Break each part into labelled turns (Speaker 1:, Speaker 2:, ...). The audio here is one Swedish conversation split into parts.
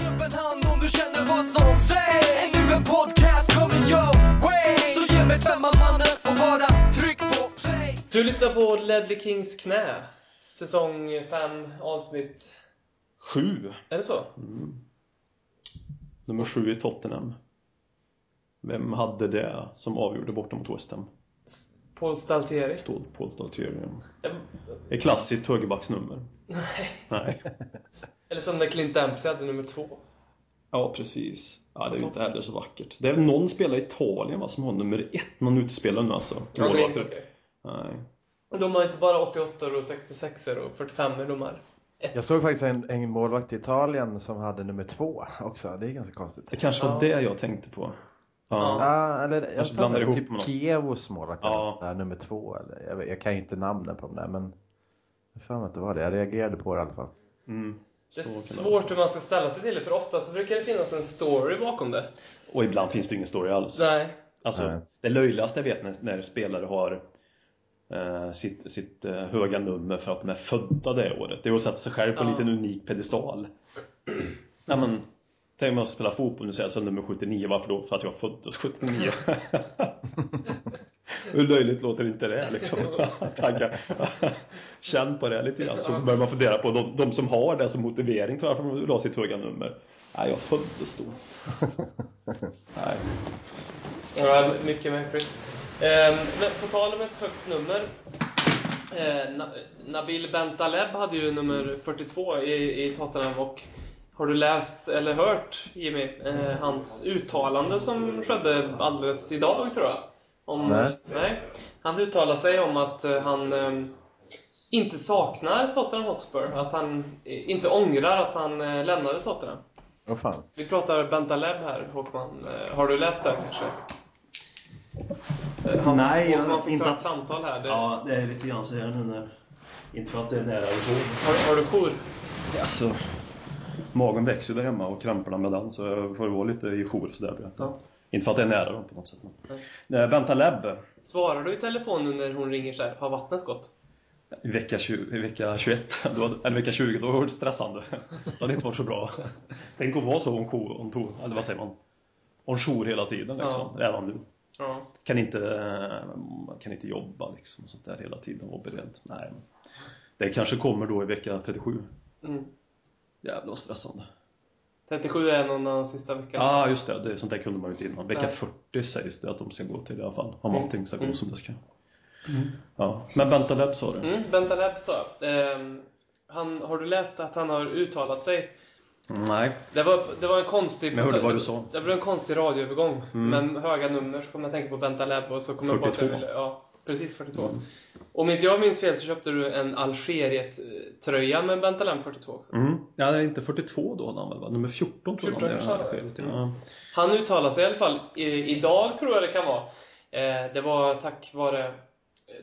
Speaker 1: upp en hand om du känner vad som sägs Ännu en podcast coming your way Så ge mig femman mannen och bara tryck på play
Speaker 2: Du lyssnar på Ledley Kings knä, säsong 5, avsnitt...
Speaker 3: Sju.
Speaker 2: Är det så?
Speaker 3: Nummer sju i Tottenham. Vem hade det som avgjorde borta mot West Ham?
Speaker 2: S- Paul Staltieri?
Speaker 3: Stod Paul Stalterium.
Speaker 2: Ja,
Speaker 3: Ett klassiskt högerbacksnummer.
Speaker 2: Nej.
Speaker 3: Nej.
Speaker 2: Eller som när Clint Dempsey hade nummer två.
Speaker 3: Ja, precis. Ja, det är ju inte heller så vackert. Det är väl någon spelare i Italien va, som har nummer ett. Någon utespelare nu alltså.
Speaker 2: Ja, det är inte
Speaker 3: Målvakter.
Speaker 2: okej.
Speaker 3: Nej.
Speaker 2: Och De har inte bara 88 och 66 och 45 domar.
Speaker 4: Jag såg faktiskt en, en målvakt i Italien som hade nummer två också. Det är ganska konstigt.
Speaker 3: Det kanske var
Speaker 2: Ja.
Speaker 3: det jag tänkte på.
Speaker 2: Ja.
Speaker 3: Ja.
Speaker 4: Ja, eller jag
Speaker 3: Kanske
Speaker 4: tror
Speaker 3: blandar
Speaker 4: det var
Speaker 3: ihop
Speaker 4: typ
Speaker 3: med något.
Speaker 4: Kievos målvakt
Speaker 3: Ja.
Speaker 4: eller sånt där, nummer två. Eller, jag, vet- jag kan ju inte namnen på dem där men jag har för mig att det var det. Jag reagerade på det i alla fall.
Speaker 3: Mm.
Speaker 2: Det är
Speaker 3: Så kan det vara.
Speaker 2: svårt hur man ska ställa sig till det, för ofta så brukar det finnas en story bakom det.
Speaker 3: Och ibland finns det ingen story alls.
Speaker 2: Nej.
Speaker 3: Alltså,
Speaker 4: Nej.
Speaker 3: det löjligaste jag vet när, när spelare har eh, sitt, sitt eh, höga nummer för att de är födda det året. Det är att sätta sig själv på en
Speaker 2: Ja.
Speaker 3: liten unik pedestal. Nej men, tänk om jag ska spela fotboll nu säger jag så nummer 79, varför då? För att jag föddes 79. Hur löjligt låter inte det liksom? Tackar. Känn på det lite grann så börjar man fundera på de, de som har det som motivering till varför de vill ha sitt höga nummer. Nej, jag föddes då. Nej.
Speaker 2: Ja, mycket märkligt. Ehm, men på tal om ett högt nummer. Eh, Na- Nabil Bentaleb hade ju nummer 42 i, i Tottenham och har du läst eller hört Jimmy eh, hans uttalande som skedde alldeles idag tror jag? Om,
Speaker 4: Nej.
Speaker 2: nej. Han uttalade sig om att eh, han ehm, inte saknar Tottenham Hotspur, att han eh, inte ångrar att han eh, lämnade Tottenham.
Speaker 4: Åh fan.
Speaker 2: Vi pratar Bentaleb här, Håkman. Eh, Har du läst det kanske? Eh, Han,
Speaker 3: Nej, jag-
Speaker 2: Håkman fick
Speaker 3: inte
Speaker 2: ta
Speaker 3: att-
Speaker 2: ett samtal här. Det,
Speaker 3: Ja, det är lite grann så här nu när... Inte för att det är nära att gå.
Speaker 2: har, har du jour?
Speaker 3: Alltså, magen växer ju där hemma och kramperna med den så jag får vara lite i jour sådär. blir jag.
Speaker 2: Ja.
Speaker 3: Inte för att det är nära dem på något sätt. men-
Speaker 2: Nej.
Speaker 3: Nej. Vänta Lab
Speaker 2: Svarar du i telefon nu när hon ringer så här? Har vattnet gått?
Speaker 3: i vecka, 20, i vecka 21, då hade, eller vecka 20, då var det stressande. Det hade inte varit så bra. Tänk att vara så on jour, on tour, eller vad säger man? On jour hela tiden liksom, redan nu.
Speaker 2: Ja.
Speaker 3: Kan inte, eh, man kan inte jobba liksom och sånt där hela tiden, vara beredd. Nej. men Det kanske kommer då i vecka 37.
Speaker 2: Mm.
Speaker 3: Jävlar vad stressande.
Speaker 2: 37 är någon av de sista veckan.
Speaker 3: Ja, ah, just det. det. Sånt där kunde man ju inte innan. Vecka
Speaker 2: Nej.
Speaker 3: 40 sägs det att de ska gå till i alla fall. Om
Speaker 2: Mm.
Speaker 3: allting ska gå
Speaker 2: Mm.
Speaker 3: som det ska. Ja. Men Bentaleb sa du?
Speaker 2: Mm, Bentaleb sa. ehm, han, har du läst att han har uttalat sig?
Speaker 3: Nej.
Speaker 2: Det var, det var en konstig...
Speaker 3: Men jag hörde vad du sa.
Speaker 2: Det blev en konstig radioövergång.
Speaker 3: Mm.
Speaker 2: Men höga nummer så kom jag att tänka på Bentaleb och så kom jag på att jag
Speaker 3: 42.
Speaker 2: ville... Ja, precis 42. Om inte jag minns fel så köpte du en Algeriet-tröja med Bentaleb 42 också.
Speaker 3: Mm. Ja, det är inte 42 då hade han väl? va? Nummer 14 tror jag
Speaker 2: 14
Speaker 3: han
Speaker 2: sa Mm.
Speaker 3: är.
Speaker 2: det.
Speaker 3: Skedet, ja.
Speaker 2: Han uttalade sig i alla fall i, idag, tror jag det kan vara. Eh, det var tack vare eh,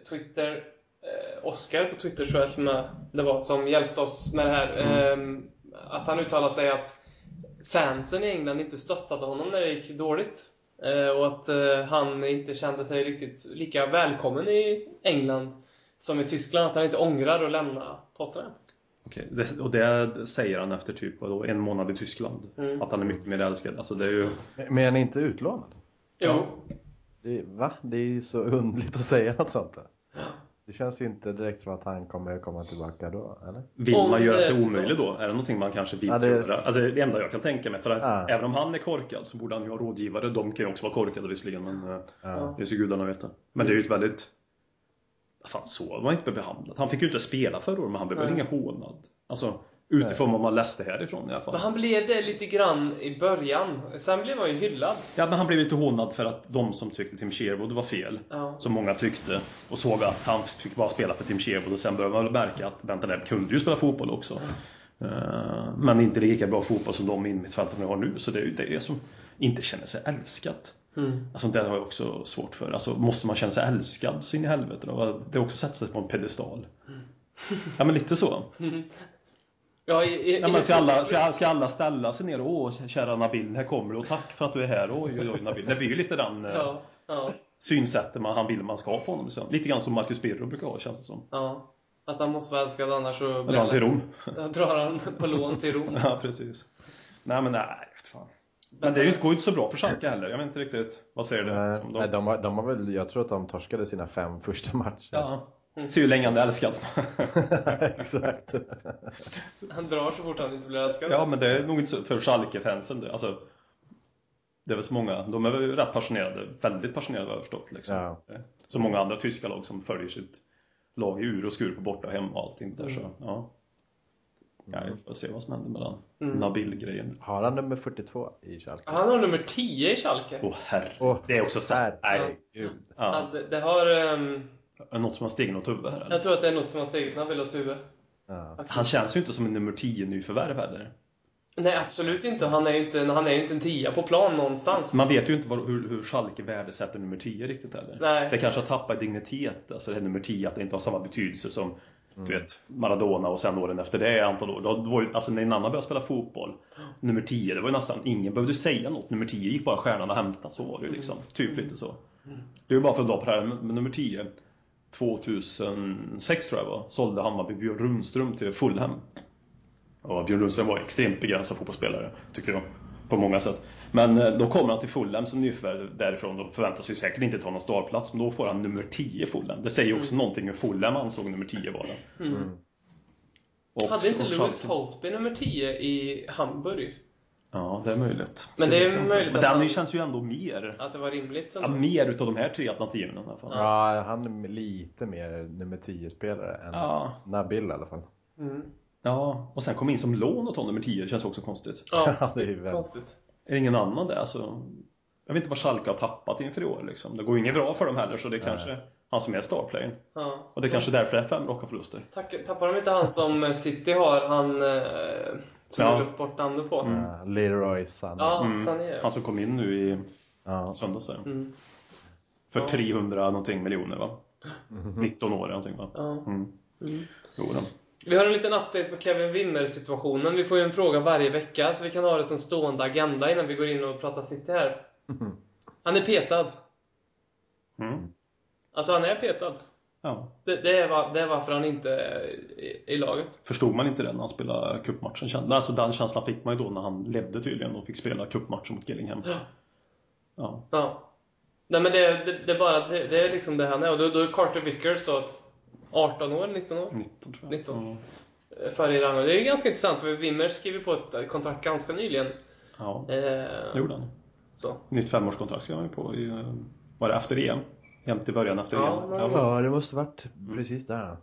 Speaker 2: Twitter, eh, Oscar på Twitter tror jag till och med det var, som hjälpte oss med det här. Ehm, att han uttalade sig att fansen i England inte stöttade honom när det gick dåligt. Eh, och att eh, han inte kände sig riktigt lika välkommen i England som i Tyskland. Att han inte ångrar att lämna Tottenham.
Speaker 3: Okej. Det, och det säger han efter typ vadå, en månad i Tyskland.
Speaker 2: Mm.
Speaker 3: Att han är mycket mer älskad. Alltså det är ju...
Speaker 4: Men men inte utlånad?
Speaker 2: Jo,
Speaker 4: Det, är- va? Det är ju så underligt att säga något sånt där. Det känns ju inte direkt som att han kommer komma tillbaka då, eller?
Speaker 3: Vill
Speaker 2: Om
Speaker 3: man
Speaker 2: det
Speaker 3: göra
Speaker 2: är
Speaker 3: sig
Speaker 2: ett
Speaker 3: omöjlig
Speaker 2: stat.
Speaker 3: då? Är det någonting man kanske vill
Speaker 4: Ja, det-
Speaker 3: göra? Alltså, det är det enda jag kan tänka mig. För att,
Speaker 4: Ja.
Speaker 3: även om han är korkad så borde han ju ha rådgivare. De kan ju också vara korkade visserligen. Men, eh,
Speaker 4: Ja.
Speaker 3: Det ska gudarna veta. Men det är ju ett väldigt... Vad Fan, så var han inte behandlad. Han fick ju inte spela förra året, men han blev väl
Speaker 2: Nej.
Speaker 3: ingen hånad? Alltså, utifrån vad man läste härifrån i alla fall.
Speaker 2: men han blev det lite grann i början. Sen blev han ju hyllad.
Speaker 3: Ja, men han blev lite hånad för att de som tyckte Tim Sherwood var fel,
Speaker 2: Ja.
Speaker 3: som många tyckte, och såg att han fick bara spela för Tim Sherwood och sen började man väl märka att Bentaleb kunde ju spela fotboll också. Eh, Men inte lika bra fotboll som de innermittfältarna har nu, så det är ju det som inte känner sig älskat.
Speaker 2: Mm.
Speaker 3: Alltså det har jag också svårt för. Alltså måste man känna sig älskad så in i helvete då? Det är också sätta sig på en pedestal. Ja men lite så.
Speaker 2: Ja, i, i,
Speaker 3: Nej,
Speaker 2: i-
Speaker 3: men ska, alla, ska, ska alla ställa sig ner och åh kära Nabil, här kommer du och tack för att du är här. Oj oj oj Nabil. Det blir ju lite den ja.
Speaker 2: Ja, ja,
Speaker 3: synsättet man han vill man ska ha på honom. Så. Lite grann som Marcus Birro brukar ha känns det som.
Speaker 2: ja. Att han måste vara älskad annars så...
Speaker 3: Eller han till Rom.
Speaker 2: Då drar han på lån till Rom.
Speaker 3: Ja precis. Nej men nej, vet fan. Men det är ju inte- går ju inte så bra för Schalke heller. Jag vet inte riktigt. Vad säger du?
Speaker 4: Nej,
Speaker 3: Som
Speaker 4: nej, de, har, de har väl, jag tror att de torskade sina fem första matcher.
Speaker 3: Ja. Ser ju hur länge han är älskad.
Speaker 4: Exakt.
Speaker 2: Han drar så fort han inte blir älskad.
Speaker 3: ja men det är nog inte så för Schalke-fansen. det- Alltså, det är väl så många. De är väl rätt passionerade. Väldigt passionerade har jag förstått. Liksom.
Speaker 4: Ja.
Speaker 3: Så många andra tyska lag som följer sitt lag i ur och skur på borta och hem och allting där. Så, ja. Ja, vi får se vad som händer med den
Speaker 2: Mm.
Speaker 3: Nabil-grejen.
Speaker 4: Har han nummer 42 i Schalke?
Speaker 2: Han har nummer 10 i Schalke.
Speaker 3: Åh herre.
Speaker 4: Åh,
Speaker 3: det är också så här. Nej.
Speaker 4: herregud.
Speaker 3: Ja.
Speaker 2: Ja, det, det har, ehm,
Speaker 3: Är det Något som har stigit något huvud här eller?
Speaker 2: jag tror att det är något som har stigit Nabil åt huvudet.
Speaker 4: Ja.
Speaker 2: faktiskt.
Speaker 3: Han känns ju inte som en nummer 10 nyförvärv heller.
Speaker 2: Nej, absolut inte. Han är ju inte, han är ju inte en tia på plan någonstans.
Speaker 3: Man vet ju inte vad, hur, hur Schalke värdesätter nummer 10 riktigt heller.
Speaker 2: Nej.
Speaker 3: Det kanske har tappat i dignitet, alltså det här nummer 10, att det inte har samma betydelse som du vet, Maradona och sen åren efter det antal år. Då, då var ju, alltså när Nanna började spela fotboll, nummer 10, det var ju nästan ingen behövde säga något. Nummer 10 gick bara stjärnan och hämtade, så var det ju liksom. Typ lite så. Det är ju bara för att dra på det här med nummer 10. 2006 tror jag var, sålde Hammarby Björn Rundström till Fulham. Och Björn Rundström var extremt begränsad fotbollsspelare, tycker jag. På många sätt. Men eh, då kommer han till Fulham som nyförvärv därifrån. De förväntar sig säkert inte ta någon startplats, men då får han nummer 10 i Fulham. Det säger ju också någonting hur Fulham ansåg nummer 10 vara.
Speaker 2: Mm.
Speaker 3: Och-
Speaker 2: Hade inte
Speaker 3: och
Speaker 2: Lewis
Speaker 3: Schalke-
Speaker 2: Holtby nummer 10 i Hamburg?
Speaker 3: Ja, det är möjligt.
Speaker 2: Men det är
Speaker 3: vet jag inte.
Speaker 2: möjligt
Speaker 3: Men
Speaker 2: att
Speaker 3: den
Speaker 2: han-
Speaker 3: känns ju ändå mer,
Speaker 2: Att det var rimligt?
Speaker 3: ja,
Speaker 2: ändå.
Speaker 3: mer utav de här tre alternativen i alla fall.
Speaker 4: ja, han är lite mer nummer 10-spelare än
Speaker 3: Ja.
Speaker 4: Nabil i alla fall.
Speaker 2: Mm.
Speaker 3: Ja, och sen kom in som lån och ta nummer 10, känns också konstigt.
Speaker 2: Ja,
Speaker 4: det är ju
Speaker 2: lite
Speaker 4: väldigt-
Speaker 2: konstigt.
Speaker 3: Är det ingen annan där så... Jag vet inte vad Schalke har tappat inför i år liksom. Det går ju inget bra för dem heller så det är kanske han som är startplayern.
Speaker 2: Ja.
Speaker 3: Och det är kanske därför det är fem raka förluster.
Speaker 2: Tack, tappar de inte han som eh, City har, han eh, som
Speaker 3: Ja.
Speaker 2: ja. upp bort namnet på?
Speaker 4: Ja, Leroy Sané.
Speaker 2: Ja,
Speaker 3: Mm.
Speaker 2: Sané.
Speaker 3: Han som kom in nu i
Speaker 4: Ja.
Speaker 3: söndags där.
Speaker 2: Mm.
Speaker 3: För
Speaker 2: Ja. Mm.
Speaker 3: 300 någonting miljoner va? 19 år eller någonting va?
Speaker 2: Ja.
Speaker 3: Mm.
Speaker 2: Mm.
Speaker 3: Jo, den.
Speaker 2: Vi har en liten update på Kevin Wimmer-situationen. Vi får ju en fråga varje vecka, så vi kan ha det som stående agenda innan vi går in och pratar City här. Han är petad.
Speaker 3: Mm.
Speaker 2: Alltså, han är petad.
Speaker 3: Ja.
Speaker 2: Det, det, är, va- det är varför han inte är i, i laget.
Speaker 3: Förstod man inte det när han spelade cupmatchen? Kän- Alltså den känslan fick man ju då när han ledde tydligen och fick spela cupmatchen mot Gillingham.
Speaker 2: Ja.
Speaker 3: Ja.
Speaker 2: Ja. Nej, men det, det, det, är bara, det, det är liksom det han är. Och då, då är Carter Vickers då ett 18 år, 19 år
Speaker 3: 19 tror jag.
Speaker 2: 19.
Speaker 3: Mm.
Speaker 2: eh, före i rangen. Det är ju ganska intressant, för Wimmer skrev ju på ett kontrakt ganska nyligen.
Speaker 3: Ja, det
Speaker 2: Eh,
Speaker 3: gjorde han.
Speaker 2: så.
Speaker 3: Nytt femårskontrakt skrev han ju på i, eh, var det efter EM? Jämt i början efter
Speaker 2: Ja,
Speaker 3: EM?
Speaker 2: men-
Speaker 3: Ja,
Speaker 4: ja, det måste varit precis där.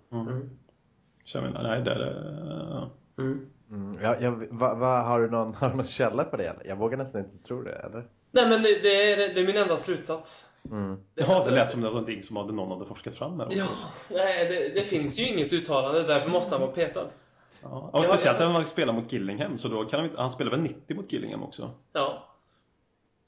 Speaker 3: Så jag menar, nej det eh, är...
Speaker 2: Mm.
Speaker 4: Mm. Ja, jag, va, va, har, du någon, har du någon källa på det? Eller? Jag vågar nästan inte tro det, eller?
Speaker 2: Nej, men det, det, är, det är min enda slutsats.
Speaker 4: Mm.
Speaker 2: Det-
Speaker 3: Ja,
Speaker 2: alltså-
Speaker 3: det lät som det var någonting som hade någon hade forskat fram här
Speaker 2: Ja,
Speaker 3: också.
Speaker 2: nej, det, det finns ju inget uttalande, därför måste han vara petad.
Speaker 3: Ja. Och
Speaker 2: Ja,
Speaker 3: speciellt
Speaker 2: ja.
Speaker 3: när man spelar mot Gillingham, så då kan han inte... Han spelar väl 90 mot Gillingham också?
Speaker 2: Ja.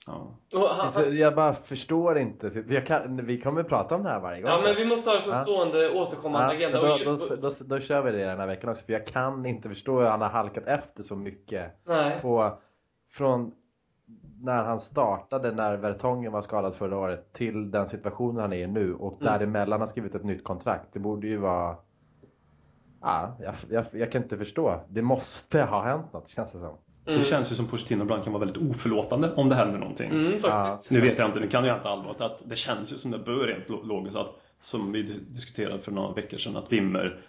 Speaker 3: Ja.
Speaker 2: Och han,
Speaker 4: Alltså, jag bara förstår inte. Jag kan, vi kommer prata om det här varje gång.
Speaker 2: ja, men vi måste ha det som
Speaker 4: Ja.
Speaker 2: stående återkommande
Speaker 4: Ja,
Speaker 2: agenda.
Speaker 4: då,
Speaker 2: Och,
Speaker 4: då, då, då, kör vi det den här veckan också, för jag kan inte förstå hur han har halkat efter så mycket.
Speaker 2: nej.
Speaker 4: På, från när han startade, när Vertongen var skadad förra året, till den situationen han är i nu och däremellan har skrivit ett nytt kontrakt. Det borde ju vara... Ja, jag, jag, jag kan inte förstå. Det måste ha hänt något, känns det som.
Speaker 2: Mm.
Speaker 3: Det känns ju som Pochettino ibland kan vara väldigt oförlåtande om det händer någonting.
Speaker 2: Mm, faktiskt.
Speaker 3: Nu vet jag inte, nu kan jag inte allvarligt att det känns ju som det bör rent lo- logiskt att som vi dis- diskuterade för några veckor sedan att Wimmer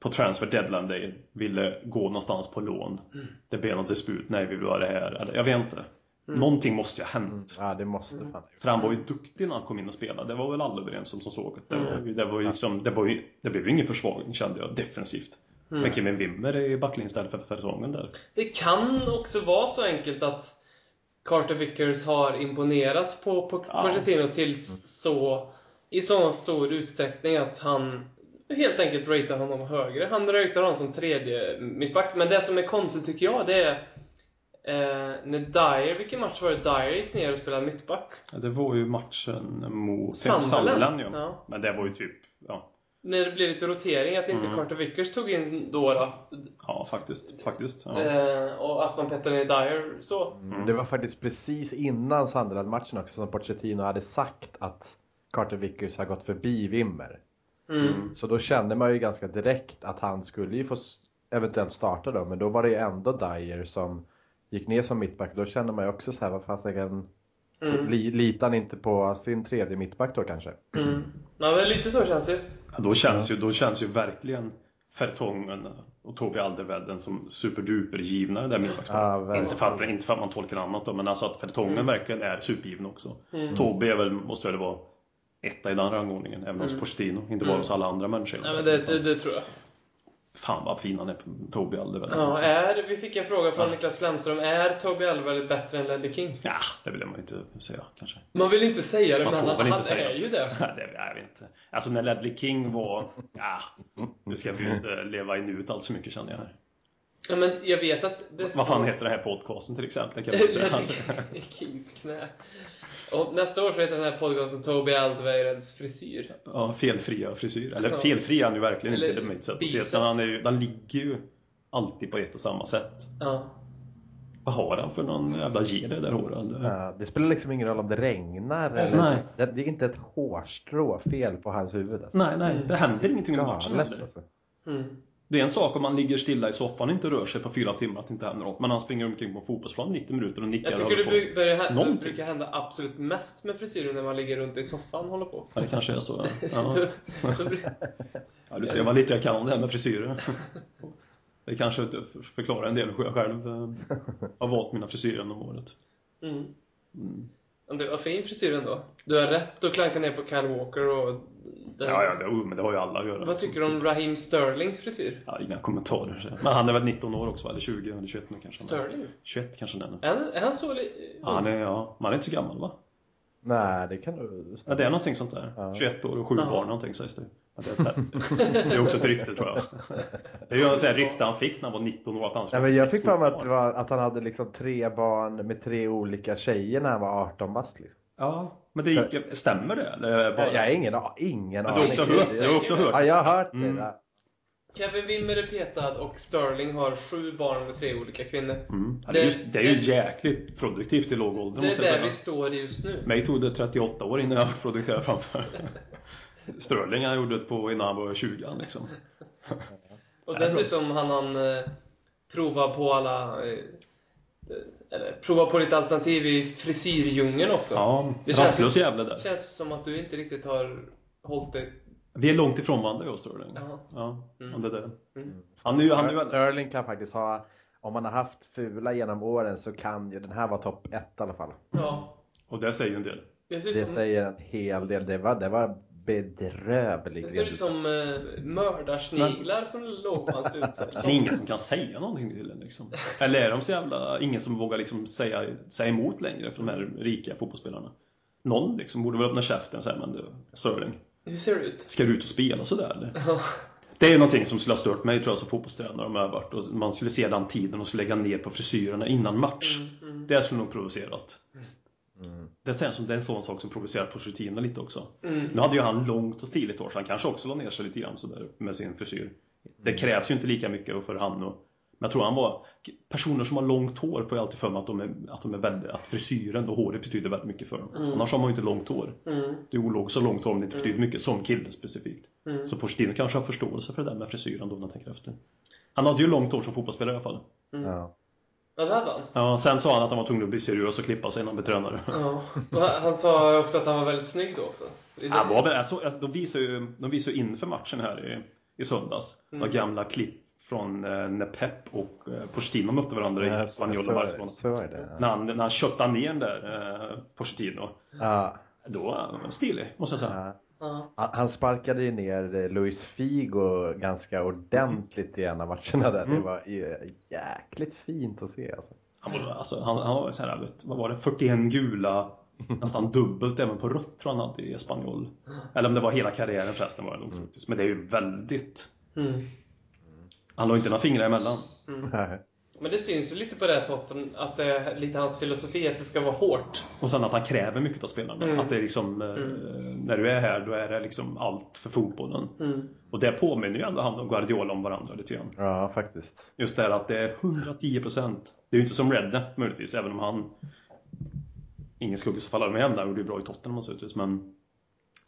Speaker 3: på transfer deadline day ville gå någonstans på lån.
Speaker 2: Mm.
Speaker 3: Det blev någon disput, nej vi vill ha det här, eller jag vet inte.
Speaker 2: Mm.
Speaker 3: Någonting måste ju ha hänt.
Speaker 4: Ja, det måste fan.
Speaker 3: För han var ju duktig när han kom in och spelade, det var väl alla överens om som såg
Speaker 2: Mm.
Speaker 3: det. Det, var, ju- det, var ju liksom, det, var ju, det blev ju ingen försvagning kände jag defensivt.
Speaker 2: Mm.
Speaker 3: Men Kevin Wimmer är ju backlinjen istället för Fertongen där.
Speaker 2: Det kan också vara så enkelt att Carter Vickers har imponerat på, på
Speaker 3: Ja. Mm.
Speaker 2: Pochettino till s- så i så stor utsträckning att han helt enkelt ratear honom högre. Han ratear honom som tredje mittback. Men det som är konstigt tycker jag det är eh, när Dyer, vilken match var det Dyer gick ner och spelade mittback?
Speaker 3: Ja, det var ju matchen mot
Speaker 2: Sunderland.
Speaker 3: Sunderland ja.
Speaker 2: Ja.
Speaker 3: Men det var ju typ, ja,
Speaker 2: När det blev lite rotering, att inte
Speaker 3: Mm.
Speaker 2: Carter Vickers tog in då, då
Speaker 3: ja faktiskt. faktiskt ja. Mm.
Speaker 2: eh, och att man petade ner Dyer så.
Speaker 4: Det var faktiskt precis innan Sunderland-matchen också som Pochettino hade sagt att Carter Vickers har gått förbi Wimmer.
Speaker 2: Mm.
Speaker 4: Så då kände man ju ganska direkt att han skulle ju få s- eventuellt starta då, men då var det ju ändå Dyer som gick ner som mittback då kände man ju också så här, vad fasiken,
Speaker 2: Mm.
Speaker 4: li, litar han inte på sin tredje mittback då kanske?
Speaker 2: Mm. Ja, men lite så känns det.
Speaker 3: Ja, då, känns ju, då känns ju verkligen Fertongen och Tobi Alderwedden som superduper givna i det där mittbacksparet.
Speaker 4: Ja, verkligen.
Speaker 3: inte, för att, inte för att man tolkar annat då, men alltså att Fertongen
Speaker 2: Mm.
Speaker 3: verkligen är supergiven också.
Speaker 2: Mm.
Speaker 3: Tobi är väl, måste väl vara etta i den rangordningen, även hos
Speaker 2: Mm.
Speaker 3: Pochettino, inte bara
Speaker 2: Mm.
Speaker 3: hos alla andra människor.
Speaker 2: Nej, men det, det, det tror jag.
Speaker 3: Fan vad fin han är, Tobi Alderwedden.
Speaker 2: Ja, eh.
Speaker 3: alltså.
Speaker 2: är, vi fick en fråga från
Speaker 3: Ja.
Speaker 2: Niklas Flemström. Är Toby Alvarez bättre än Ledley King?
Speaker 3: ja, det vill man ju inte säga kanske.
Speaker 2: Man vill inte säga det,
Speaker 3: Man
Speaker 2: men
Speaker 3: får
Speaker 2: han,
Speaker 3: väl inte
Speaker 2: han
Speaker 3: säga
Speaker 2: är
Speaker 3: något.
Speaker 2: ju det.
Speaker 3: Nej, det jag vet inte. Alltså när Ledley King var... Ja, nu ska vi ju inte leva i nuet allt så mycket känner jag. här.
Speaker 2: Ja, men jag vet att... Det
Speaker 3: Vad fan heter den här podcasten till exempel? Det kan vi inte- alltså,
Speaker 2: Ledley Kings knä. Och nästa år så heter den här podcasten Toby Alvarez frisyr.
Speaker 3: ja, felfria frisyr. Eller
Speaker 2: Ja.
Speaker 3: felfri är han ju verkligen inte
Speaker 2: Eller
Speaker 3: det mitt sätt att se
Speaker 2: biceps.
Speaker 3: det. Han, är ju- han ligger ju alltid på ett och samma sätt.
Speaker 2: Ja.
Speaker 3: Vad har han för någon jävla ge det där håret?
Speaker 4: Ja, det spelar liksom ingen roll om det regnar eller
Speaker 3: Mm. Nej.
Speaker 4: Det, det är inte ett hårstrå fel på hans huvud. Alltså.
Speaker 3: Nej, nej, det händer ingenting under matchen
Speaker 4: Galet
Speaker 3: heller.
Speaker 4: alltså.
Speaker 2: Mm.
Speaker 3: Det är en sak om man ligger stilla i soffan och inte rör sig på fyra timmar att det inte händer något. Men han springer omkring på en fotbollsplan 90 minuter och nickar
Speaker 2: Jag
Speaker 3: och
Speaker 2: tycker det
Speaker 3: håller på.
Speaker 2: bru- börjar, hä- det
Speaker 3: Någonting.
Speaker 2: brukar hända absolut mest med frisyrer när man ligger runt i soffan och håller på.
Speaker 3: Ja, det kanske är så. Ja. Ja.
Speaker 2: Då- då blir-
Speaker 3: Ja, du ser vad lite jag kan om det här med frisyrer. Det kanske inte förklarar en del hur jag själv eh, har valt mina frisyrer genom året.
Speaker 2: Mm.
Speaker 3: Mm.
Speaker 2: Men Du har fin frisyr ändå. Du har rätt att klanka ner på Kyle Walker och... den-
Speaker 3: Ja, ja, det, oh, men det har ju alla att göra.
Speaker 2: Vad tycker du om Raheem Sterlings frisyr?
Speaker 3: Ja, inga kommentarer. så. Men han är väl 19 år också, va? eller 20, eller 21 nu kanske. han är.
Speaker 2: Sterling?
Speaker 3: 21 kanske han är. nu.
Speaker 2: Är han, är han så... li-
Speaker 3: Ja, han är, ja, man är inte så gammal va?
Speaker 4: Nej, det kan du...
Speaker 3: Ja, det är någonting sånt där.
Speaker 4: Ja.
Speaker 3: 21 år och 7
Speaker 2: Ja.
Speaker 3: barn någonting sägs det. Ja, det, är stämt. det är också ett rykte tror jag. Det är ju en sån här rykte han fick när han var 19 år att han
Speaker 4: Nej,
Speaker 3: skulle
Speaker 4: men
Speaker 3: ha
Speaker 4: jag
Speaker 3: sex
Speaker 4: fick för mig att,
Speaker 3: barn.
Speaker 4: det var, att han hade liksom tre barn med tre olika tjejer när han var 18 bast. Liksom.
Speaker 3: Ja, men det gick, stämmer det? Eller är det bara...
Speaker 4: Jag jag har ingen, a- ingen
Speaker 3: Men du har
Speaker 4: aning.
Speaker 3: också
Speaker 2: det är
Speaker 3: hört,
Speaker 2: det.
Speaker 3: du har också hört
Speaker 4: Ja, jag har hört det
Speaker 3: Mm.
Speaker 4: där.
Speaker 2: Kevin Wimmer är petad och Sterling har sju barn med tre olika kvinnor.
Speaker 3: Mm. Ja, det, är ju-
Speaker 2: Det-
Speaker 3: det är ju
Speaker 2: det-
Speaker 3: jäkligt produktivt i låg ålder
Speaker 2: Det är
Speaker 3: måste jag
Speaker 2: där vi
Speaker 3: säga.
Speaker 2: står just nu.
Speaker 3: Mig tog det 38 år innan jag producerade framför. Sterling han gjorde det på innan han var 20 liksom.
Speaker 2: Och
Speaker 3: det är
Speaker 2: dessutom hann han eh, prova på alla... eh, Eller prova på lite alternativ i frisyrdjungeln också.
Speaker 3: Ja,
Speaker 2: Det känns-
Speaker 3: rastlös jävla
Speaker 2: Det
Speaker 3: där.
Speaker 2: känns som att du inte riktigt har hållit dig...
Speaker 3: Vi är långt ifrån varandra jag och Sterling.
Speaker 2: Ja.
Speaker 3: Ja,
Speaker 2: Mm.
Speaker 3: om det där.
Speaker 2: Mm.
Speaker 3: Han är ju, han är ju väl...
Speaker 4: Sterling kan faktiskt ha, om man har haft fula genom åren så kan ju den här vara topp 1 i alla fall.
Speaker 2: Ja.
Speaker 3: Och det säger ju en del.
Speaker 2: Det ser
Speaker 4: Det
Speaker 2: ut som,
Speaker 4: säger en hel del. Det var, det var bedrövlig
Speaker 2: det ser ut som eh, mördarsniglar som låg på hans utsida.
Speaker 3: Det är ingen som kan säga någonting till en liksom. Eller är de så jävla... Ingen som vågar liksom säga, säga emot längre för de här rika fotbollsspelarna. Någon liksom borde väl öppna käften och säga men du, Sterling.
Speaker 2: Hur ser det ut?
Speaker 3: Ska du ut och spela sådär eller?
Speaker 2: Ja.
Speaker 3: Det är ju någonting som skulle ha stört mig tror jag som fotbollstränare om jag hade varit och man skulle se den tiden och så lägga ner på frisyrerna innan match.
Speaker 2: Mm, mm.
Speaker 3: Det skulle nog provocerat.
Speaker 4: Mm.
Speaker 3: Det känns som det är en sån sak som provocerar Pochettino lite också.
Speaker 2: Mm.
Speaker 3: Nu hade ju han långt och stiligt hår så han kanske också la ner sig lite grann sådär med sin frisyr. Det krävs ju inte lika mycket för han och men jag tror han var, personer som har långt hår får jag alltid för mig att, de är, att, de är väldigt, att frisyren och håret betyder väldigt mycket för dem.
Speaker 2: Mm.
Speaker 3: Annars har man ju inte långt hår.
Speaker 2: Mm.
Speaker 3: Det är ologiskt så långt hår om det inte
Speaker 2: Mm.
Speaker 3: betyder mycket som kille specifikt.
Speaker 2: Mm.
Speaker 3: Så Pochettino kanske har förståelse för det där med frisyren då när han tänker efter. Han hade ju långt hår som fotbollsspelare i alla fall.
Speaker 4: Ja.
Speaker 2: Ja, det hade han.
Speaker 3: Ja, sen sa han att han var tvungen att bli seriös och klippa sig innan han blev tränare.
Speaker 2: Ja. Och han han sa också att han var väldigt snygg då också. I
Speaker 3: Han var väl, alltså, alltså, de visar ju de visar ju inför matchen här i, i söndags. Det var
Speaker 2: Mm.
Speaker 3: gamla klipp från eh, när Pep och eh, Pochettino mötte varandra i Spanjol och
Speaker 4: så,
Speaker 3: Barcelona.
Speaker 4: så är det.
Speaker 3: När han, när han köttade ner den där eh, Pochettino.
Speaker 4: Ja.
Speaker 3: Då var han stilig, måste jag säga.
Speaker 4: Ja.
Speaker 2: Ja.
Speaker 4: Han han sparkade ju ner eh, Luis Figo ganska ordentligt i en av matcherna där. Det
Speaker 3: Mm.
Speaker 4: var ju jäkligt fint att se alltså.
Speaker 3: Han, var- alltså, han, han var så här, vet, vad var det, 41 gula, nästan dubbelt även på rött tror jag han hade i Espanyol. Eller om det var hela karriären förresten var det nog faktiskt. Men det är ju väldigt,
Speaker 2: Mm.
Speaker 3: han la ju inte några fingrar emellan.
Speaker 2: Mm. Men det syns ju lite på det här Tottenham, att det är lite hans filosofi att det ska vara hårt.
Speaker 3: Och sen att han kräver mycket av spelarna.
Speaker 2: Mm.
Speaker 3: Att det är liksom, eh, när du är här då är det liksom allt för fotbollen.
Speaker 2: Mm.
Speaker 3: Och det påminner ju ändå han och Guardiola om varandra lite grann.
Speaker 4: Ja, faktiskt.
Speaker 3: Just det här att det är 110%. Det är ju inte som Redknapp möjligtvis, även om han... Ingen skugga som faller med hem där, gjorde ju bra i Tottenham naturligtvis, men...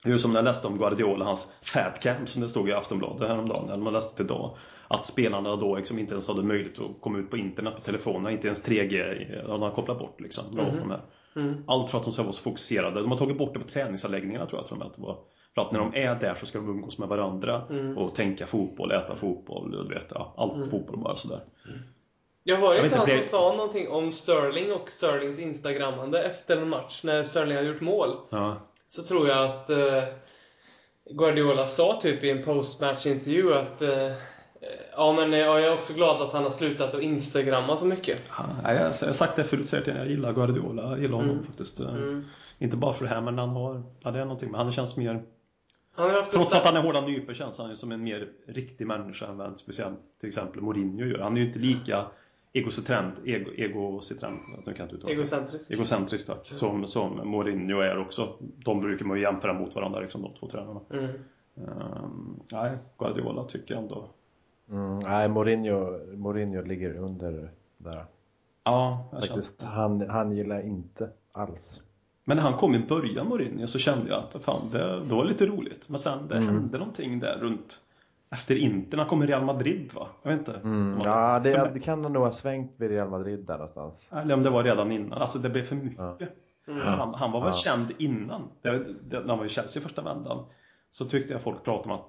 Speaker 3: Det är ju som när jag läste om Guardiola, hans fat camp som det stod i Aftonbladet häromdagen, eller man läste det idag. Att spelarna då liksom inte ens hade möjlighet att komma ut på internet på telefonerna, inte ens 3G hade de kopplat bort. Liksom, några av
Speaker 2: Mhm.
Speaker 3: de här.
Speaker 2: Mm.
Speaker 3: Allt för att de ska vara så fokuserade. De har tagit bort det på träningsanläggningarna tror jag. Tror jag att det var. För att när de är där så ska de umgås med varandra
Speaker 2: Mm.
Speaker 3: och tänka fotboll, äta fotboll, du vet, ja, allt
Speaker 2: Mm.
Speaker 3: fotboll bara sådär.
Speaker 2: Jag var
Speaker 3: Jag
Speaker 2: det
Speaker 3: vet
Speaker 2: inte han
Speaker 3: inte,
Speaker 2: som
Speaker 3: det-
Speaker 2: sa någonting om Sterling och Sterlings instagrammande efter en match när Sterling hade gjort mål?
Speaker 3: Ja.
Speaker 2: så tror jag att eh, Guardiola sa typ i en postmatchintervju att eh, ja, men eh, jag är också glad att han har slutat att instagramma så mycket.
Speaker 3: Ja, jag har sagt det förut, säger jag till er, jag gillar Guardiola, jag gillar honom
Speaker 2: Mm.
Speaker 3: faktiskt.
Speaker 2: Mm.
Speaker 3: Inte bara för det här men han har, ja, det är någonting, men han känns mer,
Speaker 2: Han har haft
Speaker 3: trots
Speaker 2: ett
Speaker 3: att han är hårda nyper känns han ju som en mer riktig människa än vad speciellt till exempel Mourinho gör. Han är ju inte lika egocentrent, ego, egocentrent, jag kan inte uttala det.
Speaker 2: egocentrisk. Mm.
Speaker 3: Egocentrisk tack, som, som Mourinho är också. De brukar man ju jämföra mot varandra, liksom, de två tränarna.
Speaker 2: Mm.
Speaker 3: Ehm, nej, Guardiola tycker jag ändå.
Speaker 4: Mm, nej, Mourinho, Mourinho ligger under där.
Speaker 3: Ja, jag känner-
Speaker 4: Faktiskt, han, han gillar inte alls.
Speaker 3: Men när han kom i början Mourinho så kände jag att fan, det, det var lite roligt. Men sen det
Speaker 4: Mm.
Speaker 3: hände någonting där runt efter Inter, när han kom i Real Madrid va? Jag vet inte.
Speaker 4: Mm,
Speaker 3: Som
Speaker 4: ja,
Speaker 3: att-
Speaker 4: det,
Speaker 3: som-
Speaker 4: det kan han nog ha svängt vid Real Madrid där någonstans.
Speaker 3: Eller om det var redan innan, alltså det blev för mycket.
Speaker 2: Mm.
Speaker 3: Han, han var väl
Speaker 4: Ja.
Speaker 3: känd innan, det, det, när han var i Chelsea första vändan. Så tyckte jag folk pratade om att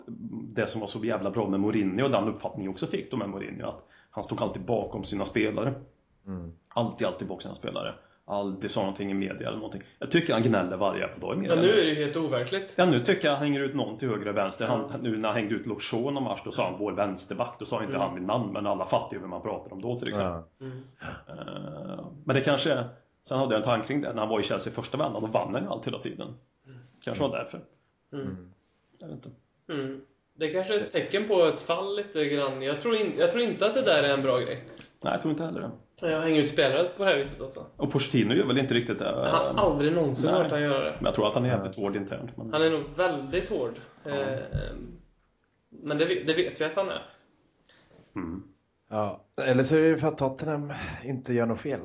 Speaker 3: det som var så jävla bra med Mourinho, och den uppfattningen jag också fick då med Mourinho, att han stod alltid bakom sina spelare.
Speaker 4: Mm.
Speaker 3: Alltid, alltid bakom sina spelare. Aldrig sa någonting i media eller någonting. Jag tycker han gnäller varje jävla dag i media.
Speaker 2: Ja, nu är det ju helt overkligt.
Speaker 3: Ja, nu tycker jag han hänger ut någon till höger och vänster.
Speaker 2: Ja.
Speaker 3: Han, nu när han hängde ut Luxon och Mars, då sa han vår vänsterback. Då sa inte
Speaker 2: Mm.
Speaker 3: han vid namn, men alla fattar ju vem man pratar om då till exempel.
Speaker 4: Ja.
Speaker 2: Mm.
Speaker 3: Eh, Men det kanske är... Sen hade jag en tanke kring det. När han var i Chelsea första vändan, då vann han ju allt hela tiden. Kanske var därför.
Speaker 2: Mm.
Speaker 3: Jag vet inte.
Speaker 2: Mm. Det är kanske är ett tecken på ett fall lite grann. Jag tror, in, jag tror inte att det där är en bra grej.
Speaker 3: Nej, jag tror inte heller det.
Speaker 2: Jag hänger ut spelare på det här viset alltså.
Speaker 3: Och Pochettino gör väl inte riktigt det.
Speaker 2: Jag
Speaker 3: eh,
Speaker 2: har aldrig någonsin
Speaker 3: nej.
Speaker 2: hört han göra det.
Speaker 3: Men jag tror att han är jävligt hård internt. Men...
Speaker 2: Han är nog väldigt hård. Eh, men det, vi- det vet vi att han är.
Speaker 3: Mm.
Speaker 4: Ja. Eller så är det ju för att Tottenham inte gör något fel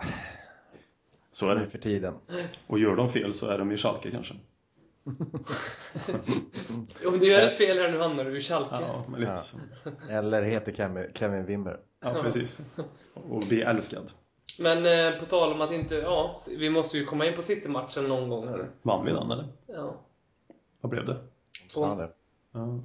Speaker 3: Så är
Speaker 4: nu
Speaker 3: det.
Speaker 4: för tiden.
Speaker 3: Och gör de fel så är de ju Schalke kanske.
Speaker 2: Om du gör ett fel här nu hamnar du i Schalke.
Speaker 3: Ja, men lite
Speaker 4: Ja.
Speaker 3: så.
Speaker 4: Eller heter Kevin, Kevin Wimmer.
Speaker 3: Ja, precis. Och bli älskad.
Speaker 2: Men eh, på tal om att inte... Ja, vi måste ju komma in på City-matchen någon gång. Här.
Speaker 3: Vann vi den eller?
Speaker 2: Ja.
Speaker 3: Vad blev det?
Speaker 4: Sa han det?
Speaker 3: Ja.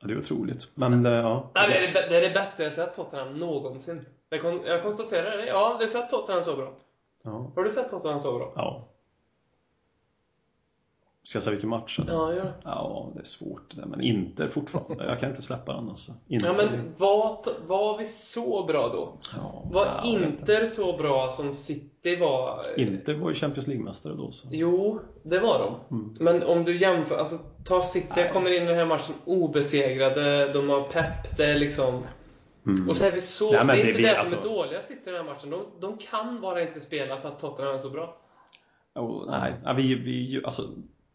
Speaker 3: Ja, det är otroligt. Men eh, ja.
Speaker 2: Nej, det, är det, bä- det är det bästa jag sett Tottenham någonsin. Jag, kon, jag konstaterar det. Ja, det sett Tottenham så bra.
Speaker 3: Ja.
Speaker 2: Har du sett Tottenham så bra?
Speaker 3: ja. Ska jag säga vilken match? Eller?
Speaker 2: Ja, gör det.
Speaker 3: ja, det är svårt det där. Men inte fortfarande. Jag kan inte släppa den alltså. Inte.
Speaker 2: Ja, men var, t- var vi så bra då?
Speaker 3: Ja,
Speaker 2: Var
Speaker 3: nej, jag vet
Speaker 2: Inter så bra som City var? eh,
Speaker 3: Inter var ju Champions League-mästare då. Så.
Speaker 2: Jo, det var de.
Speaker 3: Mm.
Speaker 2: Men om du jämför, alltså ta City,
Speaker 3: Nej.
Speaker 2: kommer in i den här matchen obesegrade, de har pepp, det är liksom...
Speaker 3: Mm.
Speaker 2: Och så är vi så...
Speaker 3: Nej, men
Speaker 2: det är
Speaker 3: det
Speaker 2: inte
Speaker 3: blir-
Speaker 2: det att de
Speaker 3: alltså-
Speaker 2: är dåliga sitter i den här matchen. De, de kan bara inte spela för att Tottenham är så bra.
Speaker 3: Ja, nej, ja, vi, vi, alltså,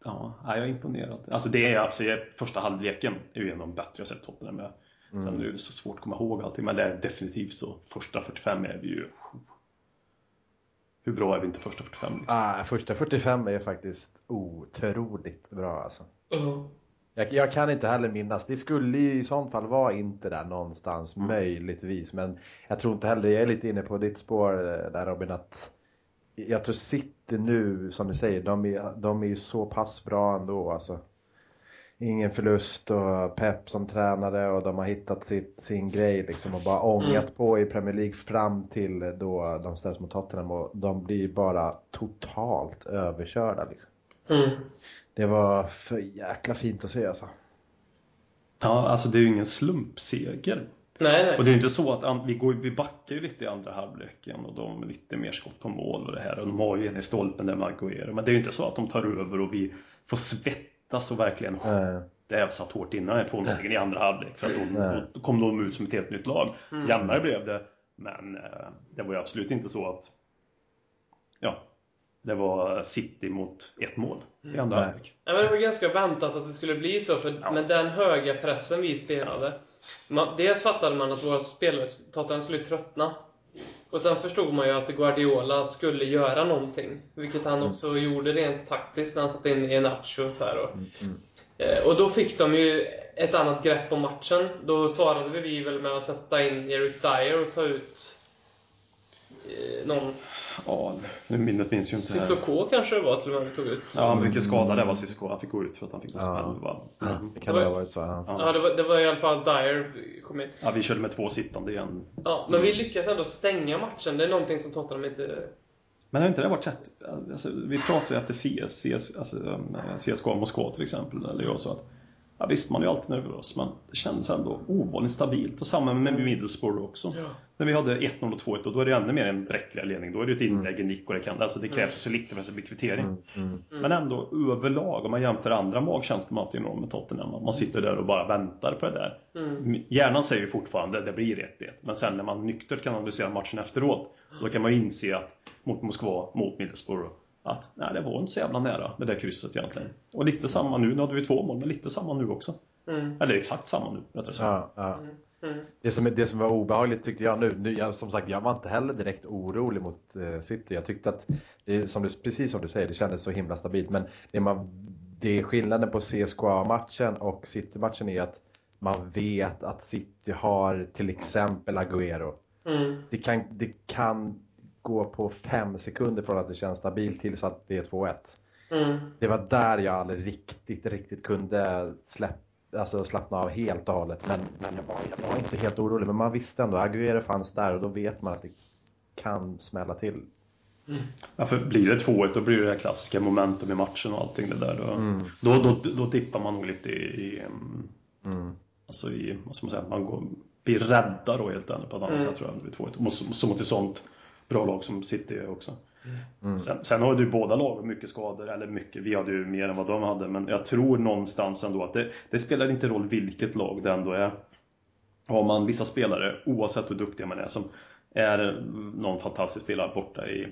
Speaker 3: ja, nej, jag är imponerad. Alltså, det är, alltså, jag- första halvleken är ju en av de bättre jag sett Tottenham med. Sen är det ju så svårt att komma ihåg allting, men det är definitivt så. Första 45 är vi ju... Hur bra är vi inte första 45 liksom?
Speaker 4: Ah, första 45 är faktiskt otroligt bra alltså.
Speaker 2: Ja.
Speaker 4: Jag, jag kan inte heller minnas. Det skulle ju i sånt fall vara inte där någonstans, möjligtvis. Men jag tror inte heller, jag är lite inne på ditt spår eh, där Robin, att jag tror City nu, som du säger, de är, de är ju så pass bra ändå alltså. Ingen förlust och Pep som tränare och de har hittat sitt, sin grej liksom och bara ångat på i Premier League fram till eh, då de ställs mot Tottenham och de blir bara totalt överkörda liksom.
Speaker 2: Mm.
Speaker 4: Det var för jäkla fint att se alltså.
Speaker 3: Ja, alltså det är ju ingen slumpseger.
Speaker 2: Nej, nej.
Speaker 3: Och det är ju inte så att an- vi, går, vi backar ju lite i andra halvleken och de är lite mer skott på mål och det här. Och de har ju en i stolpen där med Aguero. Men det är ju inte så att de tar över och vi får svettas och verkligen
Speaker 4: Eh,
Speaker 3: det är satt hårt innan den 2-0-segern i andra halvlek. För att
Speaker 4: Nej.
Speaker 3: då, då kom de ut som ett helt nytt lag. Jämnare blev det, men eh, det var ju absolut inte så att ja, det var City mot ett mål i andra
Speaker 4: Nej.
Speaker 3: halvlek.
Speaker 2: Ja, men det var ganska väntat att det skulle bli så, för
Speaker 3: Ja.
Speaker 2: med den höga pressen vi spelade. Man, dels fattade man att våra spelare, Tottenham skulle tröttna. Och sen förstod man ju att Guardiola skulle göra någonting. Vilket han
Speaker 3: Mm.
Speaker 2: också
Speaker 3: Mm,
Speaker 2: gjorde rent taktiskt när han satte in Enacho och så här. Och, eh, och då fick de ju ett annat grepp om matchen. Då svarade vi- vi väl med att sätta in Eric Dyer och ta ut eh, någon.
Speaker 3: Ja, nu minnet minns ju inte. här.
Speaker 2: Cissoko kanske det var till och med vi tog ut.
Speaker 3: Ja, han blev ju skadad där var Cissoko. Han fick gå ut för att han fick en
Speaker 4: Mm. Ja.
Speaker 3: smäll va? Mm.
Speaker 4: Det kan det ha varit så. Ja.
Speaker 2: Ja, det var, det var i alla fall Dyer kom in.
Speaker 3: Ja, vi körde med två sittande igen.
Speaker 2: Ja, men vi lyckas ändå stänga matchen. Det är någonting som Tottenham inte...
Speaker 3: Men har inte det varit rätt? Alltså, vi pratade ju efter CS, CS, alltså, um, CSKA Moskva till exempel, eller jag sa att ja, visst, man är ju alltid nervös, men det kändes ändå ovanligt stabilt. Och samma med Middlesbrough också.
Speaker 2: Ja.
Speaker 3: När vi hade 1-0 och 2-1, och då är det ännu mer en bräckligare ledning. Då är det ett inlägg, en nick och det kan. Alltså det krävs så lite för att det blir kvittering.
Speaker 4: Mm.
Speaker 3: Men ändå överlag, om man jämför andra magkänslor man alltid har med Tottenham, man sitter där och bara väntar på det där. Hjärnan säger ju fortfarande det blir 1-1, men sen när man nyktert kan analysera matchen efteråt, då kan man ju inse att mot Moskva, mot Middlesbrough, att nej, det var inte så jävla nära det där krysset egentligen. Och lite samma nu, nu hade vi två mål, men lite samma nu också.
Speaker 2: Mm.
Speaker 3: Eller exakt samma nu, rättare sagt.
Speaker 4: Ja, ja.
Speaker 2: Mm.
Speaker 4: Det, som, det som var obehagligt tyckte jag nu, nu jag, som sagt jag var inte heller direkt orolig mot eh, City. Jag tyckte att, det, är som du, precis som du säger, det kändes så himla stabilt. Men det, man, det är skillnaden på CSKA-matchen och City-matchen är att man vet att City har till exempel Agüero.
Speaker 2: Mm.
Speaker 4: Det kan, det kan gå på fem sekunder från att det känns stabilt tills att det är 2-1.
Speaker 2: Mm.
Speaker 4: Det var där jag aldrig riktigt, riktigt kunde släpp, alltså slappna av helt och hållet. Men, men jag, var, jag var inte helt orolig. Men man visste ändå, Aguero fanns där och då vet man att det kan smälla till.
Speaker 3: Ja, för blir det 2-1 då blir det det här klassiska momentum i matchen och allting det där. Då, då, då, då tippar man nog lite i, i ehm, alltså i, vad ska man säga, man går, blir rädda då helt enkelt på ett annat sätt tror jag. när Det blir 2-1. Och så- Så mot ett sånt bra lag som City är också. Sen, sen har ju båda lagen mycket skador, eller mycket, vi hade ju mer än vad de hade, men jag tror någonstans ändå att det, det spelar inte roll vilket lag det ändå är har man vissa spelare, oavsett hur duktiga man är, som är någon fantastisk spelare borta i,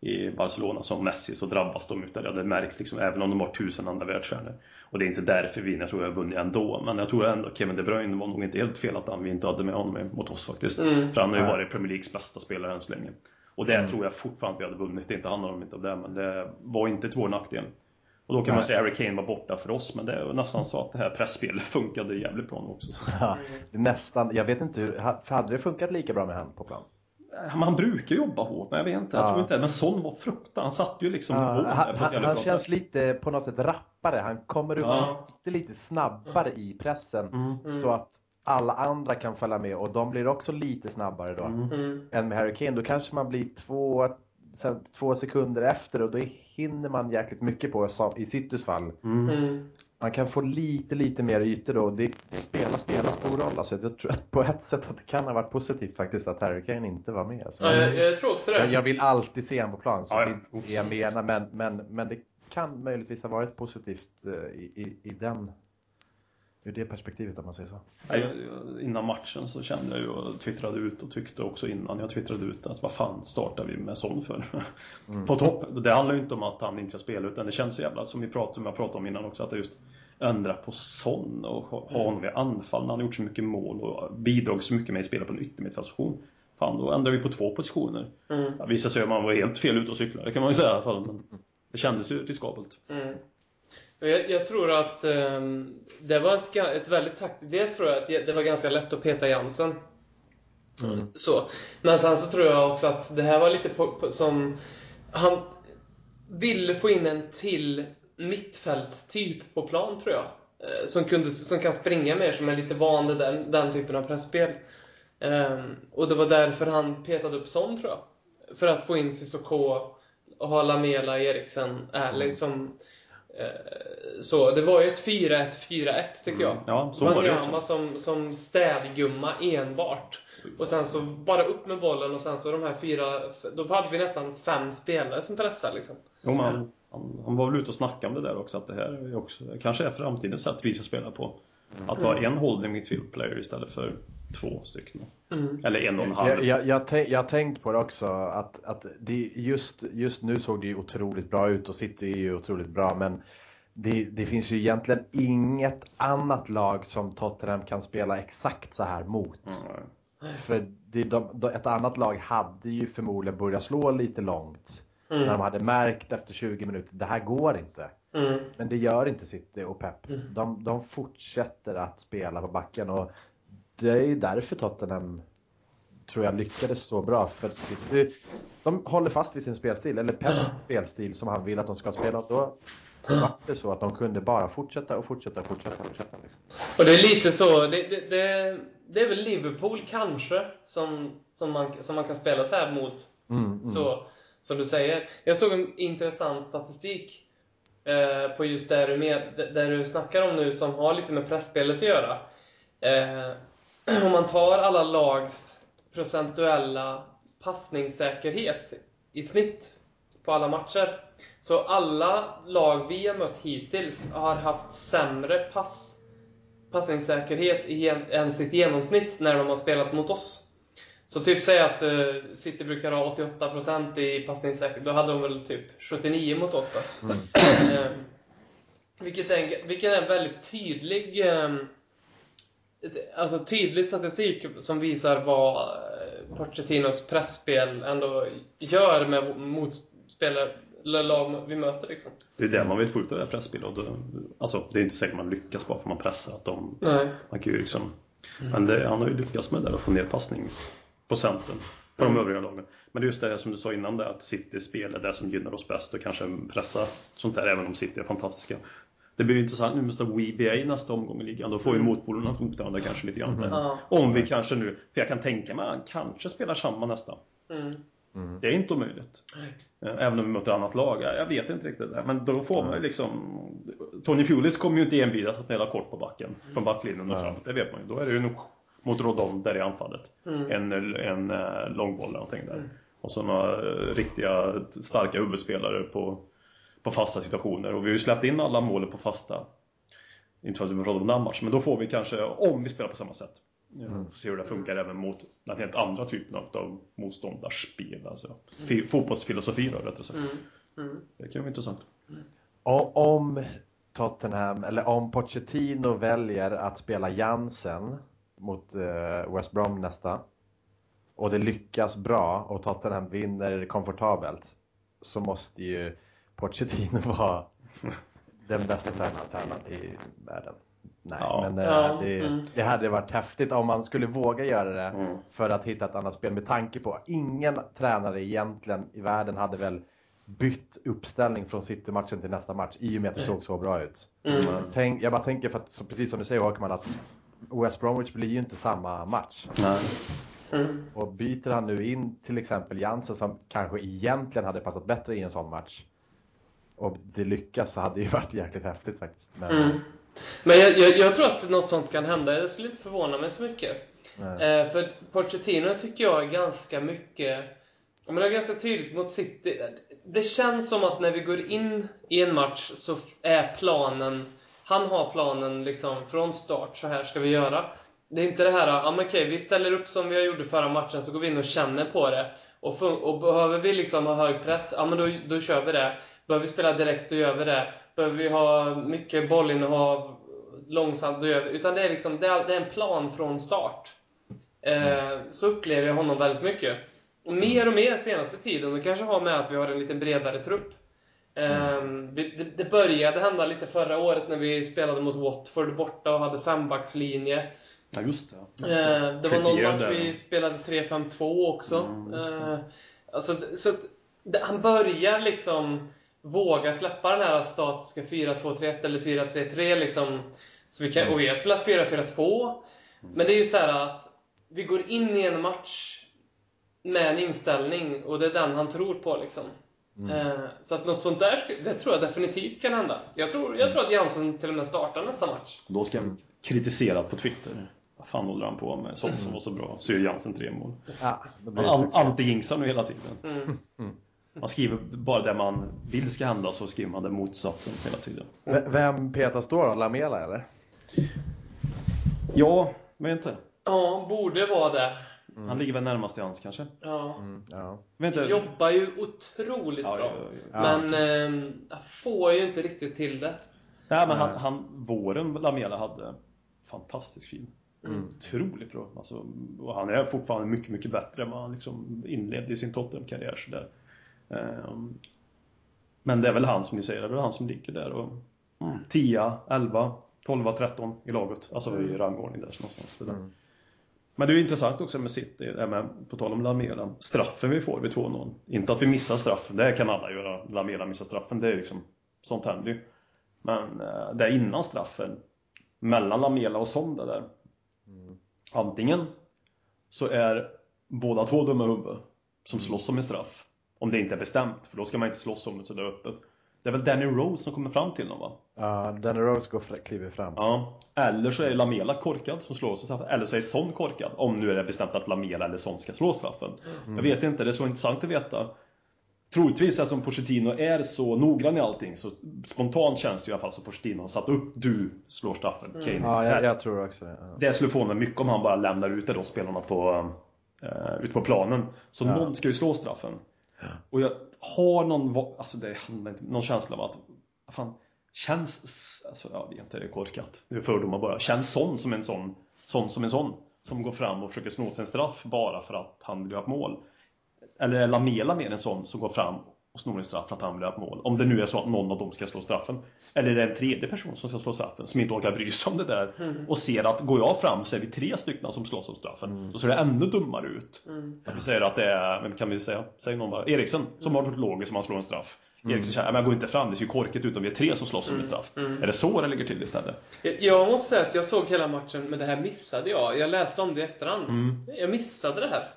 Speaker 3: i Barcelona som Messi så drabbas de utav det. Det märks liksom även om de har tusen andra världsstjärnor. Och det är inte därför vi jag tror jag har vunnit ändå. Men jag tror ändå Kevin De Bruyne var nog inte helt fel att han, vi inte hade med honom mot oss faktiskt.
Speaker 2: Mm.
Speaker 3: För han har ju varit Premier Leagues bästa spelare än så länge. Och där tror jag fortfarande att vi hade vunnit. Det inte handlar om inte om det, men det var inte till vår nackdel. Och då kan man
Speaker 4: Nej.
Speaker 3: säga att Harry Kane var borta för oss, men det var nästan så att det här pressspelet funkade jävligt bra också. Så.
Speaker 4: Ja, nästan, jag vet inte hur, ha- för hade det funkat lika bra med han på plan?
Speaker 3: Man brukar jobba hårt, men jag vet inte. Jag
Speaker 4: Ja.
Speaker 3: tror inte Men Son var fruktansvärt. Han satt ju liksom
Speaker 4: Ja,
Speaker 3: nivån där
Speaker 4: han
Speaker 3: på ett
Speaker 4: han,
Speaker 3: jävligt
Speaker 4: han
Speaker 3: bra
Speaker 4: känns
Speaker 3: sätt.
Speaker 4: lite på något sätt rappare, han kommer upp
Speaker 3: Ja.
Speaker 4: han sitter lite snabbare i pressen
Speaker 3: Mm.
Speaker 4: så att alla andra kan följa med och de blir också lite snabbare då.
Speaker 3: Mm.
Speaker 2: Mm.
Speaker 4: än med Harry Kane. Då kanske man blir två, sen, två sekunder efter och då hinner man jäkligt mycket på som i Citys fall.
Speaker 3: Mm.
Speaker 2: Mm.
Speaker 4: Man kan få lite, lite mer ytor då. Det spelar, spelar stor roll. Alltså, jag tror att på ett sätt att det kan ha varit positivt faktiskt att Harry Kane inte var med. Alltså.
Speaker 2: Ja, jag, jag tror också
Speaker 4: jag, jag
Speaker 2: det.
Speaker 4: vill alltid se honom på plan, så
Speaker 3: Ja, ja.
Speaker 4: det är det jag menar. Men, men, men det kan möjligtvis ha varit positivt eh, i, i, i den, ur det perspektivet om man säger så.
Speaker 3: Nej, jag- jag- Eh, Innan matchen så kände jag ju och twittrade ut och tyckte också innan jag twittrade ut att vad fan startar vi med Son för? På topp. Det handlar ju inte om att han inte ska spela utan det känns så jävla som vi pratade, som jag pratade om innan också att det just ändra på Son och ha ha honom i anfall när han har gjort så mycket mål och bidragit så mycket med att spela på en yttermittfältsposition. Fan, då ändrar vi på två positioner.
Speaker 2: Mm.
Speaker 3: Ja, visade sig att man var helt fel ute och cyklade, det kan man ju säga i alla fall. Men det kändes ju riskabelt.
Speaker 2: Mm. Och Jag, jag tror att ehm, det var ett, ga- ett väldigt taktiskt... Dels tror jag att det det var ganska lätt att peta Jansen. Så. Men sen så tror jag också att det här var lite på, på, som... Han ville få in en till mittfältstyp på plan, tror jag. Eh, Som, kunde, som kan springa mer, som är lite van vid den, den typen av pressspel. Ehm, och det var därför han petade upp Son, tror jag. För att få in Cissoko och ha Lamela, Eriksen,
Speaker 3: Mm.
Speaker 2: Erling som... Eh, så, det var ju ett 4-1, 4-1 tycker jag.
Speaker 3: Mm. Ja, så var det ju
Speaker 2: Wanyama
Speaker 3: också.
Speaker 2: som, som städgumma enbart. Och sen så bara upp med bollen och sen så de här fyra... Då hade vi nästan fem spelare som pressade liksom.
Speaker 3: Jo, men han, han, han var väl ute och snackade om det där också, att det här är ju också, kanske är framtidens sätt vi ska spela på. Att ha en holding midfield player istället för två stycken.
Speaker 2: Mm.
Speaker 3: Eller en och en halv.
Speaker 4: Jag, jag, jag, tänk, jag har tänkt på det också att, att det, just, just nu såg det ju otroligt bra ut och City är ju otroligt bra men det, det finns ju egentligen inget annat lag som Tottenham kan spela exakt så här mot.
Speaker 3: Mm.
Speaker 4: För det, de, de, ett annat lag hade ju förmodligen börjat slå lite långt. När de hade märkt efter 20 minuter, det här går inte.
Speaker 2: Mm.
Speaker 4: Men det gör inte City och Pep.
Speaker 2: Mm.
Speaker 4: De, de fortsätter att spela på backen och det är ju därför Tottenham tror jag lyckades så bra. För att City, de håller fast vid sin spelstil, eller Peps spelstil som han vill att de ska spela. Och Då var det så att de kunde bara fortsätta och fortsätta och fortsätta. Och fortsätta liksom.
Speaker 2: Och det är lite så, det, det, det, det är väl Liverpool kanske som, som, man, som man kan spela så här mot.
Speaker 4: mm, mm.
Speaker 2: Så, som du säger. Jag såg en intressant statistik eh, på just det här du, med, det- där du snackar om nu som har lite med pressspelet att göra. Eh, om man tar alla lags procentuella passningssäkerhet i snitt på alla matcher. Så alla lag vi har mött hittills har haft sämre pass, passningssäkerhet i, än sitt genomsnitt när de har spelat mot oss. Så typ säg att eh, City brukar ha 88% i passningssäkerhet. Då hade de väl typ 79 mot oss då. Eh, vilket, är, en- vilket är en väldigt tydlig eh, ett- alltså tydlig statistik som visar vad eh, Pochettinos pressspel ändå gör med motspelare, eller lag vi möter liksom.
Speaker 3: Det är det man vill få ut av det här pressspelet. Och då- Alltså, det är inte säkert man lyckas bara för man pressar. Att de,
Speaker 2: Nej.
Speaker 3: man kan ju liksom,
Speaker 2: Mm.
Speaker 3: men det, han har ju lyckats med det där och få ner passningsprocenten på
Speaker 2: Mm.
Speaker 3: de övriga lagen. Men det är just det här som du sa innan, där, att Citys spel är det som gynnar oss bäst och kanske pressa sånt där, även om City är fantastiska. Det blir ju intressant nu med så här WBA nästa omgång i ligan. Då får ju motpolerna mot varandra kanske lite grann.
Speaker 2: Mm. Ja.
Speaker 3: Om vi kanske nu, för jag kan tänka mig att han kanske spelar samma nästa.
Speaker 2: Mm.
Speaker 3: Det är inte omöjligt. Eh, Även om vi möter annat lag. Jag jag vet inte riktigt. det. Men då får man ju liksom... Tony Pulis kommer ju inte envidas alltså, att spela kort på backen.
Speaker 2: Mm.
Speaker 3: Från backlinjen och
Speaker 4: Nej.
Speaker 3: framåt. Det vet man ju. Då är det ju nog mot Rodon där i anfallet.
Speaker 2: Mm.
Speaker 3: En, en eh, långboll eller någonting där.
Speaker 2: Mm.
Speaker 3: Och så några eh, riktiga starka huvudspelare på, på fasta situationer. Och vi har ju släppt in alla målen på fasta. Inte för att vi pratar om den matchen, men då får vi kanske, om vi spelar på samma sätt. Ja, Får se hur det funkar
Speaker 2: Mm.
Speaker 3: även mot den helt andra typen av- av motståndarspel. Alltså. Fi- Fotbollsfilosofi då, rättare sagt.
Speaker 2: Mm. Mm.
Speaker 3: Det kan ju vara intressant.
Speaker 4: Och om Tottenham, eller om Pochettino väljer att spela Jansen mot eh, West Brom nästa och det lyckas bra och Tottenham vinner komfortabelt så måste ju Pochettino vara den bästa tränaren- tränaren i världen. Nej,
Speaker 3: Ja.
Speaker 4: men eh,
Speaker 2: Ja,
Speaker 4: det,
Speaker 2: mm.
Speaker 4: det hade varit häftigt om man skulle våga göra det
Speaker 3: Mm.
Speaker 4: för att hitta ett annat spel med tanke på att ingen tränare egentligen i världen hade väl bytt uppställning från City-matchen till nästa match i och med att det såg så bra ut.
Speaker 2: Mm.
Speaker 4: Men Tänk, jag bara tänker, för att, så precis som du säger Håkman, att West Bromwich blir ju inte samma match.
Speaker 3: Nej.
Speaker 2: Mm.
Speaker 4: Och byter han nu in till exempel Jansen som kanske egentligen hade passat bättre i en sån match och det lyckas så hade det ju varit jäkligt häftigt faktiskt. Men,
Speaker 2: Mm. Men jag, jag, jag tror att något sånt kan hända. Det skulle inte förvåna mig så mycket.
Speaker 4: eh,
Speaker 2: Eh, för Pochettino tycker jag är ganska mycket... ja, Men det är ganska tydligt mot City. Det känns som att när vi går in i en match så f- är planen... Han har planen liksom från start. Så här ska vi göra. Det är inte det här ah, men okej, vi ställer upp som vi gjorde förra matchen så går vi in och känner på det. Och, fun- och behöver vi liksom ha hög press, ja men då, då kör vi det. Behöver vi spela direkt, då gör vi det. Behöver vi ha mycket bollinnehav långsamt, då gör vi Utan det är liksom, det är, det är en plan från start. Eh, så upplever jag honom väldigt mycket. Och mer och mer senaste tiden, det kanske har med att vi har en lite bredare trupp. Ehm, vi- Det, det började hända lite förra året när vi spelade mot Watford borta och hade fembackslinje.
Speaker 3: Ja, just det. Just
Speaker 2: Eh, det var någon
Speaker 3: Trippier
Speaker 2: match
Speaker 3: Alltså, där.
Speaker 2: vi spelade 3-5-2 också.
Speaker 3: Mm, just det.
Speaker 2: eh, alltså, d- så att, d- han börjar liksom våga släppa den här statiska 4-2-3-1 eller 4-3-3 liksom. Så vi kan,
Speaker 3: Mm.
Speaker 2: och vi har spelat 4-4-2. Men det är just det här att vi går in i en match med en inställning och det är den han tror på liksom.
Speaker 3: Mm.
Speaker 2: Eh, Så att något sånt där, skulle- det tror jag definitivt kan hända. Jag tror,
Speaker 3: Mm.
Speaker 2: jag tror att Jansen till och med startar nästa match.
Speaker 3: Då ska jag kritisera på Twitter. Mm. Vad fan håller han på med? Sånt som var så bra. Så gör Jansen tre mål.
Speaker 4: ja, då blir
Speaker 3: Man
Speaker 4: det
Speaker 3: an-
Speaker 4: succé.
Speaker 3: anti-jinxar nu hela tiden.
Speaker 2: Mm.
Speaker 3: Man skriver bara det man vill ska hända så skriver man det motsatsen hela tiden.
Speaker 4: V- Vem petas då då? Lamela eller?
Speaker 3: Ja, men inte.
Speaker 2: Ja, borde vara det.
Speaker 3: Han ligger väl närmast i hans kanske?
Speaker 2: Ja.
Speaker 3: Mm.
Speaker 4: Ja.
Speaker 3: Vet inte.
Speaker 2: Jobbar ju otroligt
Speaker 3: Typ. Ja,
Speaker 2: bra.
Speaker 3: ja, ja, ja. typ.
Speaker 2: Men ehm, jag får ju inte riktigt till det.
Speaker 3: Nej men han,
Speaker 4: Nej.
Speaker 3: han våren Lamela hade fantastiskt fin. Otroligt bra. Alltså, och han är fortfarande mycket, mycket bättre än vad han liksom inledde i sin Tottenham-karriär. sådär. Ehm, Men det är väl han som ni säger, det är väl han som ligger där och mm, 10, 11, 12, 13 i laget. Alltså i rangordning där så någonstans. Det där.
Speaker 4: Mm.
Speaker 3: Men det är ju intressant också med City, det här med, på tal om Lamela, straffen vi får vid 2-0. Inte att vi missar straffen, det kan alla göra. Lamela missar straffen, det är ju liksom, sånt händer ju. Men eh, det är innan straffen, mellan Lamela och Sonda där. Antingen så är båda två dumma huvud som slåss om en straff. Om det inte är bestämt, för då ska man inte slåss om det sådär öppet. Det är väl Danny Rose som kommer fram till dem va?
Speaker 4: Ja, Danny Rose går fr- kliver fram.
Speaker 3: Ja, eller så är Lamela korkad som slår straffen, eller så är Son korkad. Om nu är det bestämt att Lamela eller Son ska slå straffen. Jag vet inte, det är så intressant att veta. Troligtvis eftersom Pochettino är så noggrann i allting så spontant känns det ju i alla fall som Pochettino har satt upp du slår straffen, Kane.
Speaker 4: Ja, jag,
Speaker 3: Här.
Speaker 4: jag tror också det. Ja.
Speaker 3: Det skulle få mig mycket om han bara lämnar ut det då spelarna på, eh, ute på planen. Så
Speaker 4: Ja.
Speaker 3: någon ska ju slå straffen. Och jag har någon, va- alltså det handlar inte, någon känsla av att fan, känns, s- alltså jag vet inte, det är korkat. Det är fördomar bara. Känns sån som en sån, sån som en sån. Som går fram och försöker sno åt sig en straff bara för att han vill göra ett mål. Eller är Lamela mer en sån som går fram och snor en straff för att han vill göra ett mål? Om det nu är så att någon av dem ska slå straffen. Eller är det en tredje person som ska slå straffen som inte orkar bry sig om det där och ser att går jag fram så är vi tre stycken som slåss om straffen.
Speaker 4: Mm.
Speaker 3: Då ser det ännu dummare ut.
Speaker 2: Mm.
Speaker 3: Att vi säger att det är, vem kan vi säga? Säg någon bara, Eriksen som har varit logisk som han slår en straff.
Speaker 4: Mm.
Speaker 3: Eriksen känner, "Nej, men jag går inte fram, det ser ju korket ut om vi är tre som slåss om en straff. Är det så det ligger till istället?
Speaker 2: Jag- Jag måste säga att jag såg hela matchen, men det här missade jag. Jag läste om det i efterhand.
Speaker 3: Mm.
Speaker 2: Jag missade det här.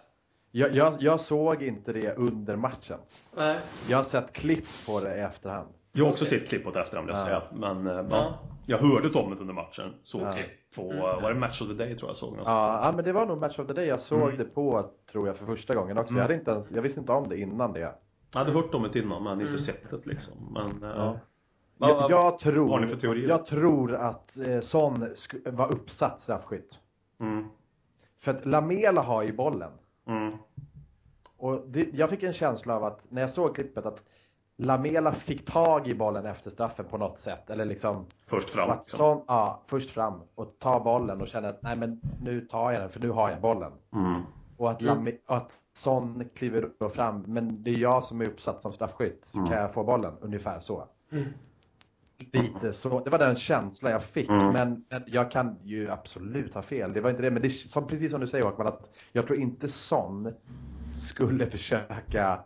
Speaker 4: Jag, jag, jag såg inte det under matchen.
Speaker 2: Nej.
Speaker 4: Jag har sett klipp på det i efterhand.
Speaker 3: Jag har också sett klippet efter vill jag
Speaker 4: Ja.
Speaker 3: säga. Men eh,
Speaker 2: Ja.
Speaker 3: ja. jag hörde om det under matchen. Såg
Speaker 4: Ja.
Speaker 3: det på, eh, var det Match of the Day tror jag såg. någonstans.
Speaker 4: Ja, ja, men det var nog Match of the Day jag såg det på, tror jag, för första gången också.
Speaker 3: Mm.
Speaker 4: Jag, hade inte ens, jag visste inte om det innan det.
Speaker 3: Jag hade hört om det innan men inte sett det liksom. Men, eh,
Speaker 4: Ja.
Speaker 3: vad-
Speaker 4: Jag,
Speaker 3: vad- vad
Speaker 4: jag,
Speaker 3: har ni för
Speaker 4: tror,
Speaker 3: teorier?
Speaker 4: jag tror att eh, Son sk- var uppsatt straffskytt.
Speaker 3: Mm,
Speaker 4: För att Lamela har ju bollen.
Speaker 3: mm,
Speaker 4: Och det, jag fick en känsla av att, när jag såg klippet, att Lamela fick tag i bollen efter straffen på något sätt. Eller liksom,
Speaker 3: först
Speaker 4: och
Speaker 3: fram.
Speaker 4: att Son, ja, först fram och ta bollen och känna att nej men nu tar jag den för nu har jag bollen.
Speaker 3: Mm.
Speaker 4: Och att, Lami, och att Son kliver då fram, men det är jag som är uppsatt som straffskytt.
Speaker 3: Mm.
Speaker 4: Kan jag få bollen? Ungefär så.
Speaker 2: Mm.
Speaker 4: Lite så. Det var den känslan jag fick.
Speaker 3: Mm.
Speaker 4: Men, men jag kan ju absolut ha fel. Det var inte det. Men det, är som, precis som du säger Håkman, att jag tror inte Son skulle försöka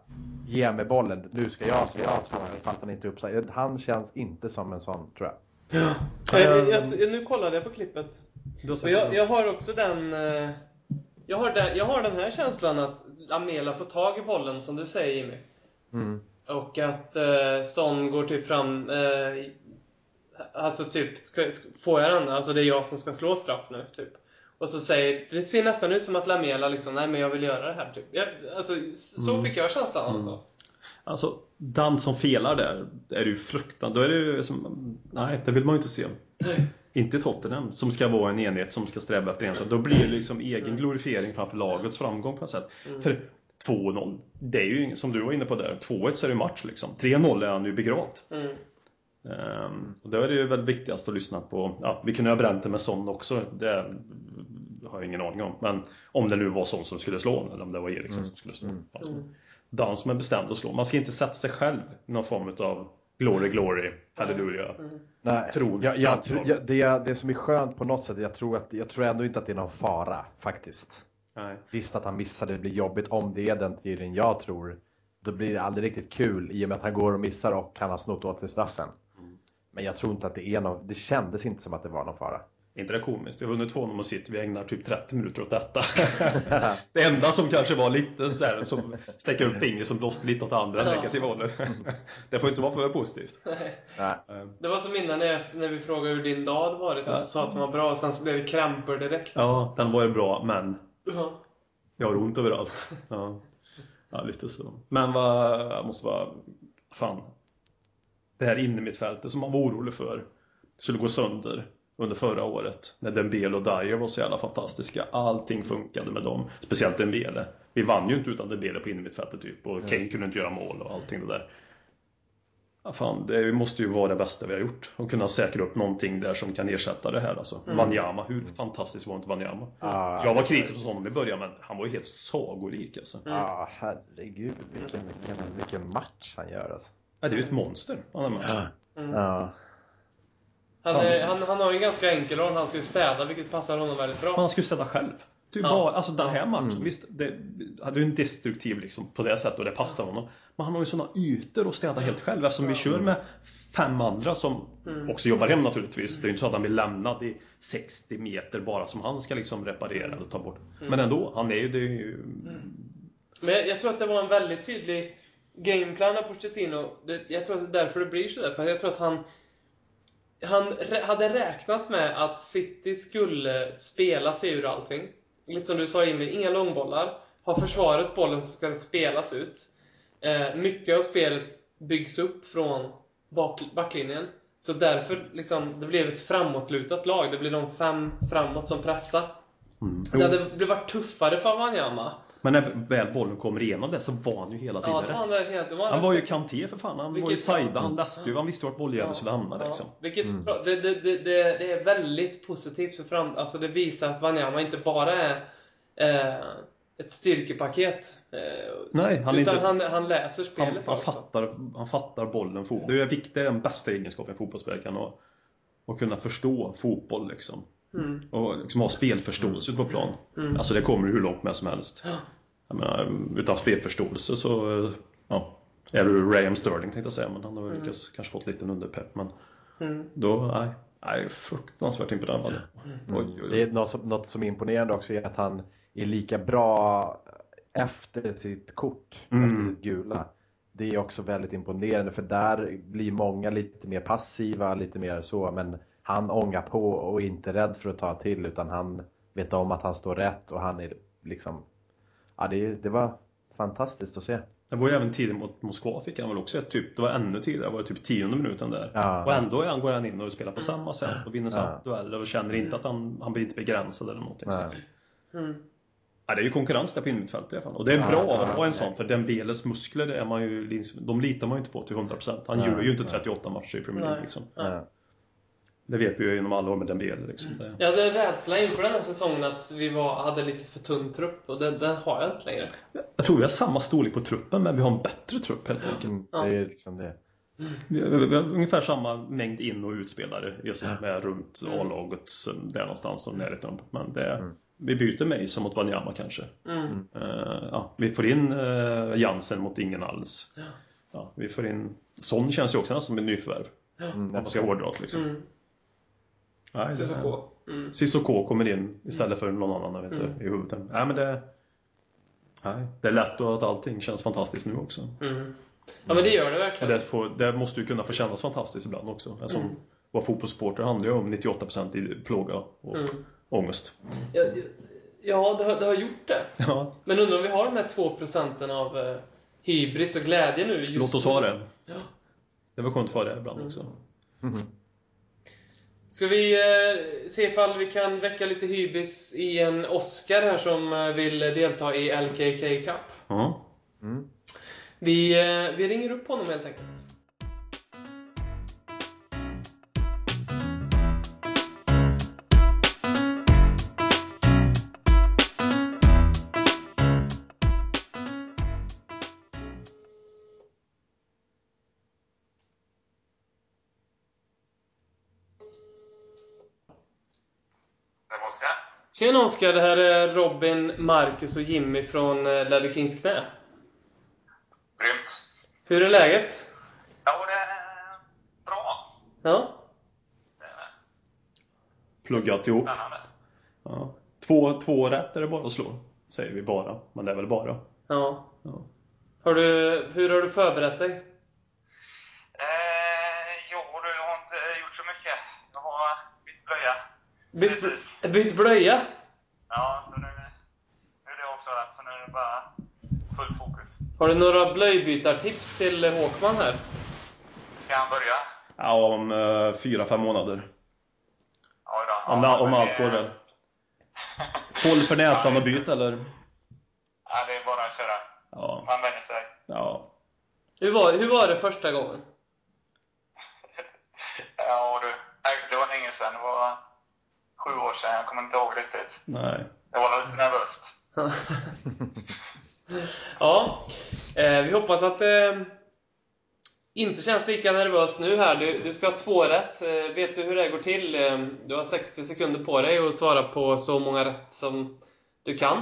Speaker 4: ge mig bollen. Nu ska jag, ska jag slå här, fast han inte är uppsatt. Han känns inte som en sån tror jag.
Speaker 2: Ja. Jag, jag, jag, nu kollade jag på klippet.
Speaker 3: Du har sett
Speaker 2: Och jag,
Speaker 3: det.
Speaker 2: jag har också den, eh, jag har den... Jag har den här känslan att Lamela får tag i bollen, som du säger Jimmy.
Speaker 4: Mm.
Speaker 2: Och att eh, Son går typ fram... Eh, alltså typ, ska, ska- får jag den? Alltså det är jag som ska slå straff nu, typ. Och så säger, det ser nästan ut som att Lamela liksom, nej men jag vill göra det här, typ. Jag, alltså, så fick jag känslan av det.
Speaker 3: Alltså, den som felar där, är det ju fruktansvärt. Då är det ju som, nej, det vill man ju inte se. Inte Tottenham, som ska vara en enhet som ska sträva efter ensak. Då blir det liksom egen glorifiering framför lagets framgång på något sätt. För 2-0, det är ju ing- som du var inne på där, 2-1 så är det match liksom. 3-0 är han ju begravt.
Speaker 2: Mm.
Speaker 3: Ehm, och då är det ju väl viktigast att lyssna på, ja, vi kunde ha bränt det med Son också, det har jag ingen aning om. Men om det nu var Son som skulle slå, eller om det var Eriksen som skulle slå. Alltså, Dan som är bestämd att slå. Man ska inte sätta sig själv i någon form av glory, glory, halleluja.
Speaker 4: Nej,
Speaker 3: Tror-
Speaker 4: jag, jag,
Speaker 3: tror-
Speaker 4: tror- jag, det, jag- det som är skönt på något sätt, jag tror, att, jag tror ändå inte att det är någon fara faktiskt.
Speaker 3: Nej.
Speaker 4: Visst att han missade, det blir jobbigt om det är den teorin jag tror. Då blir det aldrig riktigt kul i och med att han går och missar och han har snott åt sig straffen. Men jag tror inte att det är någon, det kändes inte som att det var någon fara.
Speaker 3: Inte det komiskt? Vi har vunnit 2-0 mot City, vi ägnar typ 30 minuter åt detta. det enda som kanske var lite så här, som sträcka upp fingret som blåste lite åt andra
Speaker 2: Ja.
Speaker 3: negativa hållet. det får inte vara för positivt.
Speaker 4: Nej.
Speaker 2: Det var som innan när, jag, när vi frågade hur din dag hade varit och
Speaker 3: Ja.
Speaker 2: så sa att den var bra och sen så blev det kramper direkt.
Speaker 3: Ja, den var ju bra, men
Speaker 2: Ja.
Speaker 3: Jag har ont överallt. Ja, ja lite så. Men vad, jag måste vara, fan. Det här innermittfältet som man var orolig för skulle gå sönder under förra året när Dembele och Dyer var så jävla fantastiska. Allting funkade med dem, speciellt Dembele. Vi vann ju inte utan Dembele på innermittfältet typ och Kane kunde inte göra mål och allting det där. Ja, fan, det måste ju vara det bästa vi har gjort och kunna säkra upp någonting där som kan ersätta det här alltså. Wanyama, hur fantastisk var inte Wanyama?
Speaker 4: Ah,
Speaker 3: Jag var kritisk mot honom i början men han var ju helt sagolik alltså.
Speaker 4: ah, herregud vilken, vilken, vilken match han gör alltså.
Speaker 3: Ja, det är ju ett monster. Han är med.
Speaker 4: Ja.
Speaker 2: Han, är, han, han har ju en ganska enkel roll, han ska ju städa vilket passar honom väldigt
Speaker 3: Men
Speaker 2: bra.
Speaker 3: han skulle ställa själv. Du,
Speaker 2: Ja.
Speaker 3: bara, alltså den här matchen,
Speaker 4: Mm.
Speaker 3: visst, det, hade ju en destruktiv liksom, på det sättet och det passar honom. Men han har ju sådana ytor att städa helt själv eftersom vi kör med fem andra som
Speaker 2: Mm.
Speaker 3: också jobbar hem naturligtvis. Det är ju inte så att han blir lämnad i 60 meter bara som han ska liksom reparera eller ta bort.
Speaker 2: Mm.
Speaker 3: Men ändå, han är ju... Det är ju
Speaker 2: Men jag, jag tror att det var en väldigt tydlig gameplan av Pochettino. Det, jag tror att det är därför det blir så där. För jag tror att han, han rä- hade räknat med att City skulle spela sig ur allting. Lite som du sa Jimmy, inga långbollar. Har försvaret bollen så ska den spelas ut. Eh, mycket av spelet byggs upp från bak, backlinjen. Så därför liksom, det blev ett framåtlutat lag. Det blev de fem framåt som pressade.
Speaker 3: Mm.
Speaker 2: Det hade det varit tuffare för Wanyama.
Speaker 3: Men när väl bollen kommer igenom det så var han ju hela tiden
Speaker 2: Ja, det var
Speaker 3: rätt.
Speaker 2: han där helt. Det var
Speaker 3: Han var ju Kanté för fan, han var ju
Speaker 2: Vilket-
Speaker 3: Saida, han läste ju, han visste vart bolljäveln skulle hamna liksom.
Speaker 2: Vilket, bra- det, det, det, det, det är väldigt positivt för fram, alltså det visar att Wanyama inte bara är eh, ett styrkepaket. Eh,
Speaker 3: Nej, han
Speaker 2: han
Speaker 3: är
Speaker 2: utan
Speaker 3: inte...
Speaker 2: han, han läser
Speaker 3: Han,
Speaker 2: spelet
Speaker 3: han,
Speaker 2: också.
Speaker 3: fattar, han fattar bollen. fot- Det är ju viktigt, det är den bästa egenskapen en fotbollsspelare kan ha. Att kunna förstå fotboll liksom.
Speaker 2: Mm.
Speaker 3: Och liksom ha spelförståelse ute på plan.
Speaker 2: Mm.
Speaker 3: Alltså det kommer ju hur långt med som helst.
Speaker 2: Ja.
Speaker 3: Jag menar, utan spelförståelse så eh, ja, är du Raheem Sterling tänkte jag säga. Men han har väl lyckats, kanske fått lite underpepp. Men
Speaker 2: Mm.
Speaker 3: då, nej. Nej, fruktansvärt imponerad. Oj, oj,
Speaker 4: Det
Speaker 3: oj.
Speaker 4: är något som, något som är imponerande också är att han är lika bra efter sitt kort,
Speaker 3: Mm.
Speaker 4: efter sitt gula. Det är också väldigt imponerande för där blir många lite mer passiva, lite mer så. Men han ångar på och är inte rädd för att ta till utan han vet om att han står rätt och han är liksom... Ja, det, det var fantastiskt att se.
Speaker 3: Det var ju även tiden mot Moskva fick han väl också ett typ, det var ännu tidigare, det var typ tionde minuten där.
Speaker 4: Ja.
Speaker 3: Och ändå är han, går han in och spelar på samma sätt och vinner samma
Speaker 4: Ja.
Speaker 3: dueller och känner inte att han, han blir inte begränsad eller någonting.
Speaker 4: Ja.
Speaker 2: Mm.
Speaker 3: Ja, det är ju konkurrens där på innermittfältet i alla fall. Och det är
Speaker 4: Ja,
Speaker 3: bra
Speaker 4: ja,
Speaker 3: att ha en
Speaker 4: ja.
Speaker 3: sån, för Dembeles muskler, det är man ju, liksom- de litar man ju inte på till 100%. Han
Speaker 4: Nej,
Speaker 3: gör ju inte
Speaker 4: nej.
Speaker 3: 38 matcher i Premier League
Speaker 2: Nej.
Speaker 3: liksom.
Speaker 4: Ja.
Speaker 3: Det vet vi ju genom alla år med Dembele liksom. Det...
Speaker 2: Jag hade en rädsla inför den här säsongen att vi var, hade lite för tunn trupp och den, den har jag inte längre.
Speaker 3: Jag tror vi har samma storlek på truppen, men vi har en bättre trupp helt enkelt.
Speaker 4: Mm, Det är ju liksom det.
Speaker 3: Vi har, vi har ungefär samma mängd in och utspelare just som är runt
Speaker 2: Mm.
Speaker 3: A-laget eh, där någonstans och närheten. Men det,
Speaker 4: Mm.
Speaker 3: vi byter Mason mot Wanyama kanske.
Speaker 2: Mm.
Speaker 3: Eh, ja, vi får in eh, Jansen mot ingen alls.
Speaker 2: Ja.
Speaker 3: Ja, vi får in... Son känns ju också nästan som ett nyförvärv.
Speaker 4: Mm,
Speaker 3: Om man ska hårdra det, liksom.
Speaker 2: Mm.
Speaker 3: Nej, det-
Speaker 2: CSK. Mm.
Speaker 3: Sissoko kommer in istället för någon annan jag vet inte, i huvudet. Nej, men det... Nej, det är lätt och att allting känns fantastiskt nu också.
Speaker 2: Mm. Ja men det gör det
Speaker 3: Och
Speaker 2: verkligen.
Speaker 3: det, får, det måste ju kunna få kännas fantastiskt ibland också. Som
Speaker 2: Mm.
Speaker 3: vad fotbollssupporter handlar ju om 98% i plåga och
Speaker 2: Mm.
Speaker 3: ångest.
Speaker 2: Ja, ja, ja det, har, det har gjort det.
Speaker 3: Ja,
Speaker 2: Men undrar om vi har de här 2 procenten av eh, hybris och glädje nu? Just
Speaker 3: låt oss ha det.
Speaker 2: Ja. Mm.
Speaker 3: Det var skönt att få det ibland också.
Speaker 4: Mhm.
Speaker 2: Ska vi eh, se ifall vi kan väcka lite hybris i en Oscar här som eh, vill delta i LKK Cup?
Speaker 3: Ja.
Speaker 4: Mm.
Speaker 2: Vi, eh, vi ringer upp honom helt enkelt.
Speaker 5: Det måste jag.
Speaker 2: Tjena Oskar, det här är Robin, Marcus och Jimmy från eh, Ledder Kings knä.
Speaker 5: Grymt.
Speaker 2: Hur är läget?
Speaker 5: Ja, och det är bra.
Speaker 2: Ja?
Speaker 5: Det är
Speaker 3: Pluggat ihop.
Speaker 5: Spännande.
Speaker 3: Ja. Två, två rätt är det bara att slå. Säger vi bara. Men det är väl bara.
Speaker 2: Ja.
Speaker 3: Ja.
Speaker 2: Har du, hur har du förberett dig?
Speaker 5: Eh, jo, du, jag har inte gjort så mycket. Jag har bytt blöja.
Speaker 2: Bytt, bytt blöja?
Speaker 5: Ja, så nu, nu är det också rätt. Så nu är det bara full fokus.
Speaker 2: Har du några blöjbytartips till eh, Håkman här?
Speaker 5: Ska han börja?
Speaker 3: Ja, om eh, fyra, fem månader.
Speaker 5: Ja, då.
Speaker 3: Om,
Speaker 5: Ja,
Speaker 3: om
Speaker 5: men
Speaker 3: allt
Speaker 5: det-
Speaker 3: går väl. Håll för näsan och byt eller?
Speaker 5: Ja, det är bara att köra.
Speaker 3: Ja.
Speaker 5: Man vänjer sig.
Speaker 3: ja.
Speaker 2: Hur var, hur var det första gången?
Speaker 5: Ja, och du. nej, Det var länge sedan. Det var sju år sedan. Jag kommer inte ihåg riktigt.
Speaker 3: Nej.
Speaker 5: Jag var lite nervöst.
Speaker 2: ja, eh, vi hoppas att det eh, inte känns lika nervös nu här. Du, du ska ha två rätt. Eh, Vet du hur det här går till? Eh, Du har 60 sekunder på dig att svara på så många rätt som du kan.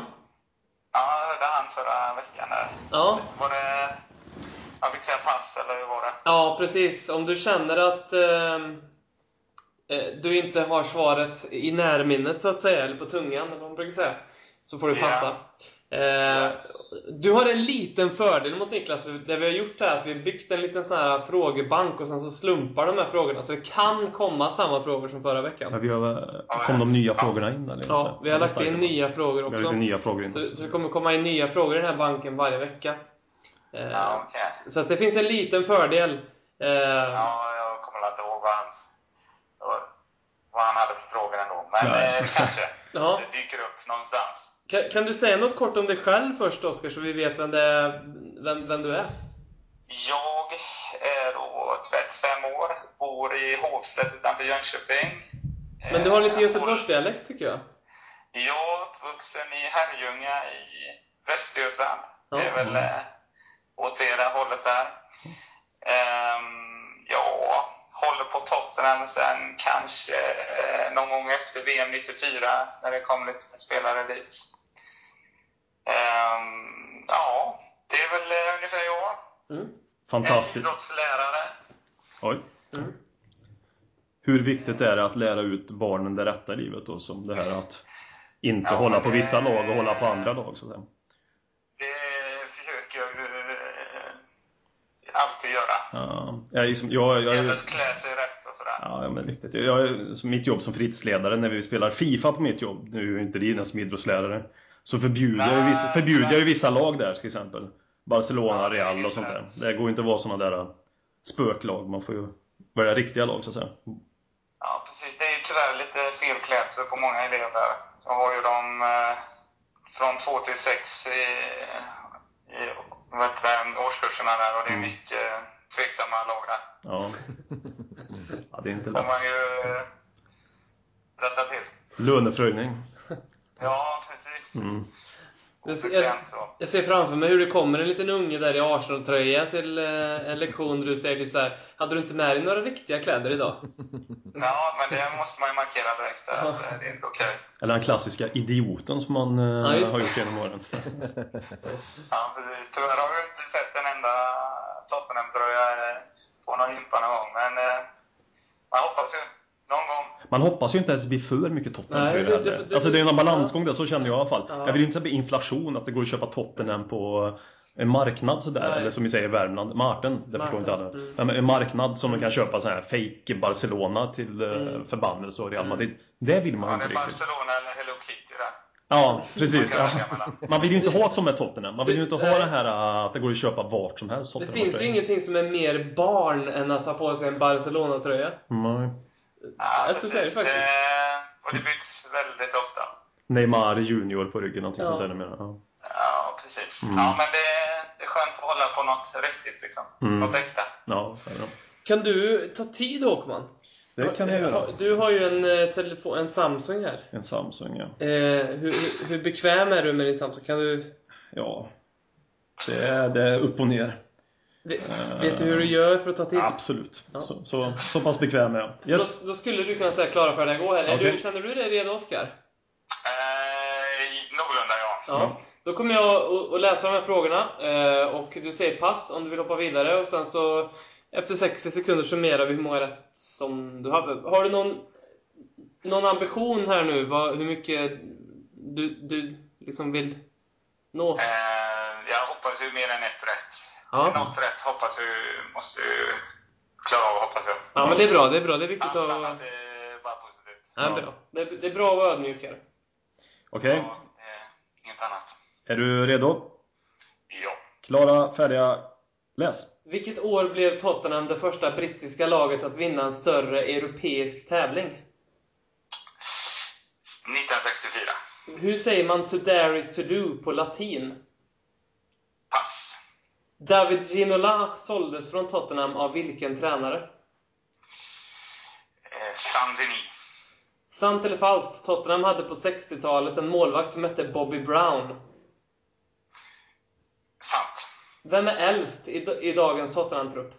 Speaker 5: Ja, jag hörde han förra veckan där.
Speaker 2: Ja,
Speaker 5: Var det... Jag fick säga pass, eller hur var det?
Speaker 2: ja precis. Om du känner att eh, eh, du inte har svaret i närminnet så att säga, eller på tungan, eller vad man brukar säga, så får du
Speaker 5: Ja.
Speaker 2: passa. Eh, du har en liten fördel mot Niklas, för det vi har gjort är att vi har byggt en liten sån här frågebank och sen så slumpar de här frågorna, så det kan komma samma frågor som förra veckan.
Speaker 3: Ja, vi har, eh, kom de nya frågorna in eller?
Speaker 2: Ja, vi har lagt in nya frågor
Speaker 3: Vi har lite
Speaker 2: också.
Speaker 3: nya frågor in.
Speaker 2: Så, så
Speaker 3: också.
Speaker 2: det kommer komma in nya frågor i den här banken varje vecka. Eh,
Speaker 5: Ja, okej.
Speaker 2: Så att det finns en liten fördel. Eh,
Speaker 5: Ja, jag kommer inte ihåg vad han, vad han hade för frågor ändå. Men
Speaker 3: Nej.
Speaker 5: eh, kanske.
Speaker 2: ja.
Speaker 5: Det dyker upp någonstans.
Speaker 2: Kan, kan du säga något kort om dig själv först, Oskar, så vi vet vem, det är, vem, vem du är?
Speaker 5: Jag är då 35 år, bor i Hovslätt utanför Jönköping.
Speaker 2: Men du har lite
Speaker 5: Eh,
Speaker 2: Göteborgsdialekt, tycker jag.
Speaker 5: Jag är uppvuxen i Herrljunga i Västergötland.
Speaker 2: Ja.
Speaker 5: Det är
Speaker 3: Mm.
Speaker 5: väl eh, åt det där hållet där. Ehm, ja, håller på Tottenham sen kanske eh, någon gång efter VM 94 när det kom lite spelare dit. Ehm, ja, det är väl eh, ungefär jag.
Speaker 2: Mm.
Speaker 5: En
Speaker 3: Fantastiskt.
Speaker 5: idrottslärare.
Speaker 3: Oj.
Speaker 2: Mm.
Speaker 3: Hur viktigt är det att lära ut barnen det rätta i livet då? Som det här att inte
Speaker 5: Ja,
Speaker 3: hålla på
Speaker 5: det-
Speaker 3: vissa lag och hålla på andra lag. Så att säga.
Speaker 5: Det försöker jag ju eh, alltid göra.
Speaker 3: Ja, jag, är liksom, jag, jag,
Speaker 5: Det
Speaker 3: jag,
Speaker 5: gäller att klä sig rätt och sådär.
Speaker 3: Ja, ja, men viktigt. Jag, jag, som mitt jobb som fritidsledare, när vi spelar Fifa på mitt jobb, nu är ju inte Lina som idrottslärare, så förbjuder jag ju vissa, förbjuder jag ju vissa lag där till exempel. Barcelona, Real och sånt där. Det går ju inte att vara såna där spöklag, man får ju välja riktiga lag så att säga.
Speaker 5: Ja, precis. Det är ju tyvärr lite felklädsel på många elever. Jag har ju dem eh, från 2 till 6 i, i vad heter det, årskurserna där och det är
Speaker 3: Mm.
Speaker 5: mycket tveksamma lag där.
Speaker 3: Ja. ja, det är inte
Speaker 5: Det får
Speaker 3: lätt.
Speaker 5: man ju eh, rätta till.
Speaker 3: Lönefröjning.
Speaker 5: Ja, precis.
Speaker 3: Mm.
Speaker 2: Jag, jag,
Speaker 5: Obekvämt så.
Speaker 2: jag ser framför mig hur det kommer en liten unge där i Arsenal-tröja till eh, en lektion där du säger typ så här. Hade du inte med dig några riktiga kläder idag?
Speaker 5: Ja, men det måste man ju markera direkt där, att eh, det är inte okej.
Speaker 3: Eller den klassiska idioten som man eh,
Speaker 2: Ja, just
Speaker 3: har
Speaker 2: det.
Speaker 3: gjort genom åren.
Speaker 5: Ja, precis. Tyvärr har jag inte sett en enda Tottenham-tröja eh, på någon gympa någon gång, men eh, man hoppas ju någon gång.
Speaker 3: Man hoppas ju inte ens bli för mycket Tottenham
Speaker 2: Nej,
Speaker 3: tror
Speaker 2: det-
Speaker 3: jag
Speaker 2: det-
Speaker 3: heller.
Speaker 2: det-
Speaker 3: Alltså det är en
Speaker 2: ja.
Speaker 3: balansgång där, så känner jag i alla fall.
Speaker 2: Ja.
Speaker 3: Jag vill ju inte bli inflation, att det går att köpa Tottenham på en marknad sådär,
Speaker 2: Nej.
Speaker 3: eller som vi säger i Värmland, marten, det förstår inte alla.
Speaker 2: Marten, mm.
Speaker 3: Nej, men En marknad som man kan köpa så här fake Barcelona till eh,
Speaker 2: Mm.
Speaker 3: förbannelse och Real
Speaker 2: Mm.
Speaker 3: Madrid. Det vill man
Speaker 5: Ja,
Speaker 3: ju
Speaker 5: det
Speaker 3: inte
Speaker 5: är
Speaker 3: riktigt.
Speaker 5: Barcelona eller Hello Kitty där.
Speaker 3: Ja, precis.
Speaker 5: Man kan
Speaker 3: Ja.
Speaker 5: välja mellan.
Speaker 3: Man vill ju inte ha ett som är Tottenham. Man vill ju inte ha
Speaker 2: Nej.
Speaker 3: det här eh, att det går att köpa vart som helst.
Speaker 2: Det
Speaker 3: Tottenham
Speaker 2: finns ju
Speaker 3: tröja.
Speaker 2: ingenting som är mer barn än att ta på sig en Barcelona-tröja.
Speaker 3: Nej.
Speaker 5: Ja,
Speaker 2: Jag skulle säga det
Speaker 5: precis. Eh,
Speaker 2: faktiskt.
Speaker 5: och det byts väldigt ofta.
Speaker 3: Neymar junior på ryggen, någonting
Speaker 2: Ja.
Speaker 3: sånt där du menar. Ja.
Speaker 5: Ja, precis.
Speaker 3: Mm.
Speaker 5: Ja, men det, det är skönt att hålla på något riktigt liksom.
Speaker 3: Mm.
Speaker 5: Något äkta.
Speaker 3: Ja, det är bra.
Speaker 2: Kan du ta tid Håkman?
Speaker 3: det kan jag göra.
Speaker 2: Du har ju en, eh, telefon, en Samsung här.
Speaker 3: En Samsung, ja.
Speaker 2: Eh, hur, hur, hur bekväm är du med din Samsung? Kan du,
Speaker 3: Ja, det är, det är upp och ner.
Speaker 2: vet,
Speaker 3: Eh,
Speaker 2: vet du hur du gör för att ta tid?
Speaker 3: Absolut.
Speaker 2: Ja.
Speaker 3: Så, så, så pass bekväm är jag. Yes.
Speaker 2: Då, då skulle du kunna säga klara för dig gå här. Är
Speaker 3: Okej.
Speaker 2: Du, känner du dig redo Oskar?
Speaker 5: Eh, i- någorlunda, ja.
Speaker 3: Ja.
Speaker 2: Då kommer jag att- att läsa de här frågorna eh, och du säger pass om du vill hoppa vidare och sen så efter 60 sekunder summerar vi hur många rätt som du har. Har du någon, någon ambition här nu? Vad, hur mycket du, du liksom vill nå?
Speaker 5: Eh, jag hoppas ju mer än ett rätt.
Speaker 2: Ja.
Speaker 5: Något rätt hoppas ju, måste ju klara av, hoppas jag.
Speaker 2: ja, men det är bra. Det är bra. Det är viktigt
Speaker 5: Allt
Speaker 2: att...
Speaker 5: annat är bara positivt.
Speaker 2: Ja, bra. Det, det är bra att vara ödmjukare.
Speaker 3: Okej,
Speaker 5: Ja, eh, inget annat.
Speaker 3: är du redo?
Speaker 5: Ja.
Speaker 3: Klara, färdiga, läs!
Speaker 2: Vilket år blev Tottenham det första brittiska laget att vinna en större europeisk tävling?
Speaker 5: 1964.
Speaker 2: Hur säger man to dare is to do på latin?
Speaker 5: Pass.
Speaker 2: David Ginola såldes från Tottenham av vilken tränare?
Speaker 5: Eh, Sandini.
Speaker 2: Sant eller falskt, Tottenham hade på 60-talet en målvakt som hette Bobby Brown.
Speaker 5: Sant.
Speaker 2: Vem är äldst i, i dagens Tottenham-trupp?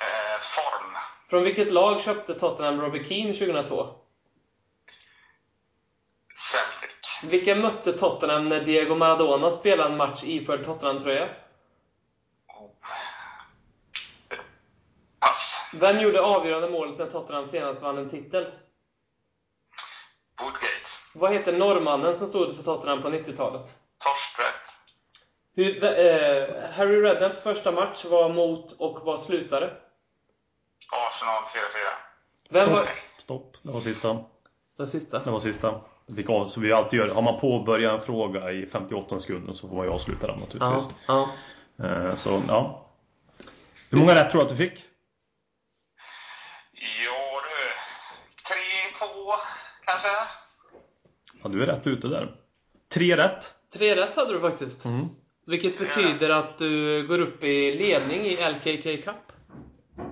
Speaker 5: Eh, form.
Speaker 2: Från vilket lag köpte Tottenham Robbie Keane 2002?
Speaker 5: Celtic.
Speaker 2: Vilka mötte Tottenham när Diego Maradona spelade en match iförd Tottenham-tröja?
Speaker 5: Pass.
Speaker 2: Vem gjorde avgörande målet när Tottenham senast vann en titel?
Speaker 5: Woodgate.
Speaker 2: Vad heter norrmannen som stod för Tottenham på 90-talet?
Speaker 5: Torstvedt.
Speaker 2: Hur, eh, Harry Redknapps första match var mot och vad slutade?
Speaker 5: Arsenal 4-4.
Speaker 2: Vem var...
Speaker 3: Stopp, det var sista.
Speaker 2: Den sista.
Speaker 3: Det var sista. Vilka av- Så vi alltid gör, har man påbörjat en fråga i 58 sekunder så får man ju avsluta den
Speaker 2: Ja,
Speaker 3: naturligtvis.
Speaker 2: ja.
Speaker 3: Eh, Så ja. Hur många rätt tror du att du fick?
Speaker 5: Ja du. 3-2 kanske?
Speaker 3: Ja, du är rätt ute där. Tre rätt. Mm.
Speaker 2: Tre rätt hade du faktiskt. Vilket betyder att du går upp i ledning i LKK Cup.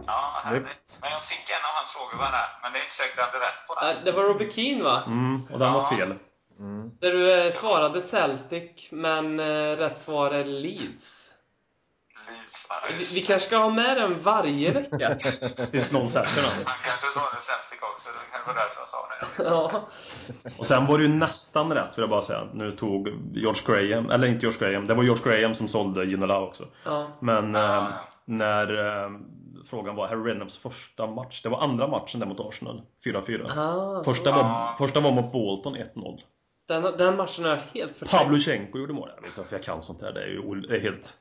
Speaker 5: Ja,
Speaker 4: Snyggt.
Speaker 5: härligt. Men jag fick en av hans frågor var där. Men det är inte säkert att jag hade rätt på den.
Speaker 2: Nej, Äh, Det var Robbie Keane va?
Speaker 3: Mm, och den var
Speaker 5: Ja.
Speaker 3: fel.
Speaker 4: Mm.
Speaker 2: Där du eh, svarade Celtic, men eh, rätt svar är Leeds.
Speaker 5: Leeds var
Speaker 2: Vi,
Speaker 5: det.
Speaker 2: vi kanske ska ha med den varje vecka?
Speaker 3: Tills någon sätter den.
Speaker 5: Han kanske sa det Celtic också. Det kanske var därför jag sa det.
Speaker 2: ja.
Speaker 3: Och sen var det ju nästan rätt vill jag bara säga. Nu tog George Graham, eller inte George Graham, det var George Graham som sålde Ginola också.
Speaker 2: ja.
Speaker 3: Men
Speaker 5: Ja,
Speaker 2: Ah.
Speaker 3: eh,
Speaker 5: ja.
Speaker 3: när eh, frågan var Harry Redknapps första match, det var andra matchen där mot Arsenal, 4-4.
Speaker 2: Ah, så-
Speaker 3: Första var,
Speaker 5: Ja.
Speaker 3: första var mot Bolton 1-0.
Speaker 2: Den, den matchen har jag helt förträngt.
Speaker 3: Pavlyuchenko gjorde mål. Jag vet inte varför jag kan sånt här. Det är ju ol- det är helt...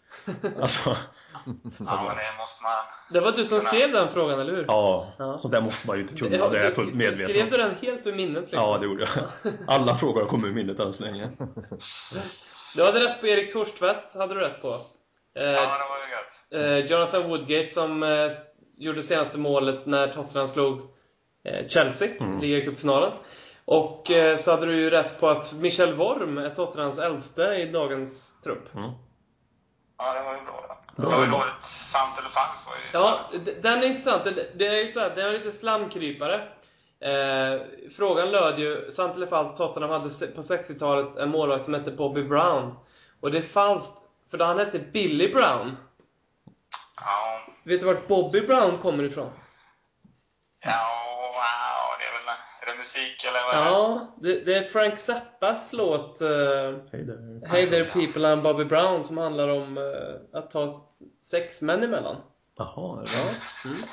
Speaker 3: Alltså,
Speaker 5: Ja, men det måste man.
Speaker 2: Det var du som skrev den frågan, eller hur?
Speaker 3: ja,
Speaker 2: Ja.
Speaker 3: sånt där måste man ju inte kunna.
Speaker 2: Ja,
Speaker 3: Det är jag
Speaker 2: du-
Speaker 3: fullt
Speaker 2: Du skrev du
Speaker 3: medveten om.
Speaker 2: den helt ur minnet liksom.
Speaker 3: Ja, det gjorde jag. Alla frågor har kommit ur minnet än så länge.
Speaker 2: Du hade rätt på Erik Torstvedt, hade du rätt på. Eh,
Speaker 5: Ja, det var ju gött.
Speaker 2: eh, Jonathan Woodgate som eh, gjorde senaste målet när Tottenham slog eh, Chelsea
Speaker 3: Mm.
Speaker 2: i ligacupfinalen. Och eh, så hade du ju rätt på att Michel Worm är Tottenhams äldste i dagens trupp.
Speaker 3: Mm.
Speaker 5: Ja, det var ju bra. då.
Speaker 3: Bra
Speaker 5: Det var ju
Speaker 3: jobbat.
Speaker 5: dåligt. Sant eller falskt var ju
Speaker 2: Ja,
Speaker 5: sant.
Speaker 2: d- den är intressant. Det- Det är ju så här, det är lite slamkrypare. Eh, frågan löd ju, sant eller falskt, Tottenham hade se- på 60-talet en målvakt som hette Bobby Brown. Och det är falskt, för han hette Billy Brown.
Speaker 5: Ja,
Speaker 2: Vet du vart Bobby Brown kommer ifrån?
Speaker 5: ja, wow, det är väl... Är det musik eller vad är det?
Speaker 2: Ja, det, det är Frank Zappas låt eh,
Speaker 3: Hej där.
Speaker 2: Hey there people, I'm Bobby Brown som handlar om eh, att ta s- sex män emellan.
Speaker 3: Jaha, är det
Speaker 2: Ja.
Speaker 3: ja.
Speaker 2: Mm.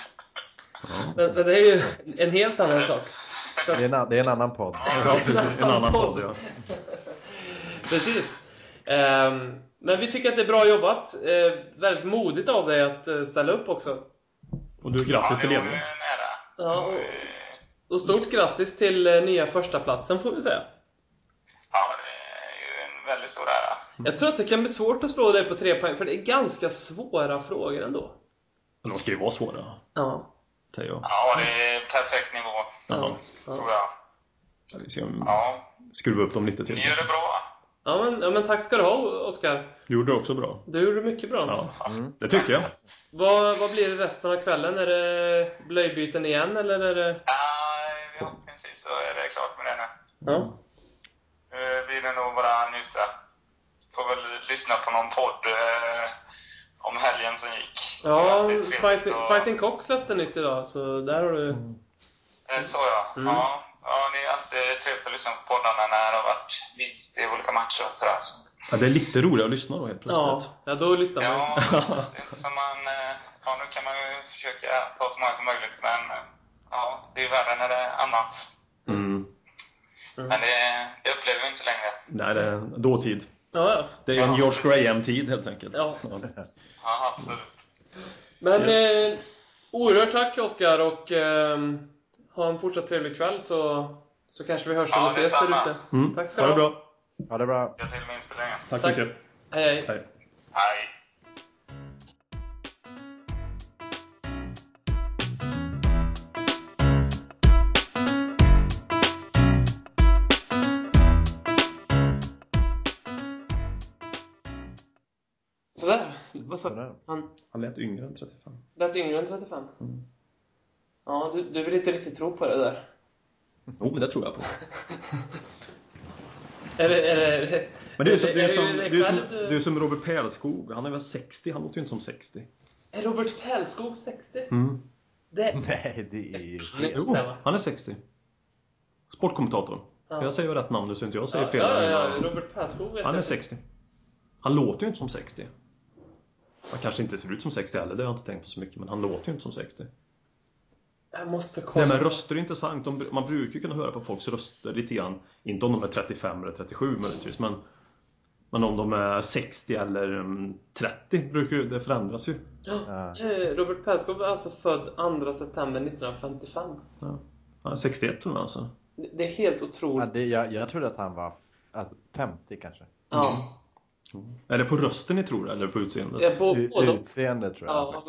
Speaker 3: Ja.
Speaker 2: Men, men det är ju en helt annan sak. Så att-
Speaker 4: Det, är en, an- det är en annan podd.
Speaker 3: ja, precis. En annan podd, ja.
Speaker 2: Precis. Ehm, men vi tycker att det är bra jobbat. Eh, väldigt modigt av dig att eh, ställa upp också.
Speaker 3: Och du,
Speaker 5: Ja,
Speaker 3: grattis till
Speaker 5: det var ju
Speaker 3: ledningen.
Speaker 5: en ära.
Speaker 2: Ja, och,
Speaker 5: Eh,
Speaker 2: och stort grattis till eh, nya första platsen får vi säga.
Speaker 5: Ja, det är ju en väldigt stor ära.
Speaker 2: Jag tror att det kan bli svårt att slå dig på tre poäng, för det är ganska svåra frågor ändå.
Speaker 3: Men De ska ju vara svåra,
Speaker 2: Ja.
Speaker 3: säger jag.
Speaker 5: Ja, det är perfekt nivå,
Speaker 3: Jaha.
Speaker 2: Ja,
Speaker 5: tror
Speaker 2: ja.
Speaker 5: jag.
Speaker 3: Vi ska
Speaker 5: Ja,
Speaker 3: skruva upp dem lite till.
Speaker 5: ni gör det bra.
Speaker 2: ja, men, ja men tack ska du ha Oskar.
Speaker 3: Du gjorde det också bra.
Speaker 2: Du gjorde mycket bra.
Speaker 3: Ja,
Speaker 4: Mm.
Speaker 3: det tycker jag.
Speaker 2: Vad, vad blir det resten av kvällen? Är det blöjbyten igen eller är det...
Speaker 5: Nej, ja, precis så är det klart med det nu.
Speaker 2: Ja.
Speaker 5: Nu blir det nog bara njuta. Får väl lyssna på någon podd eh, om helgen som gick.
Speaker 2: Ja,
Speaker 5: Det är trevligt
Speaker 2: Fighting,
Speaker 5: och-
Speaker 2: Fighting Cock släppte nytt idag, så där har du...
Speaker 3: Mm,
Speaker 5: Eh, Så ja.
Speaker 2: Mm.
Speaker 5: ja. Ja, det är alltid trevligt att lyssna på poddarna när det har varit vinst i olika matcher och sådär. Så.
Speaker 3: Ja, det är lite roligare att lyssna då helt
Speaker 2: Ja,
Speaker 3: plötsligt.
Speaker 2: ja, då lyssnar man.
Speaker 5: Ja, det är som man, eh, ja, nu kan man ju försöka ta så många som möjligt, men eh, ja, det är värre när det är annat.
Speaker 3: Mm.
Speaker 5: Men det, det upplever vi inte längre.
Speaker 3: Nej, det är dåtid.
Speaker 2: Ja, ja.
Speaker 3: Det är en George Graham-tid helt enkelt.
Speaker 2: Ja.
Speaker 5: Ja, absolut.
Speaker 2: Men
Speaker 3: Yes.
Speaker 2: eh, oerhört tack Oskar och ehm, ha en fortsatt trevlig kväll så, så kanske vi hörs
Speaker 5: Ja,
Speaker 2: eller ses där
Speaker 5: detsamma.
Speaker 2: ute.
Speaker 3: Mm.
Speaker 2: Tack ska
Speaker 3: ha
Speaker 2: du
Speaker 3: det
Speaker 2: ha.
Speaker 3: bra.
Speaker 4: Ja, det är bra.
Speaker 5: Lycka till med inspelningen.
Speaker 3: Tack så
Speaker 2: Tack.
Speaker 3: mycket.
Speaker 2: Hej, hej.
Speaker 3: Hej.
Speaker 5: Hej!
Speaker 2: Sådär. Vad sa
Speaker 4: Sådär.
Speaker 2: han?
Speaker 3: Han lät yngre än 35.
Speaker 2: Lät yngre än 35.
Speaker 3: Mm.
Speaker 2: Ja, du, du vill inte riktigt tro på det där.
Speaker 3: Jo, men det tror jag på.
Speaker 2: Är det, är det, är det,
Speaker 3: Men det är ju som,
Speaker 2: är
Speaker 3: det är ju som,
Speaker 2: det
Speaker 3: det är ju som,
Speaker 2: själv du-
Speaker 3: det är ju som Robert Pärlskog. Han är väl 60? Han låter ju inte som 60.
Speaker 2: Är Robert Pärlskog 60?
Speaker 3: Mm.
Speaker 2: Det...
Speaker 4: Nej, det är ju...
Speaker 3: Jo,
Speaker 2: Nästa, va?
Speaker 3: han är 60. Sportkommentatorn.
Speaker 2: Ja.
Speaker 3: Jag säger rätt namn nu så inte jag säger
Speaker 2: Ja,
Speaker 3: fel.
Speaker 2: ja, ja, Robert Perskog vet
Speaker 3: Han är
Speaker 2: jag.
Speaker 3: 60. Han låter ju inte som 60. Han kanske inte ser ut som 60 heller, det har jag inte tänkt på så mycket. Men han låter ju inte som 60.
Speaker 2: Jag måste kolla.
Speaker 3: Nej men röster är intressant. De, man brukar ju kunna höra på folks röster lite grann. Inte om de är 35 eller 37 möjligtvis. Men, men om de är 60 eller mm, 30 brukar ju, det förändras ju.
Speaker 2: Ja, eh, Robert Perskog är alltså född 2 september 1955.
Speaker 3: Han är 61 tror jag alltså.
Speaker 2: Det det är helt
Speaker 4: Ja,
Speaker 2: otroligt.
Speaker 4: det, jag, jag trodde att han var alltså, 50 kanske.
Speaker 2: Ja.
Speaker 3: Är det på rösten ni tror eller på utseendet?
Speaker 2: Ja, på,
Speaker 4: U-
Speaker 2: båda.
Speaker 4: utseende tror jag.
Speaker 2: Ja,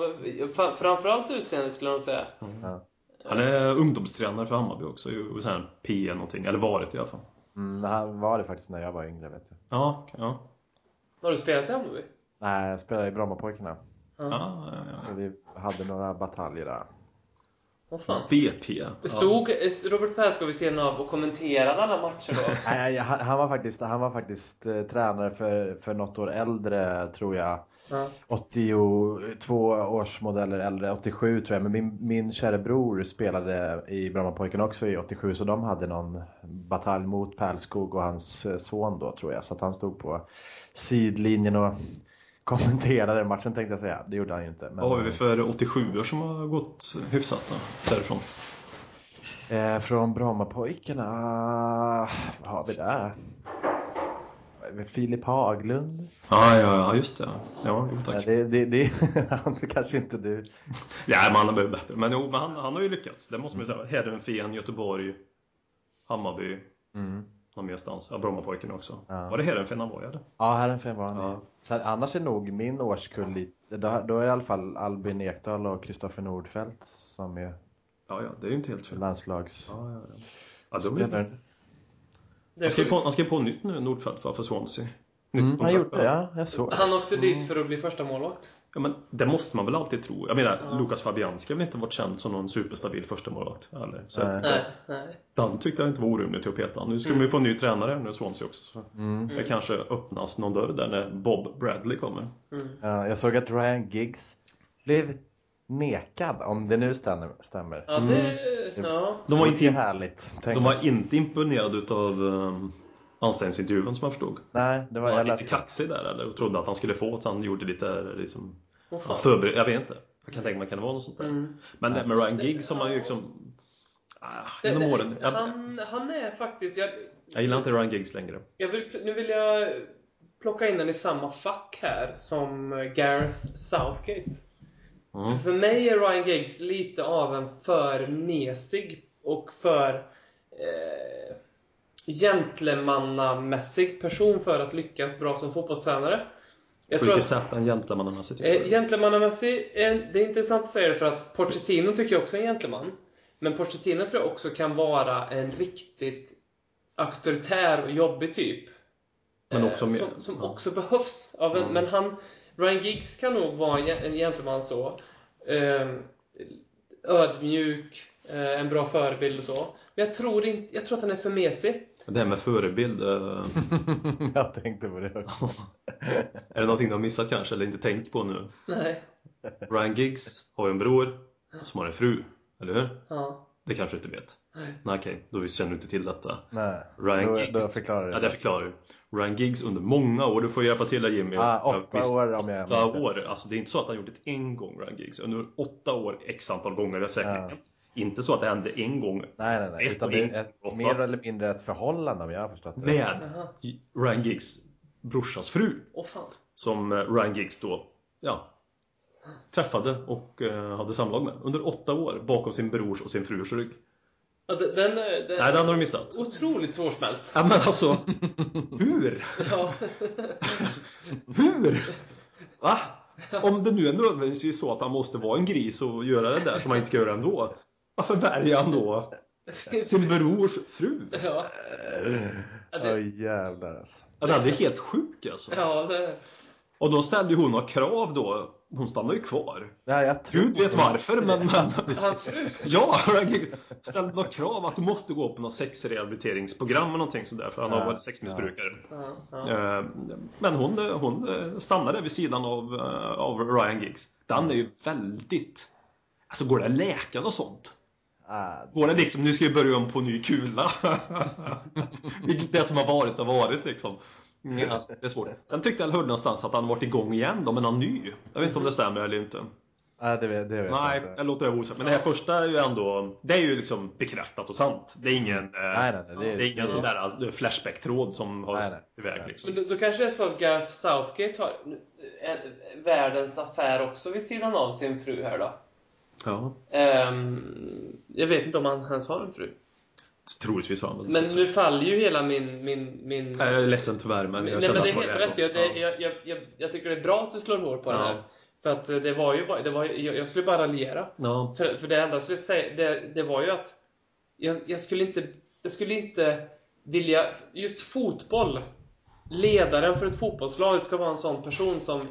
Speaker 2: fa- framförallt utseendet skulle de säga.
Speaker 3: Han är ungdomstränare för Hammarby också. ju- Och sen PE någonting, eller varit i alla fall.
Speaker 4: Mm, han var det faktiskt när jag var yngre vet jag.
Speaker 3: Ja, okej, ja.
Speaker 2: Har du spelat i Hammarby?
Speaker 4: Nej, jag spelade i Brommapojkarna.
Speaker 3: ja, ja, ja.
Speaker 4: Så vi hade några bataljer där.
Speaker 2: Vad fan?
Speaker 3: BP.
Speaker 2: Stod eh, Robert Perskog vid sidan av och kommenterade alla matcher då?
Speaker 4: Nej, han, han var faktiskt, han var faktiskt eh, tränare för, för något år äldre tror jag.
Speaker 2: Ja.
Speaker 4: 82 års modeller äldre, 87 tror jag. Men min, min kära bror spelade i Brommapojken också i 87 så de hade någon batalj mot Pärlskog och hans eh, son då tror jag. Så att han stod på sidlinjen och kommenterade matchen tänkte jag säga. Det gjorde han ju inte. Men,
Speaker 3: Vad har vi för 87 år som har gått hyfsat då, därifrån?
Speaker 4: eh, från Brommapojkarna, vad har vi där? Filip Haglund.
Speaker 3: Ja, ja, ja, just det. Ja, jo,
Speaker 4: Ja,
Speaker 3: tack.
Speaker 4: det, det, det han kanske inte du.
Speaker 3: Nej, men han har blivit bättre. Men, jo, men han, han har ju lyckats. Det måste man ju säga. Heerenveen, Göteborg, Hammarby,
Speaker 4: Mm.
Speaker 3: någon merstans. Ja, Brommapojken också.
Speaker 4: Ja.
Speaker 3: Var det Heerenveen han var i? eller?
Speaker 4: Ja, Herrenfen var han
Speaker 3: Ja.
Speaker 4: Så här, Annars är nog min årskull lite, då, då är i alla fall Albin Ekdal och Kristoffer Nordfeldt som är
Speaker 3: Ja, ja, det är ju inte helt fel.
Speaker 4: landslags...
Speaker 3: Ja, ja, ja. Ja, de är... ju-
Speaker 2: Det är
Speaker 3: han, skrev på,
Speaker 2: sjukt.
Speaker 3: han skrev på nytt nu, Nordfeldt, va, för Swansea. Nytt
Speaker 4: Mm, han
Speaker 3: kontrakt,
Speaker 4: gjorde
Speaker 3: va?
Speaker 4: det, ja. Jag såg.
Speaker 2: Han åkte dit för att bli första målvakt.
Speaker 3: Ja, men det måste man väl alltid tro. Jag menar,
Speaker 2: Ja.
Speaker 3: Lukas Fabianski har väl inte varit känd som någon superstabil förstamålvakt? eller? Så
Speaker 4: Nej.
Speaker 3: att-
Speaker 2: Nej, nej.
Speaker 3: Den tyckte jag inte var orimligt att peta. Nu ska
Speaker 2: Mm.
Speaker 3: vi få en ny tränare nu, Swansea också. Så
Speaker 4: Mm.
Speaker 3: det kanske öppnas någon dörr där när Bob Bradley kommer.
Speaker 2: Mm.
Speaker 4: Ja, jag såg att Ryan Giggs blev nekad, om det nu stämmer. stämmer.
Speaker 2: Ja, det... Ja.
Speaker 3: De var,
Speaker 4: Det är ju
Speaker 3: inte,
Speaker 4: härligt. Tänk.
Speaker 3: de var inte imponerade utav um, anställningsintervjun som jag förstod.
Speaker 4: Nej, det var,
Speaker 3: Han var
Speaker 4: jag
Speaker 3: lite
Speaker 4: läste.
Speaker 3: kaxig där eller? Och trodde att han skulle få att han gjorde lite liksom,
Speaker 2: Åh, fan.
Speaker 3: han förbered, Jag vet inte. Jag kan tänka mig att det kan vara något sånt där.
Speaker 2: Mm.
Speaker 3: Men det med Ryan Giggs som man ju liksom... Ah,
Speaker 2: Det-
Speaker 3: genom
Speaker 2: det-
Speaker 3: åren. Jag,
Speaker 2: Han, han är faktiskt... Jag,
Speaker 3: jag gillar inte Ryan Giggs längre.
Speaker 2: jag vill, nu vill jag plocka in den i samma fack här som eh, Gareth Southgate.
Speaker 3: Mm.
Speaker 2: För mig är Ryan Giggs lite av en för mesig och för eh, gentlemannamässig person för att lyckas bra som fotbollstränare. Jag
Speaker 3: På
Speaker 2: tror
Speaker 3: vilket
Speaker 2: att,
Speaker 3: sätt han gentlemannamässigt gör
Speaker 2: eh,
Speaker 3: det.
Speaker 2: gentlemannamässig, eh, det är intressant att säga det för att Pochettino tycker jag också är en gentleman. Men Pochettino tror jag också kan vara en riktigt auktoritär och jobbig typ.
Speaker 3: Men
Speaker 2: Eh,
Speaker 3: också med-
Speaker 2: som, som
Speaker 3: ja.
Speaker 2: också behövs av en,
Speaker 3: Mm.
Speaker 2: men han Ryan Giggs kan nog vara en gen- en gentleman så eh, ödmjuk eh, en bra förebild och så men jag tror inte, jag tror att han är för mesig
Speaker 3: Det här med förebild. eh,
Speaker 4: jag tänkte på det också.
Speaker 3: är det någonting du har missat kanske eller inte tänkt på nu?
Speaker 2: nej,
Speaker 3: Ryan Giggs har ju en bror som har en fru, eller hur?
Speaker 2: ja,
Speaker 3: Det kanske du inte vet?
Speaker 2: Nej.
Speaker 3: Nej okej, då visst känner du inte till detta.
Speaker 4: Nej,
Speaker 3: Ryan
Speaker 4: då,
Speaker 3: Giggs.
Speaker 4: då förklarar du
Speaker 3: Ja, det förklarar du. Ryan Giggs under många år, du får hjälpa till där Jimmy.
Speaker 4: Ah, åtta
Speaker 3: Jag visst-
Speaker 4: år om jag
Speaker 3: Åtta
Speaker 4: minns rätt.
Speaker 3: år, alltså det är inte så att han gjort det en gång Ryan Giggs. Under åtta år, x antal gånger det är säkert.
Speaker 4: Ja.
Speaker 3: Inte så att det hände en gång
Speaker 4: Nej, nej, nej.
Speaker 3: Ett
Speaker 4: Utan
Speaker 3: och
Speaker 4: det
Speaker 3: en-
Speaker 4: är ett, mer eller mindre ett förhållande om jag har förstått det.
Speaker 3: med
Speaker 2: Jaha.
Speaker 3: Ryan Giggs brorsas fru.
Speaker 2: åh fan
Speaker 3: som eh, Ryan Giggs då ja, träffade och eh, hade samlag med under åtta år bakom sin brors och sin frus rygg.
Speaker 2: ja, den, den, är- den
Speaker 3: Nej,
Speaker 2: är
Speaker 3: den har du missat.
Speaker 2: otroligt svårsmält
Speaker 3: Ja, men alltså, hur?
Speaker 2: ja.
Speaker 3: Hur? Va? Om det nu är nödvändigtvis så att han måste vara en gris och göra det där som han inte ska göra ändå. Varför väljer han då sin brors fru?
Speaker 2: ja. Ja,
Speaker 4: Åh
Speaker 2: det,
Speaker 4: jävlar alltså.
Speaker 3: Ja, Den är helt sjuk alltså.
Speaker 2: ja, det,
Speaker 3: Och då ställde ju hon några krav då. Hon stannade ju kvar.
Speaker 4: Ja, jag tror...
Speaker 3: Gud vet varför men... men...
Speaker 2: hans fru
Speaker 3: Ja, Ryan ställde några krav att du måste gå på något sexrehabiliteringsprogram eller någonting sådär för han har
Speaker 4: Ja,
Speaker 3: varit sexmissbrukare.
Speaker 2: ja, ja.
Speaker 3: Eh, Men hon, eh, hon eh, stannade vid sidan av, eh, av Ryan Giggs. Den är ju väldigt... Alltså går det att läka något sånt?
Speaker 4: Ah,
Speaker 3: Går det liksom, nu ska vi börja om på ny kula? Vilket det som har varit har varit liksom. Ja, det är svårt. Sen tyckte jag jag hörde någonstans att han varit igång igen då, men han ny. Jag vet inte om det stämmer eller inte.
Speaker 4: ah, det vet, det vet
Speaker 3: Nej,
Speaker 4: jag inte.
Speaker 3: jag låter det vara osagt. Men det här första är ju ändå, det är ju liksom bekräftat och sant. Det är ingen, eh,
Speaker 4: Nej, nej, nej, det
Speaker 3: det
Speaker 4: är-
Speaker 3: är ingen
Speaker 4: det är-
Speaker 3: sån där alltså, flashback-tråd som har
Speaker 4: Nej, nej.
Speaker 3: sett iväg liksom.
Speaker 2: Men då, då kanske det är så att Gareth Southgate har eh, världens affär också vid sidan av sin fru här då.
Speaker 3: Ja,
Speaker 2: Ehm, jag vet inte om han ens har en fru.
Speaker 3: troligtvis har han väl
Speaker 2: Men
Speaker 3: sett
Speaker 2: nu faller ju hela min... min, min...
Speaker 3: det. Jag är ledsen tyvärr, men jag
Speaker 2: Nej
Speaker 3: känner
Speaker 2: men det är helt
Speaker 3: att var
Speaker 2: rätt. Jag,
Speaker 3: rätt.
Speaker 2: det, jag, jag, jag, jag tycker det är bra att du slår hål på det
Speaker 3: Ja.
Speaker 2: här. För att eh, det var ju bara... Det var, ju- jag, jag skulle bara raljera.
Speaker 3: Ja.
Speaker 2: För, för det enda jag skulle säga, det, det var ju att jag, jag, skulle inte, jag skulle inte vilja, just fotboll, ledaren för ett fotbollslag ska vara en sån person som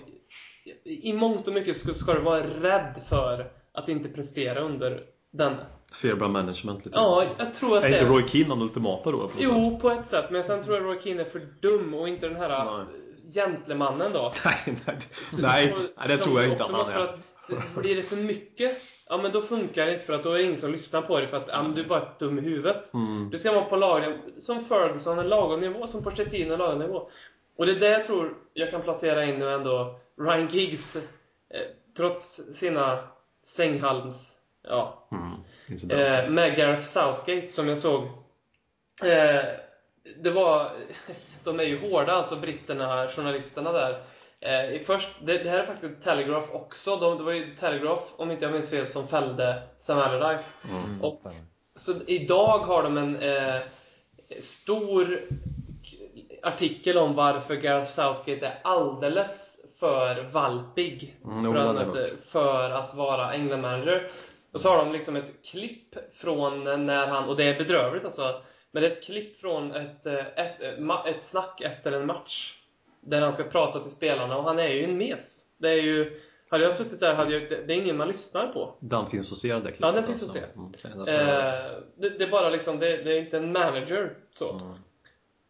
Speaker 2: i, i mångt och mycket ska, ska du vara rädd för att inte prestera under den.
Speaker 3: Fear by management lite.
Speaker 2: Ja, jag tror att
Speaker 3: är
Speaker 2: det
Speaker 3: inte Roy Keane den ultimata då? På något sätt?
Speaker 2: Jo, på ett sätt, men sen tror jag Roy Keane är för dum och inte den här
Speaker 3: Nej.
Speaker 2: gentlemannen då.
Speaker 3: Nej, nej, nej, nej, det
Speaker 2: Som
Speaker 3: tror jag inte
Speaker 2: också
Speaker 3: att han
Speaker 2: måste
Speaker 3: är.
Speaker 2: vara att- Blir det för mycket, ja men då funkar det inte för att då är det ingen som lyssnar på dig för att ja, men du är bara ett dum i huvudet.
Speaker 3: Mm.
Speaker 2: Du ska vara på lagom, som Ferguson, en lagom nivå, som Pochettino, en lagom nivå. Och det är där jag tror jag kan placera in nu ändå Ryan Giggs, eh, trots sina sänghalms, ja,
Speaker 3: Mm. Incident.
Speaker 2: eh, med Gareth Southgate som jag såg. Eh, det var, de är ju hårda alltså britterna, journalisterna där. Eh, i först, det, det här är faktiskt Telegraph också. De, det var ju Telegraph, om inte jag minns fel, som fällde Sam Allardyce.
Speaker 3: Mm.
Speaker 2: Och
Speaker 4: stämmer.
Speaker 2: så idag har de en eh, stor k- artikel om varför Gareth Southgate är alldeles för valpig
Speaker 3: Mm, jo,
Speaker 2: för,
Speaker 3: den har
Speaker 2: att,
Speaker 3: jag hört.
Speaker 2: för att vara England-manager. Och så har de liksom ett klipp från när han, och det är bedrövligt alltså, men det är ett klipp från ett, eh, eft- eh, ma- ett snack efter en match där han ska prata till spelarna och han är ju en mes. Det är ju, hade jag suttit där hade jag, det, det är ingen man lyssnar på.
Speaker 3: Den finns att se den där Mm, klippet.
Speaker 2: Ja, den finns att se. Eh, det, det är bara liksom, det, det är inte en manager så.
Speaker 3: Mm.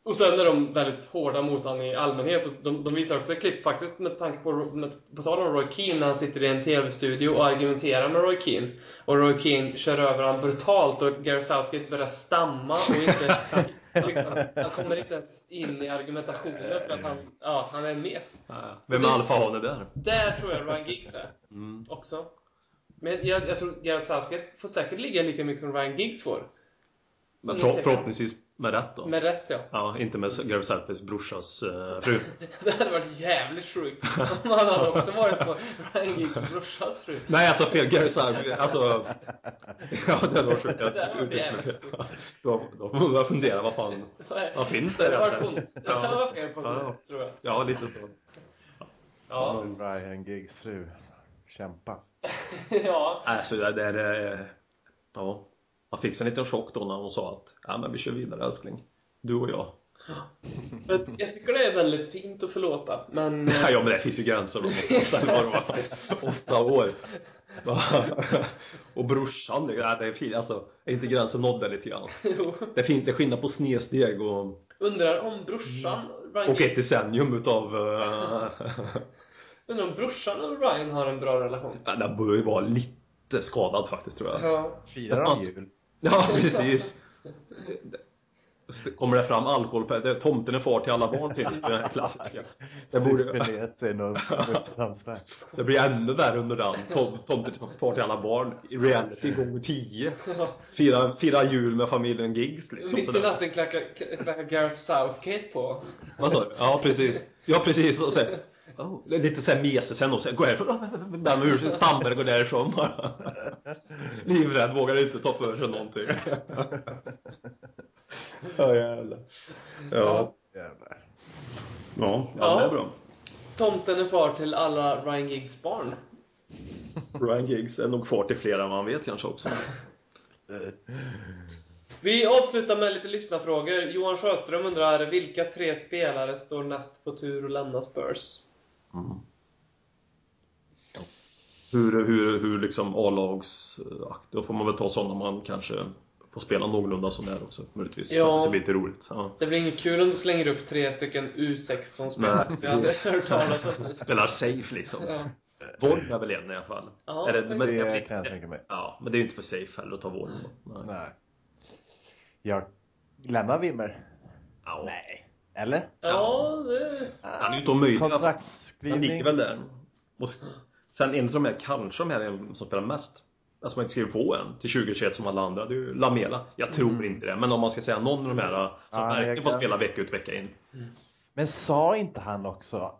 Speaker 2: Och sen är de väldigt hårda mot han i allmänhet. Och De, de visar också ett klipp faktiskt med tanke på, med, på tal om Roy Keane när han sitter i en TV-studio och argumenterar med Roy Keane. Och Roy Keane kör över honom brutalt och Gareth Southgate börjar stamma och inte... liksom, han kommer inte ens in i argumentationen för att han, ja, han är en mes.
Speaker 3: Ja. Vem är alfahane där?
Speaker 2: Där tror jag Ryan Giggs är
Speaker 3: Mm.
Speaker 2: också. Men jag, jag tror Gareth Southgate får säkert ligga lika mycket som Ryan Giggs får.
Speaker 3: Men
Speaker 2: Som
Speaker 3: förhopp-
Speaker 2: jag-
Speaker 3: förhoppningsvis med rätt då.
Speaker 2: Med rätt ja.
Speaker 3: Ja, inte med Gareth Southgates brorsas eh, fru.
Speaker 2: Det hade varit jävligt sjukt om han hade också varit på Ryan Giggs brorsas fru.
Speaker 3: Nej, alltså fel Gareth Southgate. Alltså... Ja, det var sjukt. Jag
Speaker 2: Det där var
Speaker 3: uttryckte mig
Speaker 2: jävligt
Speaker 3: fel. Då då får man börja fundera, vad fan. Vad finns det
Speaker 2: Det var
Speaker 3: egentligen?
Speaker 2: hon. Det var fel på
Speaker 3: Ja.
Speaker 2: henne, tror jag.
Speaker 3: Ja, lite så.
Speaker 2: Ja.
Speaker 4: Ryan Giggs fru. Kämpa.
Speaker 2: ja.
Speaker 3: Alltså, det där... eh, Ja. Man fick en liten chock då när hon sa att ja, men vi kör vidare älskling. Du och jag.
Speaker 2: Jag, jag tycker det är väldigt fint att förlåta, men... eh,
Speaker 3: Ja, men det finns ju gränser. Då måste man säga vad det var. Åtta år. Va? Och brorsan, det nej, det är fint. Alltså, är inte gränsen nådd där lite grann?
Speaker 2: jo.
Speaker 3: Det är fint, det är skillnad på snedsteg och,
Speaker 2: Undrar om brorsan... Ryan
Speaker 3: och ett
Speaker 2: Giggs,
Speaker 3: decennium utav... eh,
Speaker 2: undrar om brorsan och Ryan har en bra relation?
Speaker 3: Ja, den bör ju vara lite skadad faktiskt tror jag.
Speaker 2: Ja.
Speaker 4: Firar de
Speaker 3: Alltså-
Speaker 4: jul?
Speaker 3: Ja, precis. Så Kommer det fram alkohol? på- det- Tomten är far till alla barn till just den här klassiska. Det,
Speaker 4: Super
Speaker 3: borde,
Speaker 4: ner sig något fruktansvärt.
Speaker 3: det blir ännu värre under den. Tom, tomten är far till alla barn. I reality gånger tio. Fira, fira jul med familjen Giggs liksom.
Speaker 2: Mitt i
Speaker 3: Sådär.
Speaker 2: natten klackar, klackar Gareth Southgate på.
Speaker 3: Vad sa du? Ja, precis. Ja, precis. Och sen, oh, lite såhär mesig sen och sen går jag härifrån. Bär mig ur sin stammar och går därifrån bara. Livrädd, vågar inte ta för sig någonting. Ja, jävlar. Ja.
Speaker 4: Jävlar.
Speaker 3: Ja,
Speaker 2: Ja.
Speaker 3: det är bra.
Speaker 2: Tomten är far till alla Ryan Giggs barn.
Speaker 3: Ryan Giggs är nog far till fler än vad han vet kanske också.
Speaker 2: Vi avslutar med lite lyssnarfrågor. Johan Sjöström undrar vilka tre spelare står näst på tur att lämna Spurs?
Speaker 3: Hur, hur, hur liksom A-lagsakt, då får man väl ta sådana man kanske får spela någorlunda som det är också möjligtvis.
Speaker 2: Ja.
Speaker 3: Ja. Det ser lite roligt. Ja.
Speaker 2: Det blir inget kul om du slänger upp tre stycken
Speaker 3: Nej,
Speaker 2: U16-spelare. Jag hade
Speaker 3: precis.
Speaker 2: hört talas om det.
Speaker 3: Spelar safe liksom.
Speaker 2: Ja.
Speaker 3: Volvo är väl en i alla fall?
Speaker 2: Ja,
Speaker 3: Eller,
Speaker 2: det
Speaker 3: men,
Speaker 4: Det kan jag tänka mig.
Speaker 3: Ja, men det är ju inte för safe heller att ta Volvo. Nej.
Speaker 4: Nej. Jag lämnar Wimmer.
Speaker 3: Ja.
Speaker 4: Eller?
Speaker 2: Ja, det...
Speaker 3: Han är ju inte omöjlig. Han
Speaker 4: Kontraktsskrivning.
Speaker 3: ligger väl där. Och s- sen en av de här, kanske de här som spelar mest. Alltså man inte skriver på än till 2021 som alla andra. Det är ju Lamela. Jag tror inte det. Men om man ska säga någon av de här som
Speaker 4: Mm. Ja,
Speaker 3: verkligen
Speaker 4: jag-
Speaker 3: får spela vecka ut vecka in.
Speaker 4: Men sa inte han också,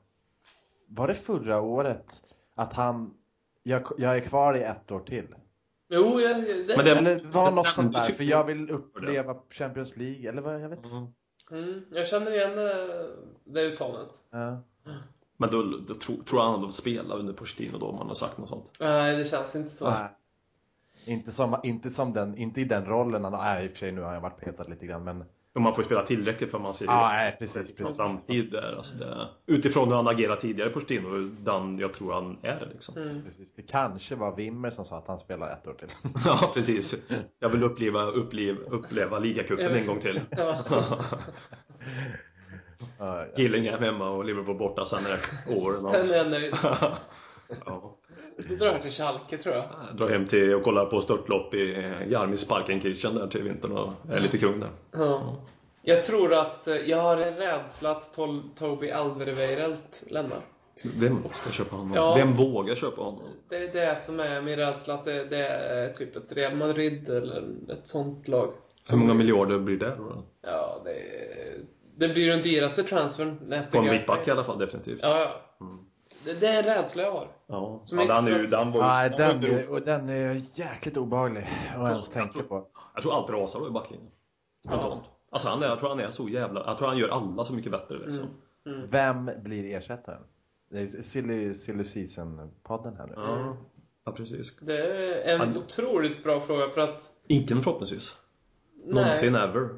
Speaker 4: var det förra året, att han, jag, jag är kvar i ett år till?
Speaker 2: Jo, jag, det...
Speaker 3: Men det-
Speaker 4: Eller var
Speaker 3: det
Speaker 4: något
Speaker 3: stämde
Speaker 4: sånt där,
Speaker 3: typ
Speaker 4: för jag
Speaker 3: inte
Speaker 4: vill uppleva Champions League, eller vad, jag vet inte.
Speaker 2: Mm, jag känner igen eh, det uttalandet.
Speaker 4: Ja.
Speaker 3: Men då, då tror, tror han att de spelar under Pochettino då om han har sagt något sånt.
Speaker 2: Nej, det känns inte så.
Speaker 4: Nej. Inte, som, inte, som den, inte i den rollen, han, nej, i och för sig nu har jag varit petad lite grann men...
Speaker 3: Om man får spela tillräckligt för man ser
Speaker 4: Ja, nej, precis.
Speaker 3: liksom,
Speaker 4: precis.
Speaker 3: framtid där. Alltså det, utifrån hur han agerat tidigare Pochettino och hur den jag tror han är liksom.
Speaker 2: Mm.
Speaker 4: precis. Det kanske var Wimmer som sa att han spelar ett år till.
Speaker 3: Ja precis. Jag vill uppleva, uppleva, uppleva ligacupen en gång till.
Speaker 2: Ja.
Speaker 4: Ja, ja.
Speaker 3: Gillingham hemma och Liverpool borta sen är det åren
Speaker 2: Sen är jag nöjd.
Speaker 3: ja.
Speaker 2: Då drar jag till Schalke, tror jag.
Speaker 3: Drar hem till och kollar på störtlopp i Jarmis Parkenkirchen där till vintern och är lite kung där.
Speaker 2: Ja. Jag tror att eh, jag har en rädsla att Tol- Toby Alderweireld lämnar.
Speaker 3: Vem ska köpa honom?
Speaker 2: Ja.
Speaker 3: Vem vågar köpa honom?
Speaker 2: Det är det som är min rädsla, att det, det är typ ett Real Madrid eller ett sånt lag.
Speaker 3: Hur
Speaker 4: Mm.
Speaker 3: många miljarder blir det då?
Speaker 2: Ja, det, det blir den dyraste transfern efter
Speaker 3: På en
Speaker 2: Gareth
Speaker 3: mittback Mm. i
Speaker 2: Bale.
Speaker 3: alla fall definitivt.
Speaker 2: Ja, ja. Det, det är en rädsla jag har.
Speaker 3: Ja,
Speaker 2: Som
Speaker 3: ja
Speaker 2: inte
Speaker 3: den, är ju,
Speaker 2: plats-
Speaker 3: den var
Speaker 4: Nej,
Speaker 3: ju...
Speaker 4: den, är- och den är jäkligt obehaglig att ens tänka på.
Speaker 3: Jag tror allt rasar då i backlinjen. Spontant. Alltså han är, jag tror han är så jävla... Jag tror han gör alla så mycket bättre liksom.
Speaker 2: Mm.
Speaker 4: Vem blir ersättaren? Det är silly, silly Season-podden här nu.
Speaker 3: Ja. ja, precis.
Speaker 2: Det är en
Speaker 3: Han-
Speaker 2: otroligt bra fråga för att
Speaker 3: Ingen förhoppningsvis.
Speaker 2: nej,
Speaker 3: Någonsin ever.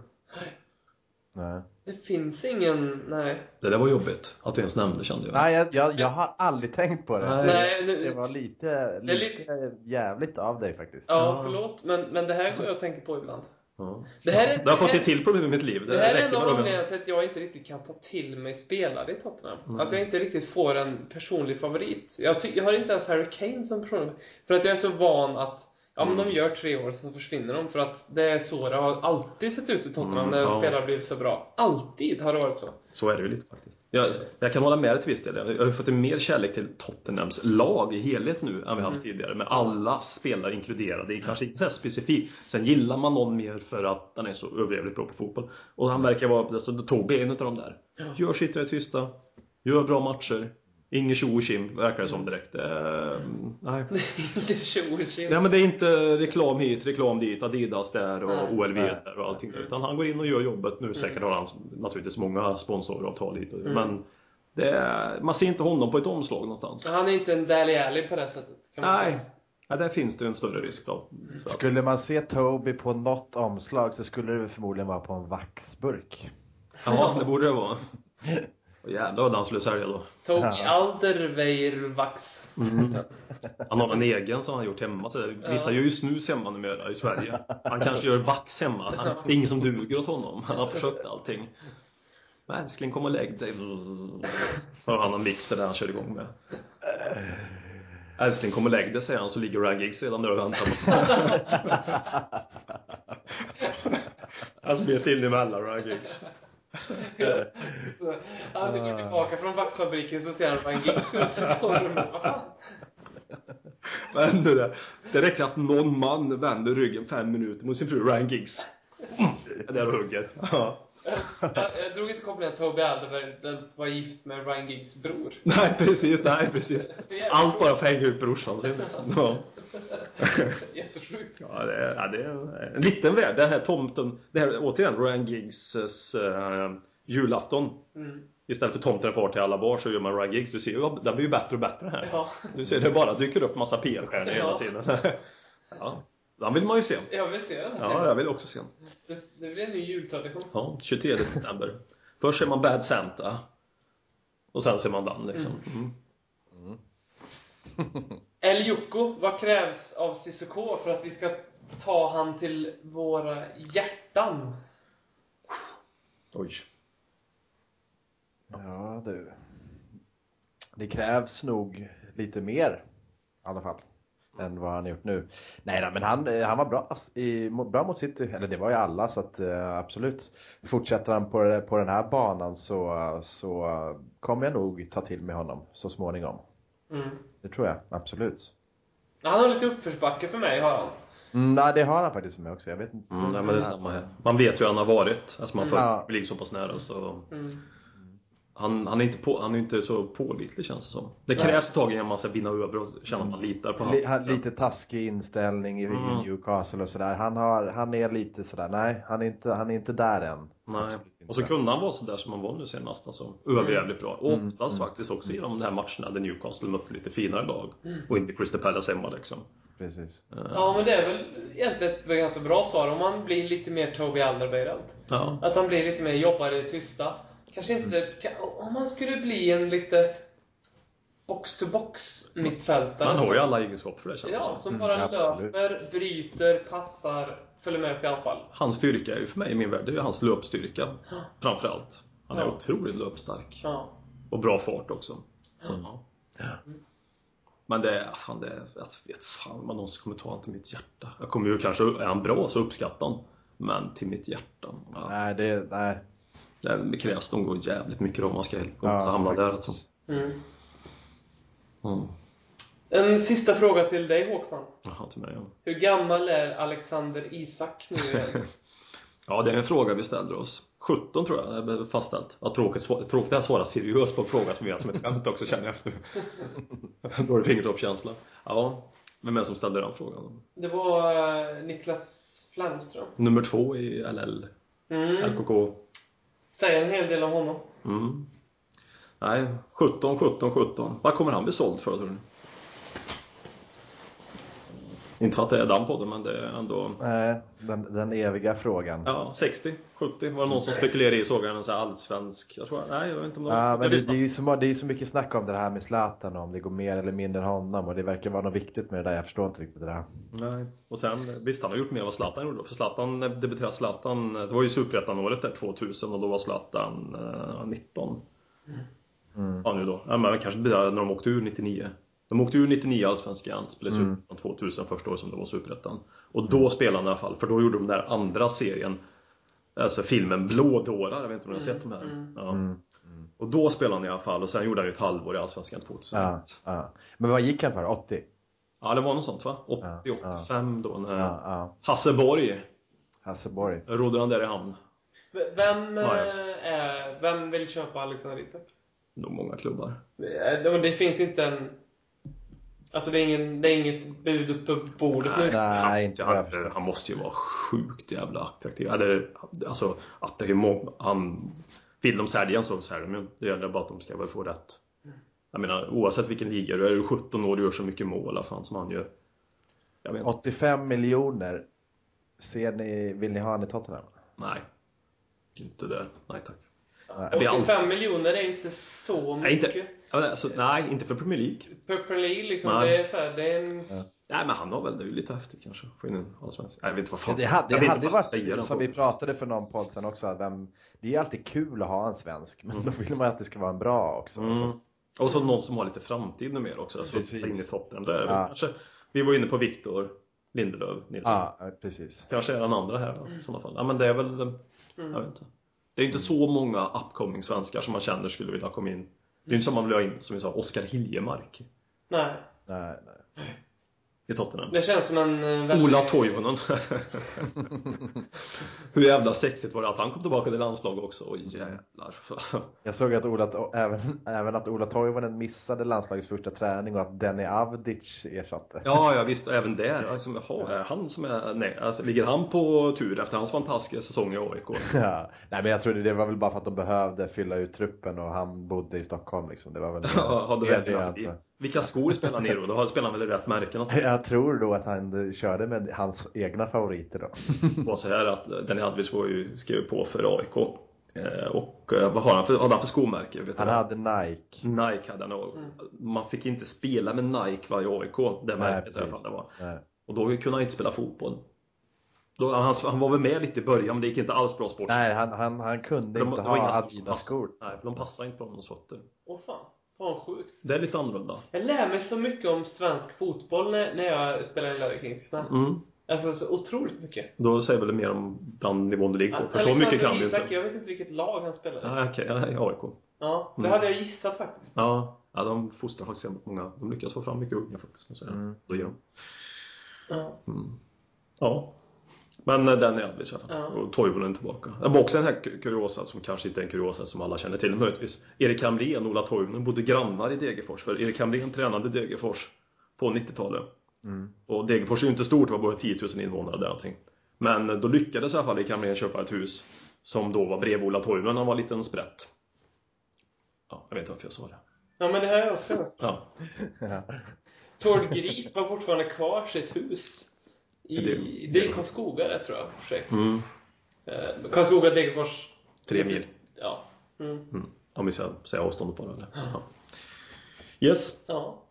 Speaker 4: Nej,
Speaker 2: det finns ingen... Nej.
Speaker 3: Det där var jobbigt att du ens nämnde kände jag.
Speaker 4: Nej jag, jag, jag har aldrig tänkt på det.
Speaker 3: Nej.
Speaker 2: Nej,
Speaker 4: Det
Speaker 2: nu,
Speaker 4: var lite,
Speaker 2: Det är lite-
Speaker 4: lite jävligt av dig faktiskt.
Speaker 2: ja, förlåt, men, men det här går jag och tänker på ibland.
Speaker 3: Ja.
Speaker 2: Det här är,
Speaker 3: Det har
Speaker 2: det
Speaker 3: fått
Speaker 2: här-
Speaker 3: ett till problem i mitt liv. Det,
Speaker 2: Det här är en
Speaker 3: räcker
Speaker 2: av
Speaker 3: med det.
Speaker 2: anledningarna till att jag inte riktigt kan ta till mig spelare i Tottenham. Att jag inte riktigt får en personlig favorit. Jag, ty- jag har inte ens Harry Kane som personlig För att jag är så van att Ja men
Speaker 3: Mm.
Speaker 2: de gör tre år, sen försvinner de för att det är så det har alltid sett ut i Tottenham
Speaker 3: Mm,
Speaker 2: när
Speaker 3: ja.
Speaker 2: spelare blivit för bra. Alltid har det varit så.
Speaker 3: Så är det ju lite faktiskt. Jag, jag kan hålla med dig till viss del. Jag har ju fått en mer kärlek till Tottenhams lag i helhet nu än vi haft tidigare. Med alla spelare inkluderade. Det är kanske inte så här specifikt. Sen gillar man någon mer för att han är så överjävligt bra på fotboll. Och han verkar vara, alltså, Tobbe är en av de där. Gör sitt i det tysta. Gör bra matcher. Ingen tjo och tjim verkar det som direkt. Ehm, nej.
Speaker 2: Lite tjo och tjim.
Speaker 3: Nej men det är inte reklam hit, reklam dit, Adidas där och
Speaker 2: Nej.
Speaker 3: OLV
Speaker 4: Nej.
Speaker 3: där och allting där, utan han går in och gör jobbet nu. Säkert har han naturligtvis många sponsoravtal hit och men det är, man ser inte honom på ett omslag någonstans.
Speaker 2: Han är inte en Dali Alli på det sättet. Kan man
Speaker 3: Nej,
Speaker 2: säga.
Speaker 3: ja, där finns det en större risk då. Så att-
Speaker 4: Skulle man se Toby på något omslag så skulle det förmodligen vara på en vaxburk.
Speaker 3: Ja, det borde det vara. Och jävlar vad han skulle sälja då.
Speaker 2: Toby Alderweirelvax.
Speaker 3: Han har en egen som han har gjort hemma. Så där. Vissa
Speaker 2: Ja.
Speaker 3: gör ju snus hemma numera i Sverige. Han kanske gör vax hemma. Han, det är ingen som duger åt honom. Han har försökt allting. Men älskling, kom och lägg dig. Har han en mixer där han kör igång med. Älskling, kom och lägg dig, säger han, så ligger Ryan Giggs redan där och väntar på honom. Han spyr till nu med alla Ryan Giggs.
Speaker 2: Så han går tillbaka från vaxfabriken så ser han Van Giggs gå ut i sovrummet. Vad fan?
Speaker 3: Men det, där, det räcker att någon man vänder ryggen fem minuter mot sin fru Ryan Giggs. Mm, Där och hugger. Ja.
Speaker 2: Jag, jag drog inte kopplingen att Toby Alderweireld den var gift med Ryan Giggs bror.
Speaker 3: Nej precis, nej precis.
Speaker 2: Det är jävligt
Speaker 3: Allt bara för att hänga ut brorsan sin. Ja.
Speaker 2: Jättesjukt.
Speaker 3: Ja, det, är, ja, det är en liten värld. Den här tomten, det här återigen Ryan Giggs eh, julafton.
Speaker 2: Mm.
Speaker 3: Istället för tomten är far till alla barn så gör man Ryan Giggs. Du ser ju, ja, den blir ju bättre och bättre här.
Speaker 2: Ja,
Speaker 3: Du ser, det bara dyker upp massa PR-stjärnor hela
Speaker 2: Ja.
Speaker 3: tiden. Ja, den vill man ju se.
Speaker 2: jag vill se den här
Speaker 3: Ja, jag vill också se den.
Speaker 2: filmen. Det, det blir en ny jultradition.
Speaker 3: Ja, 23 december. Först ser man Bad Santa. Och sen ser man den liksom. Mm.
Speaker 2: El Jocko, vad krävs av Cissoko för att vi ska ta han till våra hjärtan?
Speaker 3: Oj.
Speaker 4: Ja du. Det krävs nog lite mer i alla fall än vad han har gjort nu. Nej, nej men han, eh, han var bra, i, bra mot City, eller det var ju alla så att eh, absolut. Fortsätter han på, eh, på den här banan så, eh, så kommer jag nog ta till mig honom så småningom.
Speaker 2: Mm.
Speaker 4: Det tror jag, absolut.
Speaker 2: Han har lite uppförsbacke för mig, har han.
Speaker 4: Mm, nej, det har han faktiskt med också. Jag vet inte.
Speaker 3: Mm, nej, men det är samma här. Man vet ju hur han har varit. Alltså man får
Speaker 4: Ja.
Speaker 3: bli så pass nära. Så
Speaker 2: Mm.
Speaker 3: han, han, är inte på, han är inte så pålitlig känns det som. Det
Speaker 2: Nej.
Speaker 3: krävs ett tag innan man ska vinna över och känna att man litar på
Speaker 4: Li,
Speaker 3: hans...
Speaker 4: han, lite taskig inställning i
Speaker 3: Mm.
Speaker 4: Newcastle och sådär. Han, har, han är lite sådär, nej, han är inte, han är inte där än.
Speaker 3: Nej.
Speaker 4: Absolut inte.
Speaker 3: Och så kunde han vara sådär som han var nu senast. Alltså.
Speaker 2: Mm.
Speaker 3: Överjävligt bra. Och oftast faktiskt också i de här matcherna där Newcastle mötte lite finare lag.
Speaker 2: Mm.
Speaker 3: Och inte Crystal Palace hemma liksom.
Speaker 4: Precis.
Speaker 2: Ja, men det är väl egentligen ett ganska bra svar om man blir lite mer Toby Alderweireld.
Speaker 3: Ja.
Speaker 2: Att han blir lite mer jobbare i det tysta. Kanske inte... ka- Om han skulle bli en lite box-to-box mittfältare.
Speaker 3: Han har ju alla egenskaper för det känns det
Speaker 2: Ja,
Speaker 3: som.
Speaker 2: som bara
Speaker 4: Mm, absolut.
Speaker 2: löper, bryter, passar, följer med upp i anfall.
Speaker 3: Hans styrka är ju för mig i min värld, det är ju hans löpstyrka. Framförallt. Han är
Speaker 2: Ja.
Speaker 3: otroligt löpstark.
Speaker 2: Ja.
Speaker 3: Och bra fart också. Så, ja. Men det är, fan det är, jag vet fan om man någonsin kommer ta honom till mitt hjärta. Jag kommer ju kanske, är han bra så uppskattar han. Men till mitt hjärta, ja,
Speaker 4: Nej, det, nej.
Speaker 3: det krävs nog jävligt mycket om man ska
Speaker 4: Ja,
Speaker 3: ja, hamna där
Speaker 4: faktiskt.
Speaker 3: alltså.
Speaker 2: Mm.
Speaker 3: Mm.
Speaker 2: En sista fråga till dig Håkman.
Speaker 3: Jaha, till mig ja.
Speaker 2: Hur gammal är Alexander Isak nu igen?
Speaker 3: Ja, det är en fråga vi ställer oss. 17 tror jag, det blev fastställt. Ja, tråkigt, svar- tråkigt att jag svarar seriöst på en fråga som är som ett skämt också känner jag efter. Då är det fingertoppskänsla. Ja, vem är det som ställde den frågan?
Speaker 2: Det var eh, Niklas Flamström.
Speaker 3: Nummer två i LL,
Speaker 2: Mm.
Speaker 3: LKK.
Speaker 2: Säger en hel del om honom.
Speaker 3: Mm. Nej, 17, 17, 17. Vad kommer han bli såld för tror du? Inte att det är den podden, men det är ändå...
Speaker 4: Nej, den, den eviga frågan.
Speaker 3: Ja, 60, 70 var det någon som spekulerade i såg han en sån här allsvensk... Jag tror, nej, jag vet inte om det var-
Speaker 4: Ja,
Speaker 3: Jag
Speaker 4: men det,
Speaker 3: lyssnar.
Speaker 4: det, är ju så, det är ju så mycket snack om det här med Zlatan och om det går mer eller mindre än honom och det verkar vara något viktigt med det där. Jag förstår inte riktigt det där.
Speaker 3: Nej. Och sen, visst han har gjort mer än vad Zlatan gjorde. För Zlatan debuterade Zlatan, det var ju superettan-året där 2000 och då var Zlatan eh, 19.
Speaker 4: Mm.
Speaker 3: Ja nu då, ja, men kanske det där när de åkte ur 99. De åkte ur 99 i Allsvenskan, spelade
Speaker 4: Mm.
Speaker 3: Superettan 2000 första året som det var Superettan. Och då spelade han i alla fall, för då gjorde de den där andra serien, alltså filmen Blå dårar, jag vet inte om ni har sett de här? Ja.
Speaker 4: Mm.
Speaker 3: Och då spelade han i alla fall och sen gjorde han ju ett halvår i Allsvenskan 2001.
Speaker 4: Ja, ja. Men vad gick han för? 80?
Speaker 3: Ja, det var något sånt va? 80,
Speaker 4: Ja,
Speaker 3: 85 då när
Speaker 4: Ja, ja.
Speaker 3: Hasse Borg
Speaker 4: Hasselborg.
Speaker 3: rodde han där i hamn.
Speaker 2: V- Vem, eh,
Speaker 3: Ajax.
Speaker 2: är, vem vill köpa Alexander Isak?
Speaker 3: Nog många klubbar.
Speaker 2: Eh, Det, det finns inte en... Alltså det är, ingen, det är inget bud uppe på bordet nu.
Speaker 4: nej,
Speaker 3: han,
Speaker 4: inte
Speaker 3: måste,
Speaker 4: vad jag
Speaker 3: han,
Speaker 4: förstår.
Speaker 3: han måste ju vara sjukt jävla attraktiv. Eller, alltså, att det är må- han, vill de sälja så säljer de ju. Det gäller bara att de ska väl få rätt. Jag menar, oavsett vilken liga du är, är du 17 år och gör så mycket mål vad fan, som han gör. Jag menar,
Speaker 4: 85 miljoner. Ser ni, vill ni ha han i Tottenham?
Speaker 3: nej. Inte där. Nej tack. det blir
Speaker 2: 85 miljoner är inte så
Speaker 3: Nej,
Speaker 2: mycket.
Speaker 3: inte, jag menar, alltså, nej, inte för Premier League.
Speaker 2: Per Premier liksom,
Speaker 3: Nej.
Speaker 2: det är, så här, det är en...
Speaker 3: Nej, men han har väl, det är ju lite häftigt kanske. Få in en allsvensk. Nej, jag vet inte vad fan.
Speaker 4: Det hade,
Speaker 3: jag
Speaker 4: det
Speaker 3: vet
Speaker 4: hade
Speaker 3: inte vad jag
Speaker 4: varit,
Speaker 3: ska säga den
Speaker 4: som vi
Speaker 3: frågan.
Speaker 4: pratade för någon podd sen också, att vem, det är ju alltid kul att ha en svensk, men då vill man ju att det ska vara en bra också. Alltså,
Speaker 3: Mm.
Speaker 4: Så,
Speaker 3: Och så någon som har lite framtid numera också. Så
Speaker 4: Precis.
Speaker 3: ta in i toppen. Där är väl
Speaker 4: Ja.
Speaker 3: kanske, vi var inne på Viktor Lindelöf Nilsson.
Speaker 4: ja, eh, precis.
Speaker 3: Kanske är den andra här då, i sådana fall. Ja, men det är väl, jag vet inte. Det är ju inte så många upcoming svenskar som man känner skulle vilja komma in. Det är ju inte som man vill ha in, som vi sa, Oskar Hiljemark
Speaker 2: Nej.
Speaker 4: Nej, nej.
Speaker 3: i Tottenham.
Speaker 2: Det känns som en... eh, väldigt-
Speaker 3: Ola Toivonen. Hur jävla sexigt var det att han kom tillbaka till landslaget också? Oj jävlar.
Speaker 4: Jag såg att Ola, även, även att Ola Toivonen missade landslagets första träning och att Denny Avdic ersatte.
Speaker 3: Ja, ja visst, även där. Alltså, jaha, är han som är, nej, alltså, ligger han på tur efter hans fantastiska säsong i AIK?
Speaker 4: Ja. Nej men jag trodde det var väl bara för att de behövde fylla ut truppen och han bodde i Stockholm liksom. Det var väl
Speaker 3: Ja, hade
Speaker 4: det,
Speaker 3: väl,
Speaker 4: det, jag
Speaker 3: alltså,
Speaker 4: inte.
Speaker 3: vilka skor spelar han i då? Då spelar han väl i rätt märken? Att
Speaker 4: Jag tror då att han eh, körde med hans egna favoriter då.
Speaker 3: det var så här att Denny Advic var ju skrev på för AIK. Eh, Och eh, vad har han för, hade han för skomärke? Vet du
Speaker 4: Han
Speaker 3: vad?
Speaker 4: hade Nike.
Speaker 3: Nike hade han. och Man fick inte spela med Nike va, i AIK, det märket i alla fall
Speaker 4: precis.
Speaker 3: det var.
Speaker 4: Nej.
Speaker 3: Och då kunde han inte spela fotboll. Då, han, han var väl med lite i början, men det gick inte alls bra sport.
Speaker 4: Nej, han, han, han kunde
Speaker 3: De-
Speaker 4: inte
Speaker 3: det var inga
Speaker 4: ha
Speaker 3: skor som
Speaker 4: Adidas-skor.
Speaker 3: passade. Nej, för de passade inte på hans fötter.
Speaker 2: Åh fan. Fan sjukt.
Speaker 3: Det är lite annorlunda.
Speaker 2: Jag lär mig så mycket om svensk fotboll när, när jag spelar i Larry Kingsman.
Speaker 3: Mm.
Speaker 2: Alltså så otroligt mycket.
Speaker 3: Då säger väl det mer om den nivån du ligger på. För så
Speaker 2: Alexander
Speaker 3: mycket kan du
Speaker 2: Isak,
Speaker 3: inte.
Speaker 2: jag vet inte vilket lag han spelar i.
Speaker 3: Ah, Okej, okay. AIK.
Speaker 2: Ja, det
Speaker 3: Mm.
Speaker 2: hade jag gissat faktiskt.
Speaker 3: Ja, ja, de fostrar faktiskt jävligt många. De lyckas få fram mycket unga faktiskt. måste jag säga.
Speaker 4: Mm.
Speaker 3: Då gör de.
Speaker 2: Ja.
Speaker 3: Ja. Men eh, den är Elvis i alla fall.
Speaker 2: Ja.
Speaker 3: Och Toivonen är tillbaka. Det var också den här ku- kuriosa som kanske inte är en kuriosa som alla känner till möjligtvis. Erik Hamrén och Ola Toivonen bodde grannar i Degerfors. För Erik Hamrén tränade Degerfors på 90-talet.
Speaker 4: Mm.
Speaker 3: Och Degerfors är ju inte stort, det var bara 10 000 invånare där någonting. Men eh, då lyckades i alla fall Erik Hamrén köpa ett hus som då var bredvid Ola Toivonen, när han var en liten sprätt. Ja, jag vet inte varför jag sa det.
Speaker 2: ja, men det har jag också hört.
Speaker 3: Ja,
Speaker 2: Tord Grip har fortfarande kvar sitt hus. I,
Speaker 3: Ja,
Speaker 2: det,
Speaker 3: det-
Speaker 2: är i Karlskoga det tror jag. Projekt.
Speaker 3: mm.
Speaker 2: Eh, Karlskoga, Degerfors.
Speaker 3: tre mil.
Speaker 2: Ja. Mm.
Speaker 3: Om vi ska säga avståndet på det eller? Ja. Yes,
Speaker 2: ja.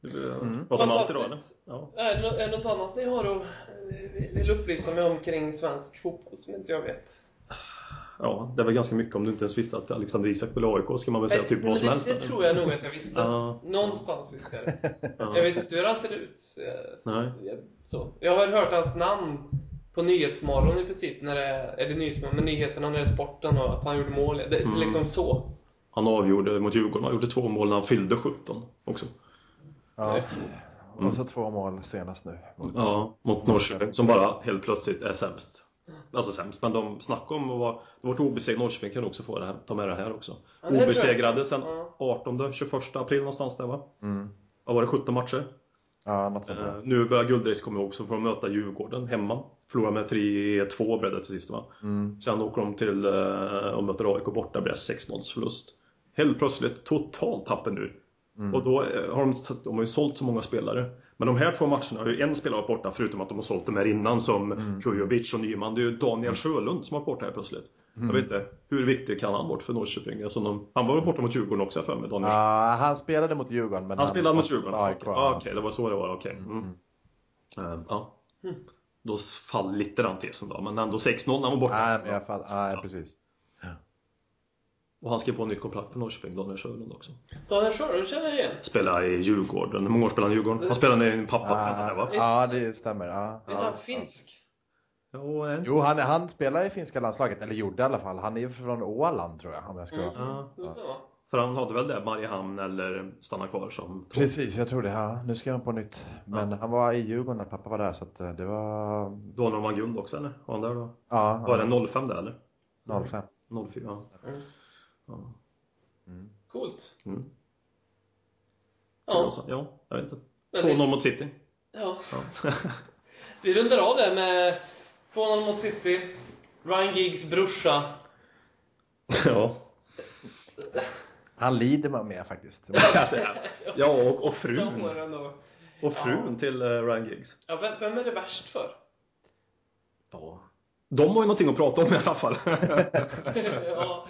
Speaker 3: du eh, pratar om allt idag eller?
Speaker 2: Fantastiskt.
Speaker 3: Ja.
Speaker 2: Är det nå- är det något annat ni har att eh, vill upplysa mig om kring svensk fotboll som inte jag vet?
Speaker 3: ja, det var ganska mycket om du inte ens visste att Alexander Isak spelade i AIK ska man väl säga
Speaker 2: Nej,
Speaker 3: typ
Speaker 2: nej,
Speaker 3: vad
Speaker 2: men
Speaker 3: som
Speaker 2: det,
Speaker 3: helst.
Speaker 2: Det
Speaker 3: eller?
Speaker 2: tror jag nog att jag visste.
Speaker 3: Ja.
Speaker 2: Någonstans visste jag det.
Speaker 3: Ja.
Speaker 2: Jag vet inte hur han ser ut. eh,
Speaker 3: Nej.
Speaker 2: jag- Så. Jag har hört hans namn på Nyhetsmorgon i princip, när det är, eller Nyhetsmorgon, men nyheterna när det är sporten och att han gjorde mål. Det, det är
Speaker 3: Mm.
Speaker 2: liksom så.
Speaker 3: Han avgjorde mot Djurgården, han gjorde två mål när han fyllde 17 också.
Speaker 4: Ja.
Speaker 3: Mm.
Speaker 4: Och så två mål senast nu.
Speaker 3: Ja, mot Norrköping som bara helt plötsligt är sämst. Alltså sämst, men de snackar om att vara... De vart obesegrade, Norrköping kan också få det här, ta med det här också.
Speaker 2: Ja, det tror jag.
Speaker 3: obesegrade sen
Speaker 2: Ja.
Speaker 3: 18, 21 april någonstans där va?
Speaker 4: Mm.
Speaker 3: Vad var det, 17 matcher?
Speaker 4: Ja, något sånt
Speaker 3: Eh,
Speaker 4: där.
Speaker 3: nu börjar guldracet komma ihåg, så får de möta Djurgården hemma. Förlorar med 3-2 blev det till sist va?
Speaker 4: Mm.
Speaker 3: Sen åker de till eh, och möter AIK borta, blir det 6-0 förlust. Helt plötsligt totalt tappen nu.
Speaker 4: Mm.
Speaker 3: Och då eh, har de, satt- de har ju sålt så många spelare. Men de här två matcherna har ju en spelare varit borta förutom att de har sålt de här innan som
Speaker 4: Mm.
Speaker 3: Kujovic och Nyman. Det är ju Daniel Sjölund som har varit borta här plötsligt.
Speaker 4: Mm.
Speaker 3: Jag vet inte, hur viktig kan han ha varit för Norrköping? Alltså de, han var väl borta mot Djurgården också för mig, Daniel Sjölund.
Speaker 4: Ja, Ah, han spelade mot Djurgården. Men
Speaker 3: Han spelade mot
Speaker 4: Ja,
Speaker 3: Djurgården? Okej,
Speaker 4: AIK.
Speaker 3: ah, okej, det var så det var, okej. Mm. Eh, ja.
Speaker 2: Mm.
Speaker 3: Då faller lite den tesen då, men ändå 6-0 när han var borta.
Speaker 4: Nej, men jag fatt... Nej, precis.
Speaker 3: Och han skrev på en ny kontrakt för Norrköping, Daniel Sjölund också.
Speaker 2: Daniel Sjölund känner jag igen.
Speaker 3: Spelade i Djurgården. Hur många år spelade han i Djurgården? Han spelade i en pappa tränade där va?
Speaker 4: Ja, Ah, ja, det stämmer. Ja,
Speaker 2: Är inte
Speaker 4: ja.
Speaker 2: han finsk?
Speaker 3: Jo, en-
Speaker 4: Jo, han, han spelar i finska landslaget, eller gjorde i alla fall. Han är ju från Åland tror jag, om jag ska vara.
Speaker 2: Mm.
Speaker 3: Ja,
Speaker 2: Det kan det vara.
Speaker 3: för han hade väl det, Mariehamn eller stanna kvar som
Speaker 4: Precis, jag tror det. Ja, nu ska han på nytt. Men han var i Djurgården när pappa var där, så att eh, det var...
Speaker 3: Daniel van Gund också eller? Var han där då?
Speaker 4: Ja,
Speaker 3: Var det 05 där eller?
Speaker 4: 05.
Speaker 3: 04? Ja.
Speaker 2: Mm.
Speaker 3: Ja.
Speaker 2: Coolt.
Speaker 3: Mm.
Speaker 2: Ja,
Speaker 3: ja, jag vet inte.
Speaker 2: men det-
Speaker 3: 2-0 mot City.
Speaker 2: ja.
Speaker 3: Ja.
Speaker 2: Vi rundar av det med 2-0 mot City, Ryan Giggs brorsa.
Speaker 3: ja.
Speaker 4: Han lider man med faktiskt.
Speaker 3: Alltså, ja, och, och
Speaker 2: De
Speaker 3: frun.
Speaker 2: åren då.
Speaker 3: Och frun till eh, Ryan Giggs.
Speaker 2: Ja, vem, vem är det värst för?
Speaker 3: Ja. De har ju någonting att prata om i alla fall.
Speaker 2: ja,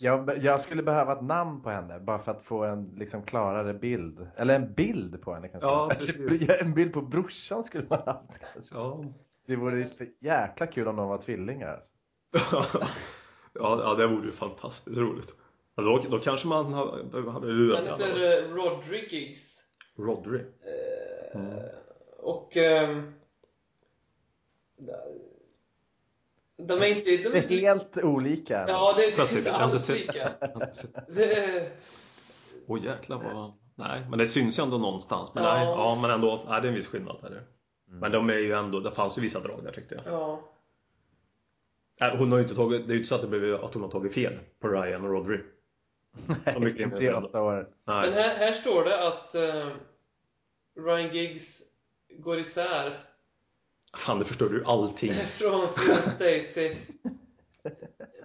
Speaker 4: Jag, jag skulle behöva ett namn på henne, bara för att få en liksom, klarare bild. Eller en bild på henne kanske.
Speaker 3: Ja, precis.
Speaker 4: Ja, En bild på brorsan skulle man ha.
Speaker 3: ja.
Speaker 4: Det vore ju så jäkla kul om de var tvillingar.
Speaker 3: ja, ja, det vore ju fantastiskt roligt. Ja, då, då kanske man ha- hade lurat
Speaker 2: han heter
Speaker 3: alla.
Speaker 2: eh, Rodri Giggs.
Speaker 3: Rodri.
Speaker 2: Eh, Och... ehm, de är inte... De
Speaker 4: Det
Speaker 2: är
Speaker 4: är
Speaker 2: inte
Speaker 4: helt olika.
Speaker 2: ja, det är
Speaker 3: Plötsligt,
Speaker 2: inte
Speaker 3: jag har inte
Speaker 2: alls
Speaker 3: sett
Speaker 2: lika.
Speaker 3: Jag har inte sett-
Speaker 2: Det är,
Speaker 3: Åh jäklar vad... Nej, men det syns ju ändå någonstans. Men
Speaker 2: Ja.
Speaker 3: nej, ja, men ändå. Nej, det är en viss skillnad. Är det. Men de är ju ändå, det fanns ju vissa drag där tyckte jag.
Speaker 2: ja.
Speaker 3: Nej, hon har ju inte tagit, det är ju inte så att, det blev, att hon har tagit fel på Ryan och Rodri. Så mycket kan jag
Speaker 4: Det är
Speaker 3: säga.
Speaker 4: åtta år.
Speaker 2: Men
Speaker 3: Nej.
Speaker 2: här, här står det att eh, Ryan Giggs går isär
Speaker 3: Fan, det förstör ju allting.
Speaker 2: från Phil Stacy.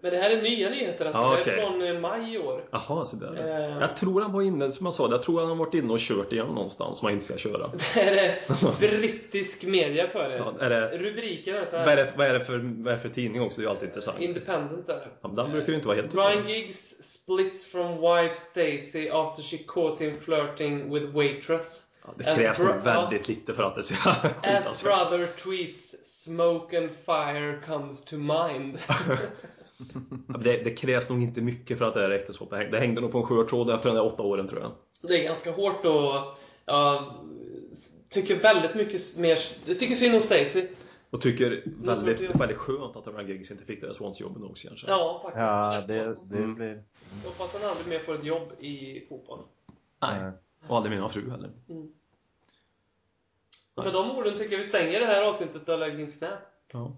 Speaker 2: Men det här är nya nyheter. Alltså.
Speaker 3: Ja,
Speaker 2: Det här
Speaker 3: okej.
Speaker 2: är från eh, maj i år.
Speaker 3: Jaha, så där.
Speaker 2: Eh.
Speaker 3: Jag tror han var inne, som jag sa, jag tror han har varit inne och kört igen någonstans som han inte ska köra.
Speaker 2: Det här är brittisk media för er.
Speaker 3: Ja, är det,
Speaker 2: Rubriken är så
Speaker 3: vad, är
Speaker 2: här.
Speaker 3: det, vad, är det för, vad är det för tidning också? Det är ju alltid intressant.
Speaker 2: Independent är det.
Speaker 3: Ja, men den brukar ju inte vara helt
Speaker 2: Ryan Giggs splits from wife Stacy after she caught him flirting with waitress.
Speaker 3: Ja, Det
Speaker 2: As
Speaker 3: krävs
Speaker 2: bro-
Speaker 3: nog väldigt lite för att det ska
Speaker 2: As
Speaker 3: skitas.
Speaker 2: brother tweets, smoke and fire comes to mind.
Speaker 3: Ja, men Det, det krävs nog inte mycket för att det här äktenskapet hängde. Det hängde nog på en skör tråd efter de där åtta åren tror jag.
Speaker 2: Det är ganska hårt och jag tycker väldigt mycket mer... Jag tycker synd om Stacy.
Speaker 3: Och tycker väldigt,
Speaker 2: jag.
Speaker 3: väldigt skönt att Ryan Giggs inte fick det där Swans-jobbet också kanske.
Speaker 2: Ja, faktiskt.
Speaker 4: Ja,
Speaker 2: Rätt
Speaker 4: det,
Speaker 2: hårt.
Speaker 3: Mm.
Speaker 4: det blir...
Speaker 2: Jag hoppas han aldrig mer får ett jobb i fotboll.
Speaker 3: Nej. Och aldrig mina fru heller.
Speaker 2: Och med de orden tycker jag vi stänger det här avsnittet av Lägg din snä.
Speaker 3: Ja.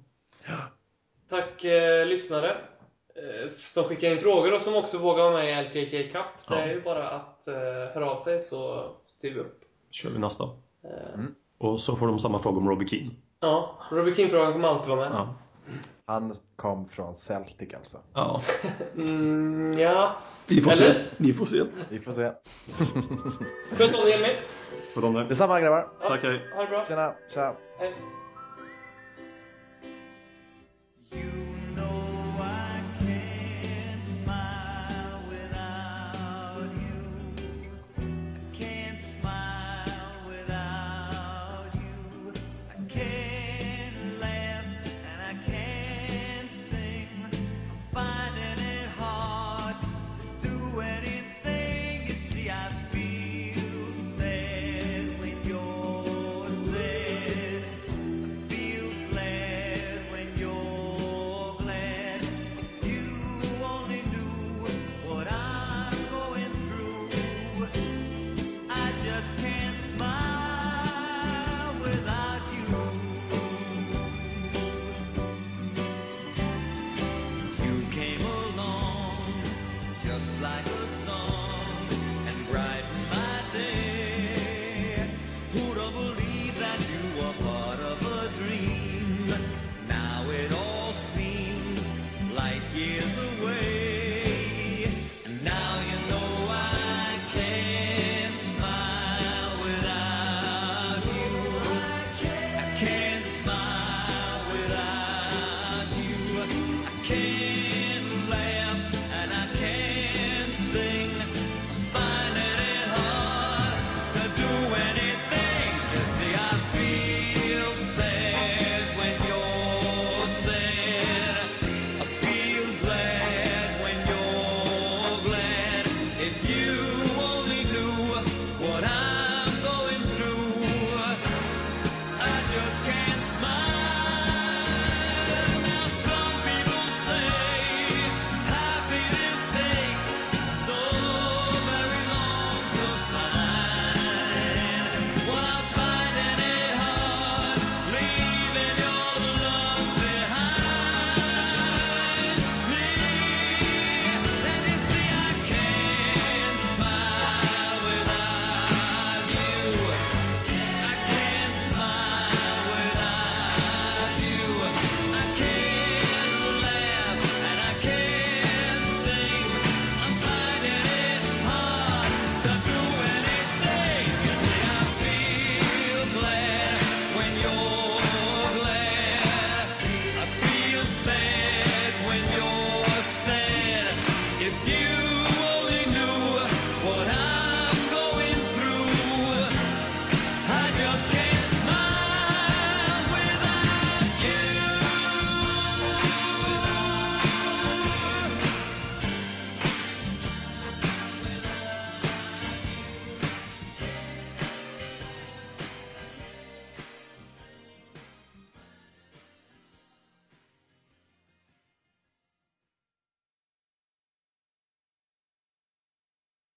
Speaker 2: Tack eh, lyssnare eh, som skickar in frågor och som också vågar vara med i LKK Cup. Det
Speaker 3: Ja.
Speaker 2: är ju bara att eh, höra av sig så styr vi upp.
Speaker 3: kör vi nästa.
Speaker 2: Eh,
Speaker 3: Och så får de samma fråga om Robbie Keane.
Speaker 2: Ja, Robbie King-frågan kommer alltid vara med.
Speaker 3: Ja.
Speaker 4: Han kom från Celtic alltså.
Speaker 3: ja.
Speaker 2: Mm, ja.
Speaker 3: Vi får
Speaker 2: Eller-
Speaker 3: se. Vi får se.
Speaker 4: Vi får se.
Speaker 2: Sköt om dig Emil.
Speaker 3: På de där.
Speaker 4: Detsamma grabbar.
Speaker 3: Tack, hej.
Speaker 2: Ha det bra.
Speaker 4: Tjena, tja.
Speaker 2: Hej.
Speaker 1: You know I can't smile without you. I can't smile without you. I can't laugh and I can't sing. I'm finding it hard to do anything. You see, I feel sad when you're sad. Feel glad when you're glad. You only knew what I'm going through. I just can't smile without you. You came along just like a song and brighten my day. Who'd have believed that you were part of a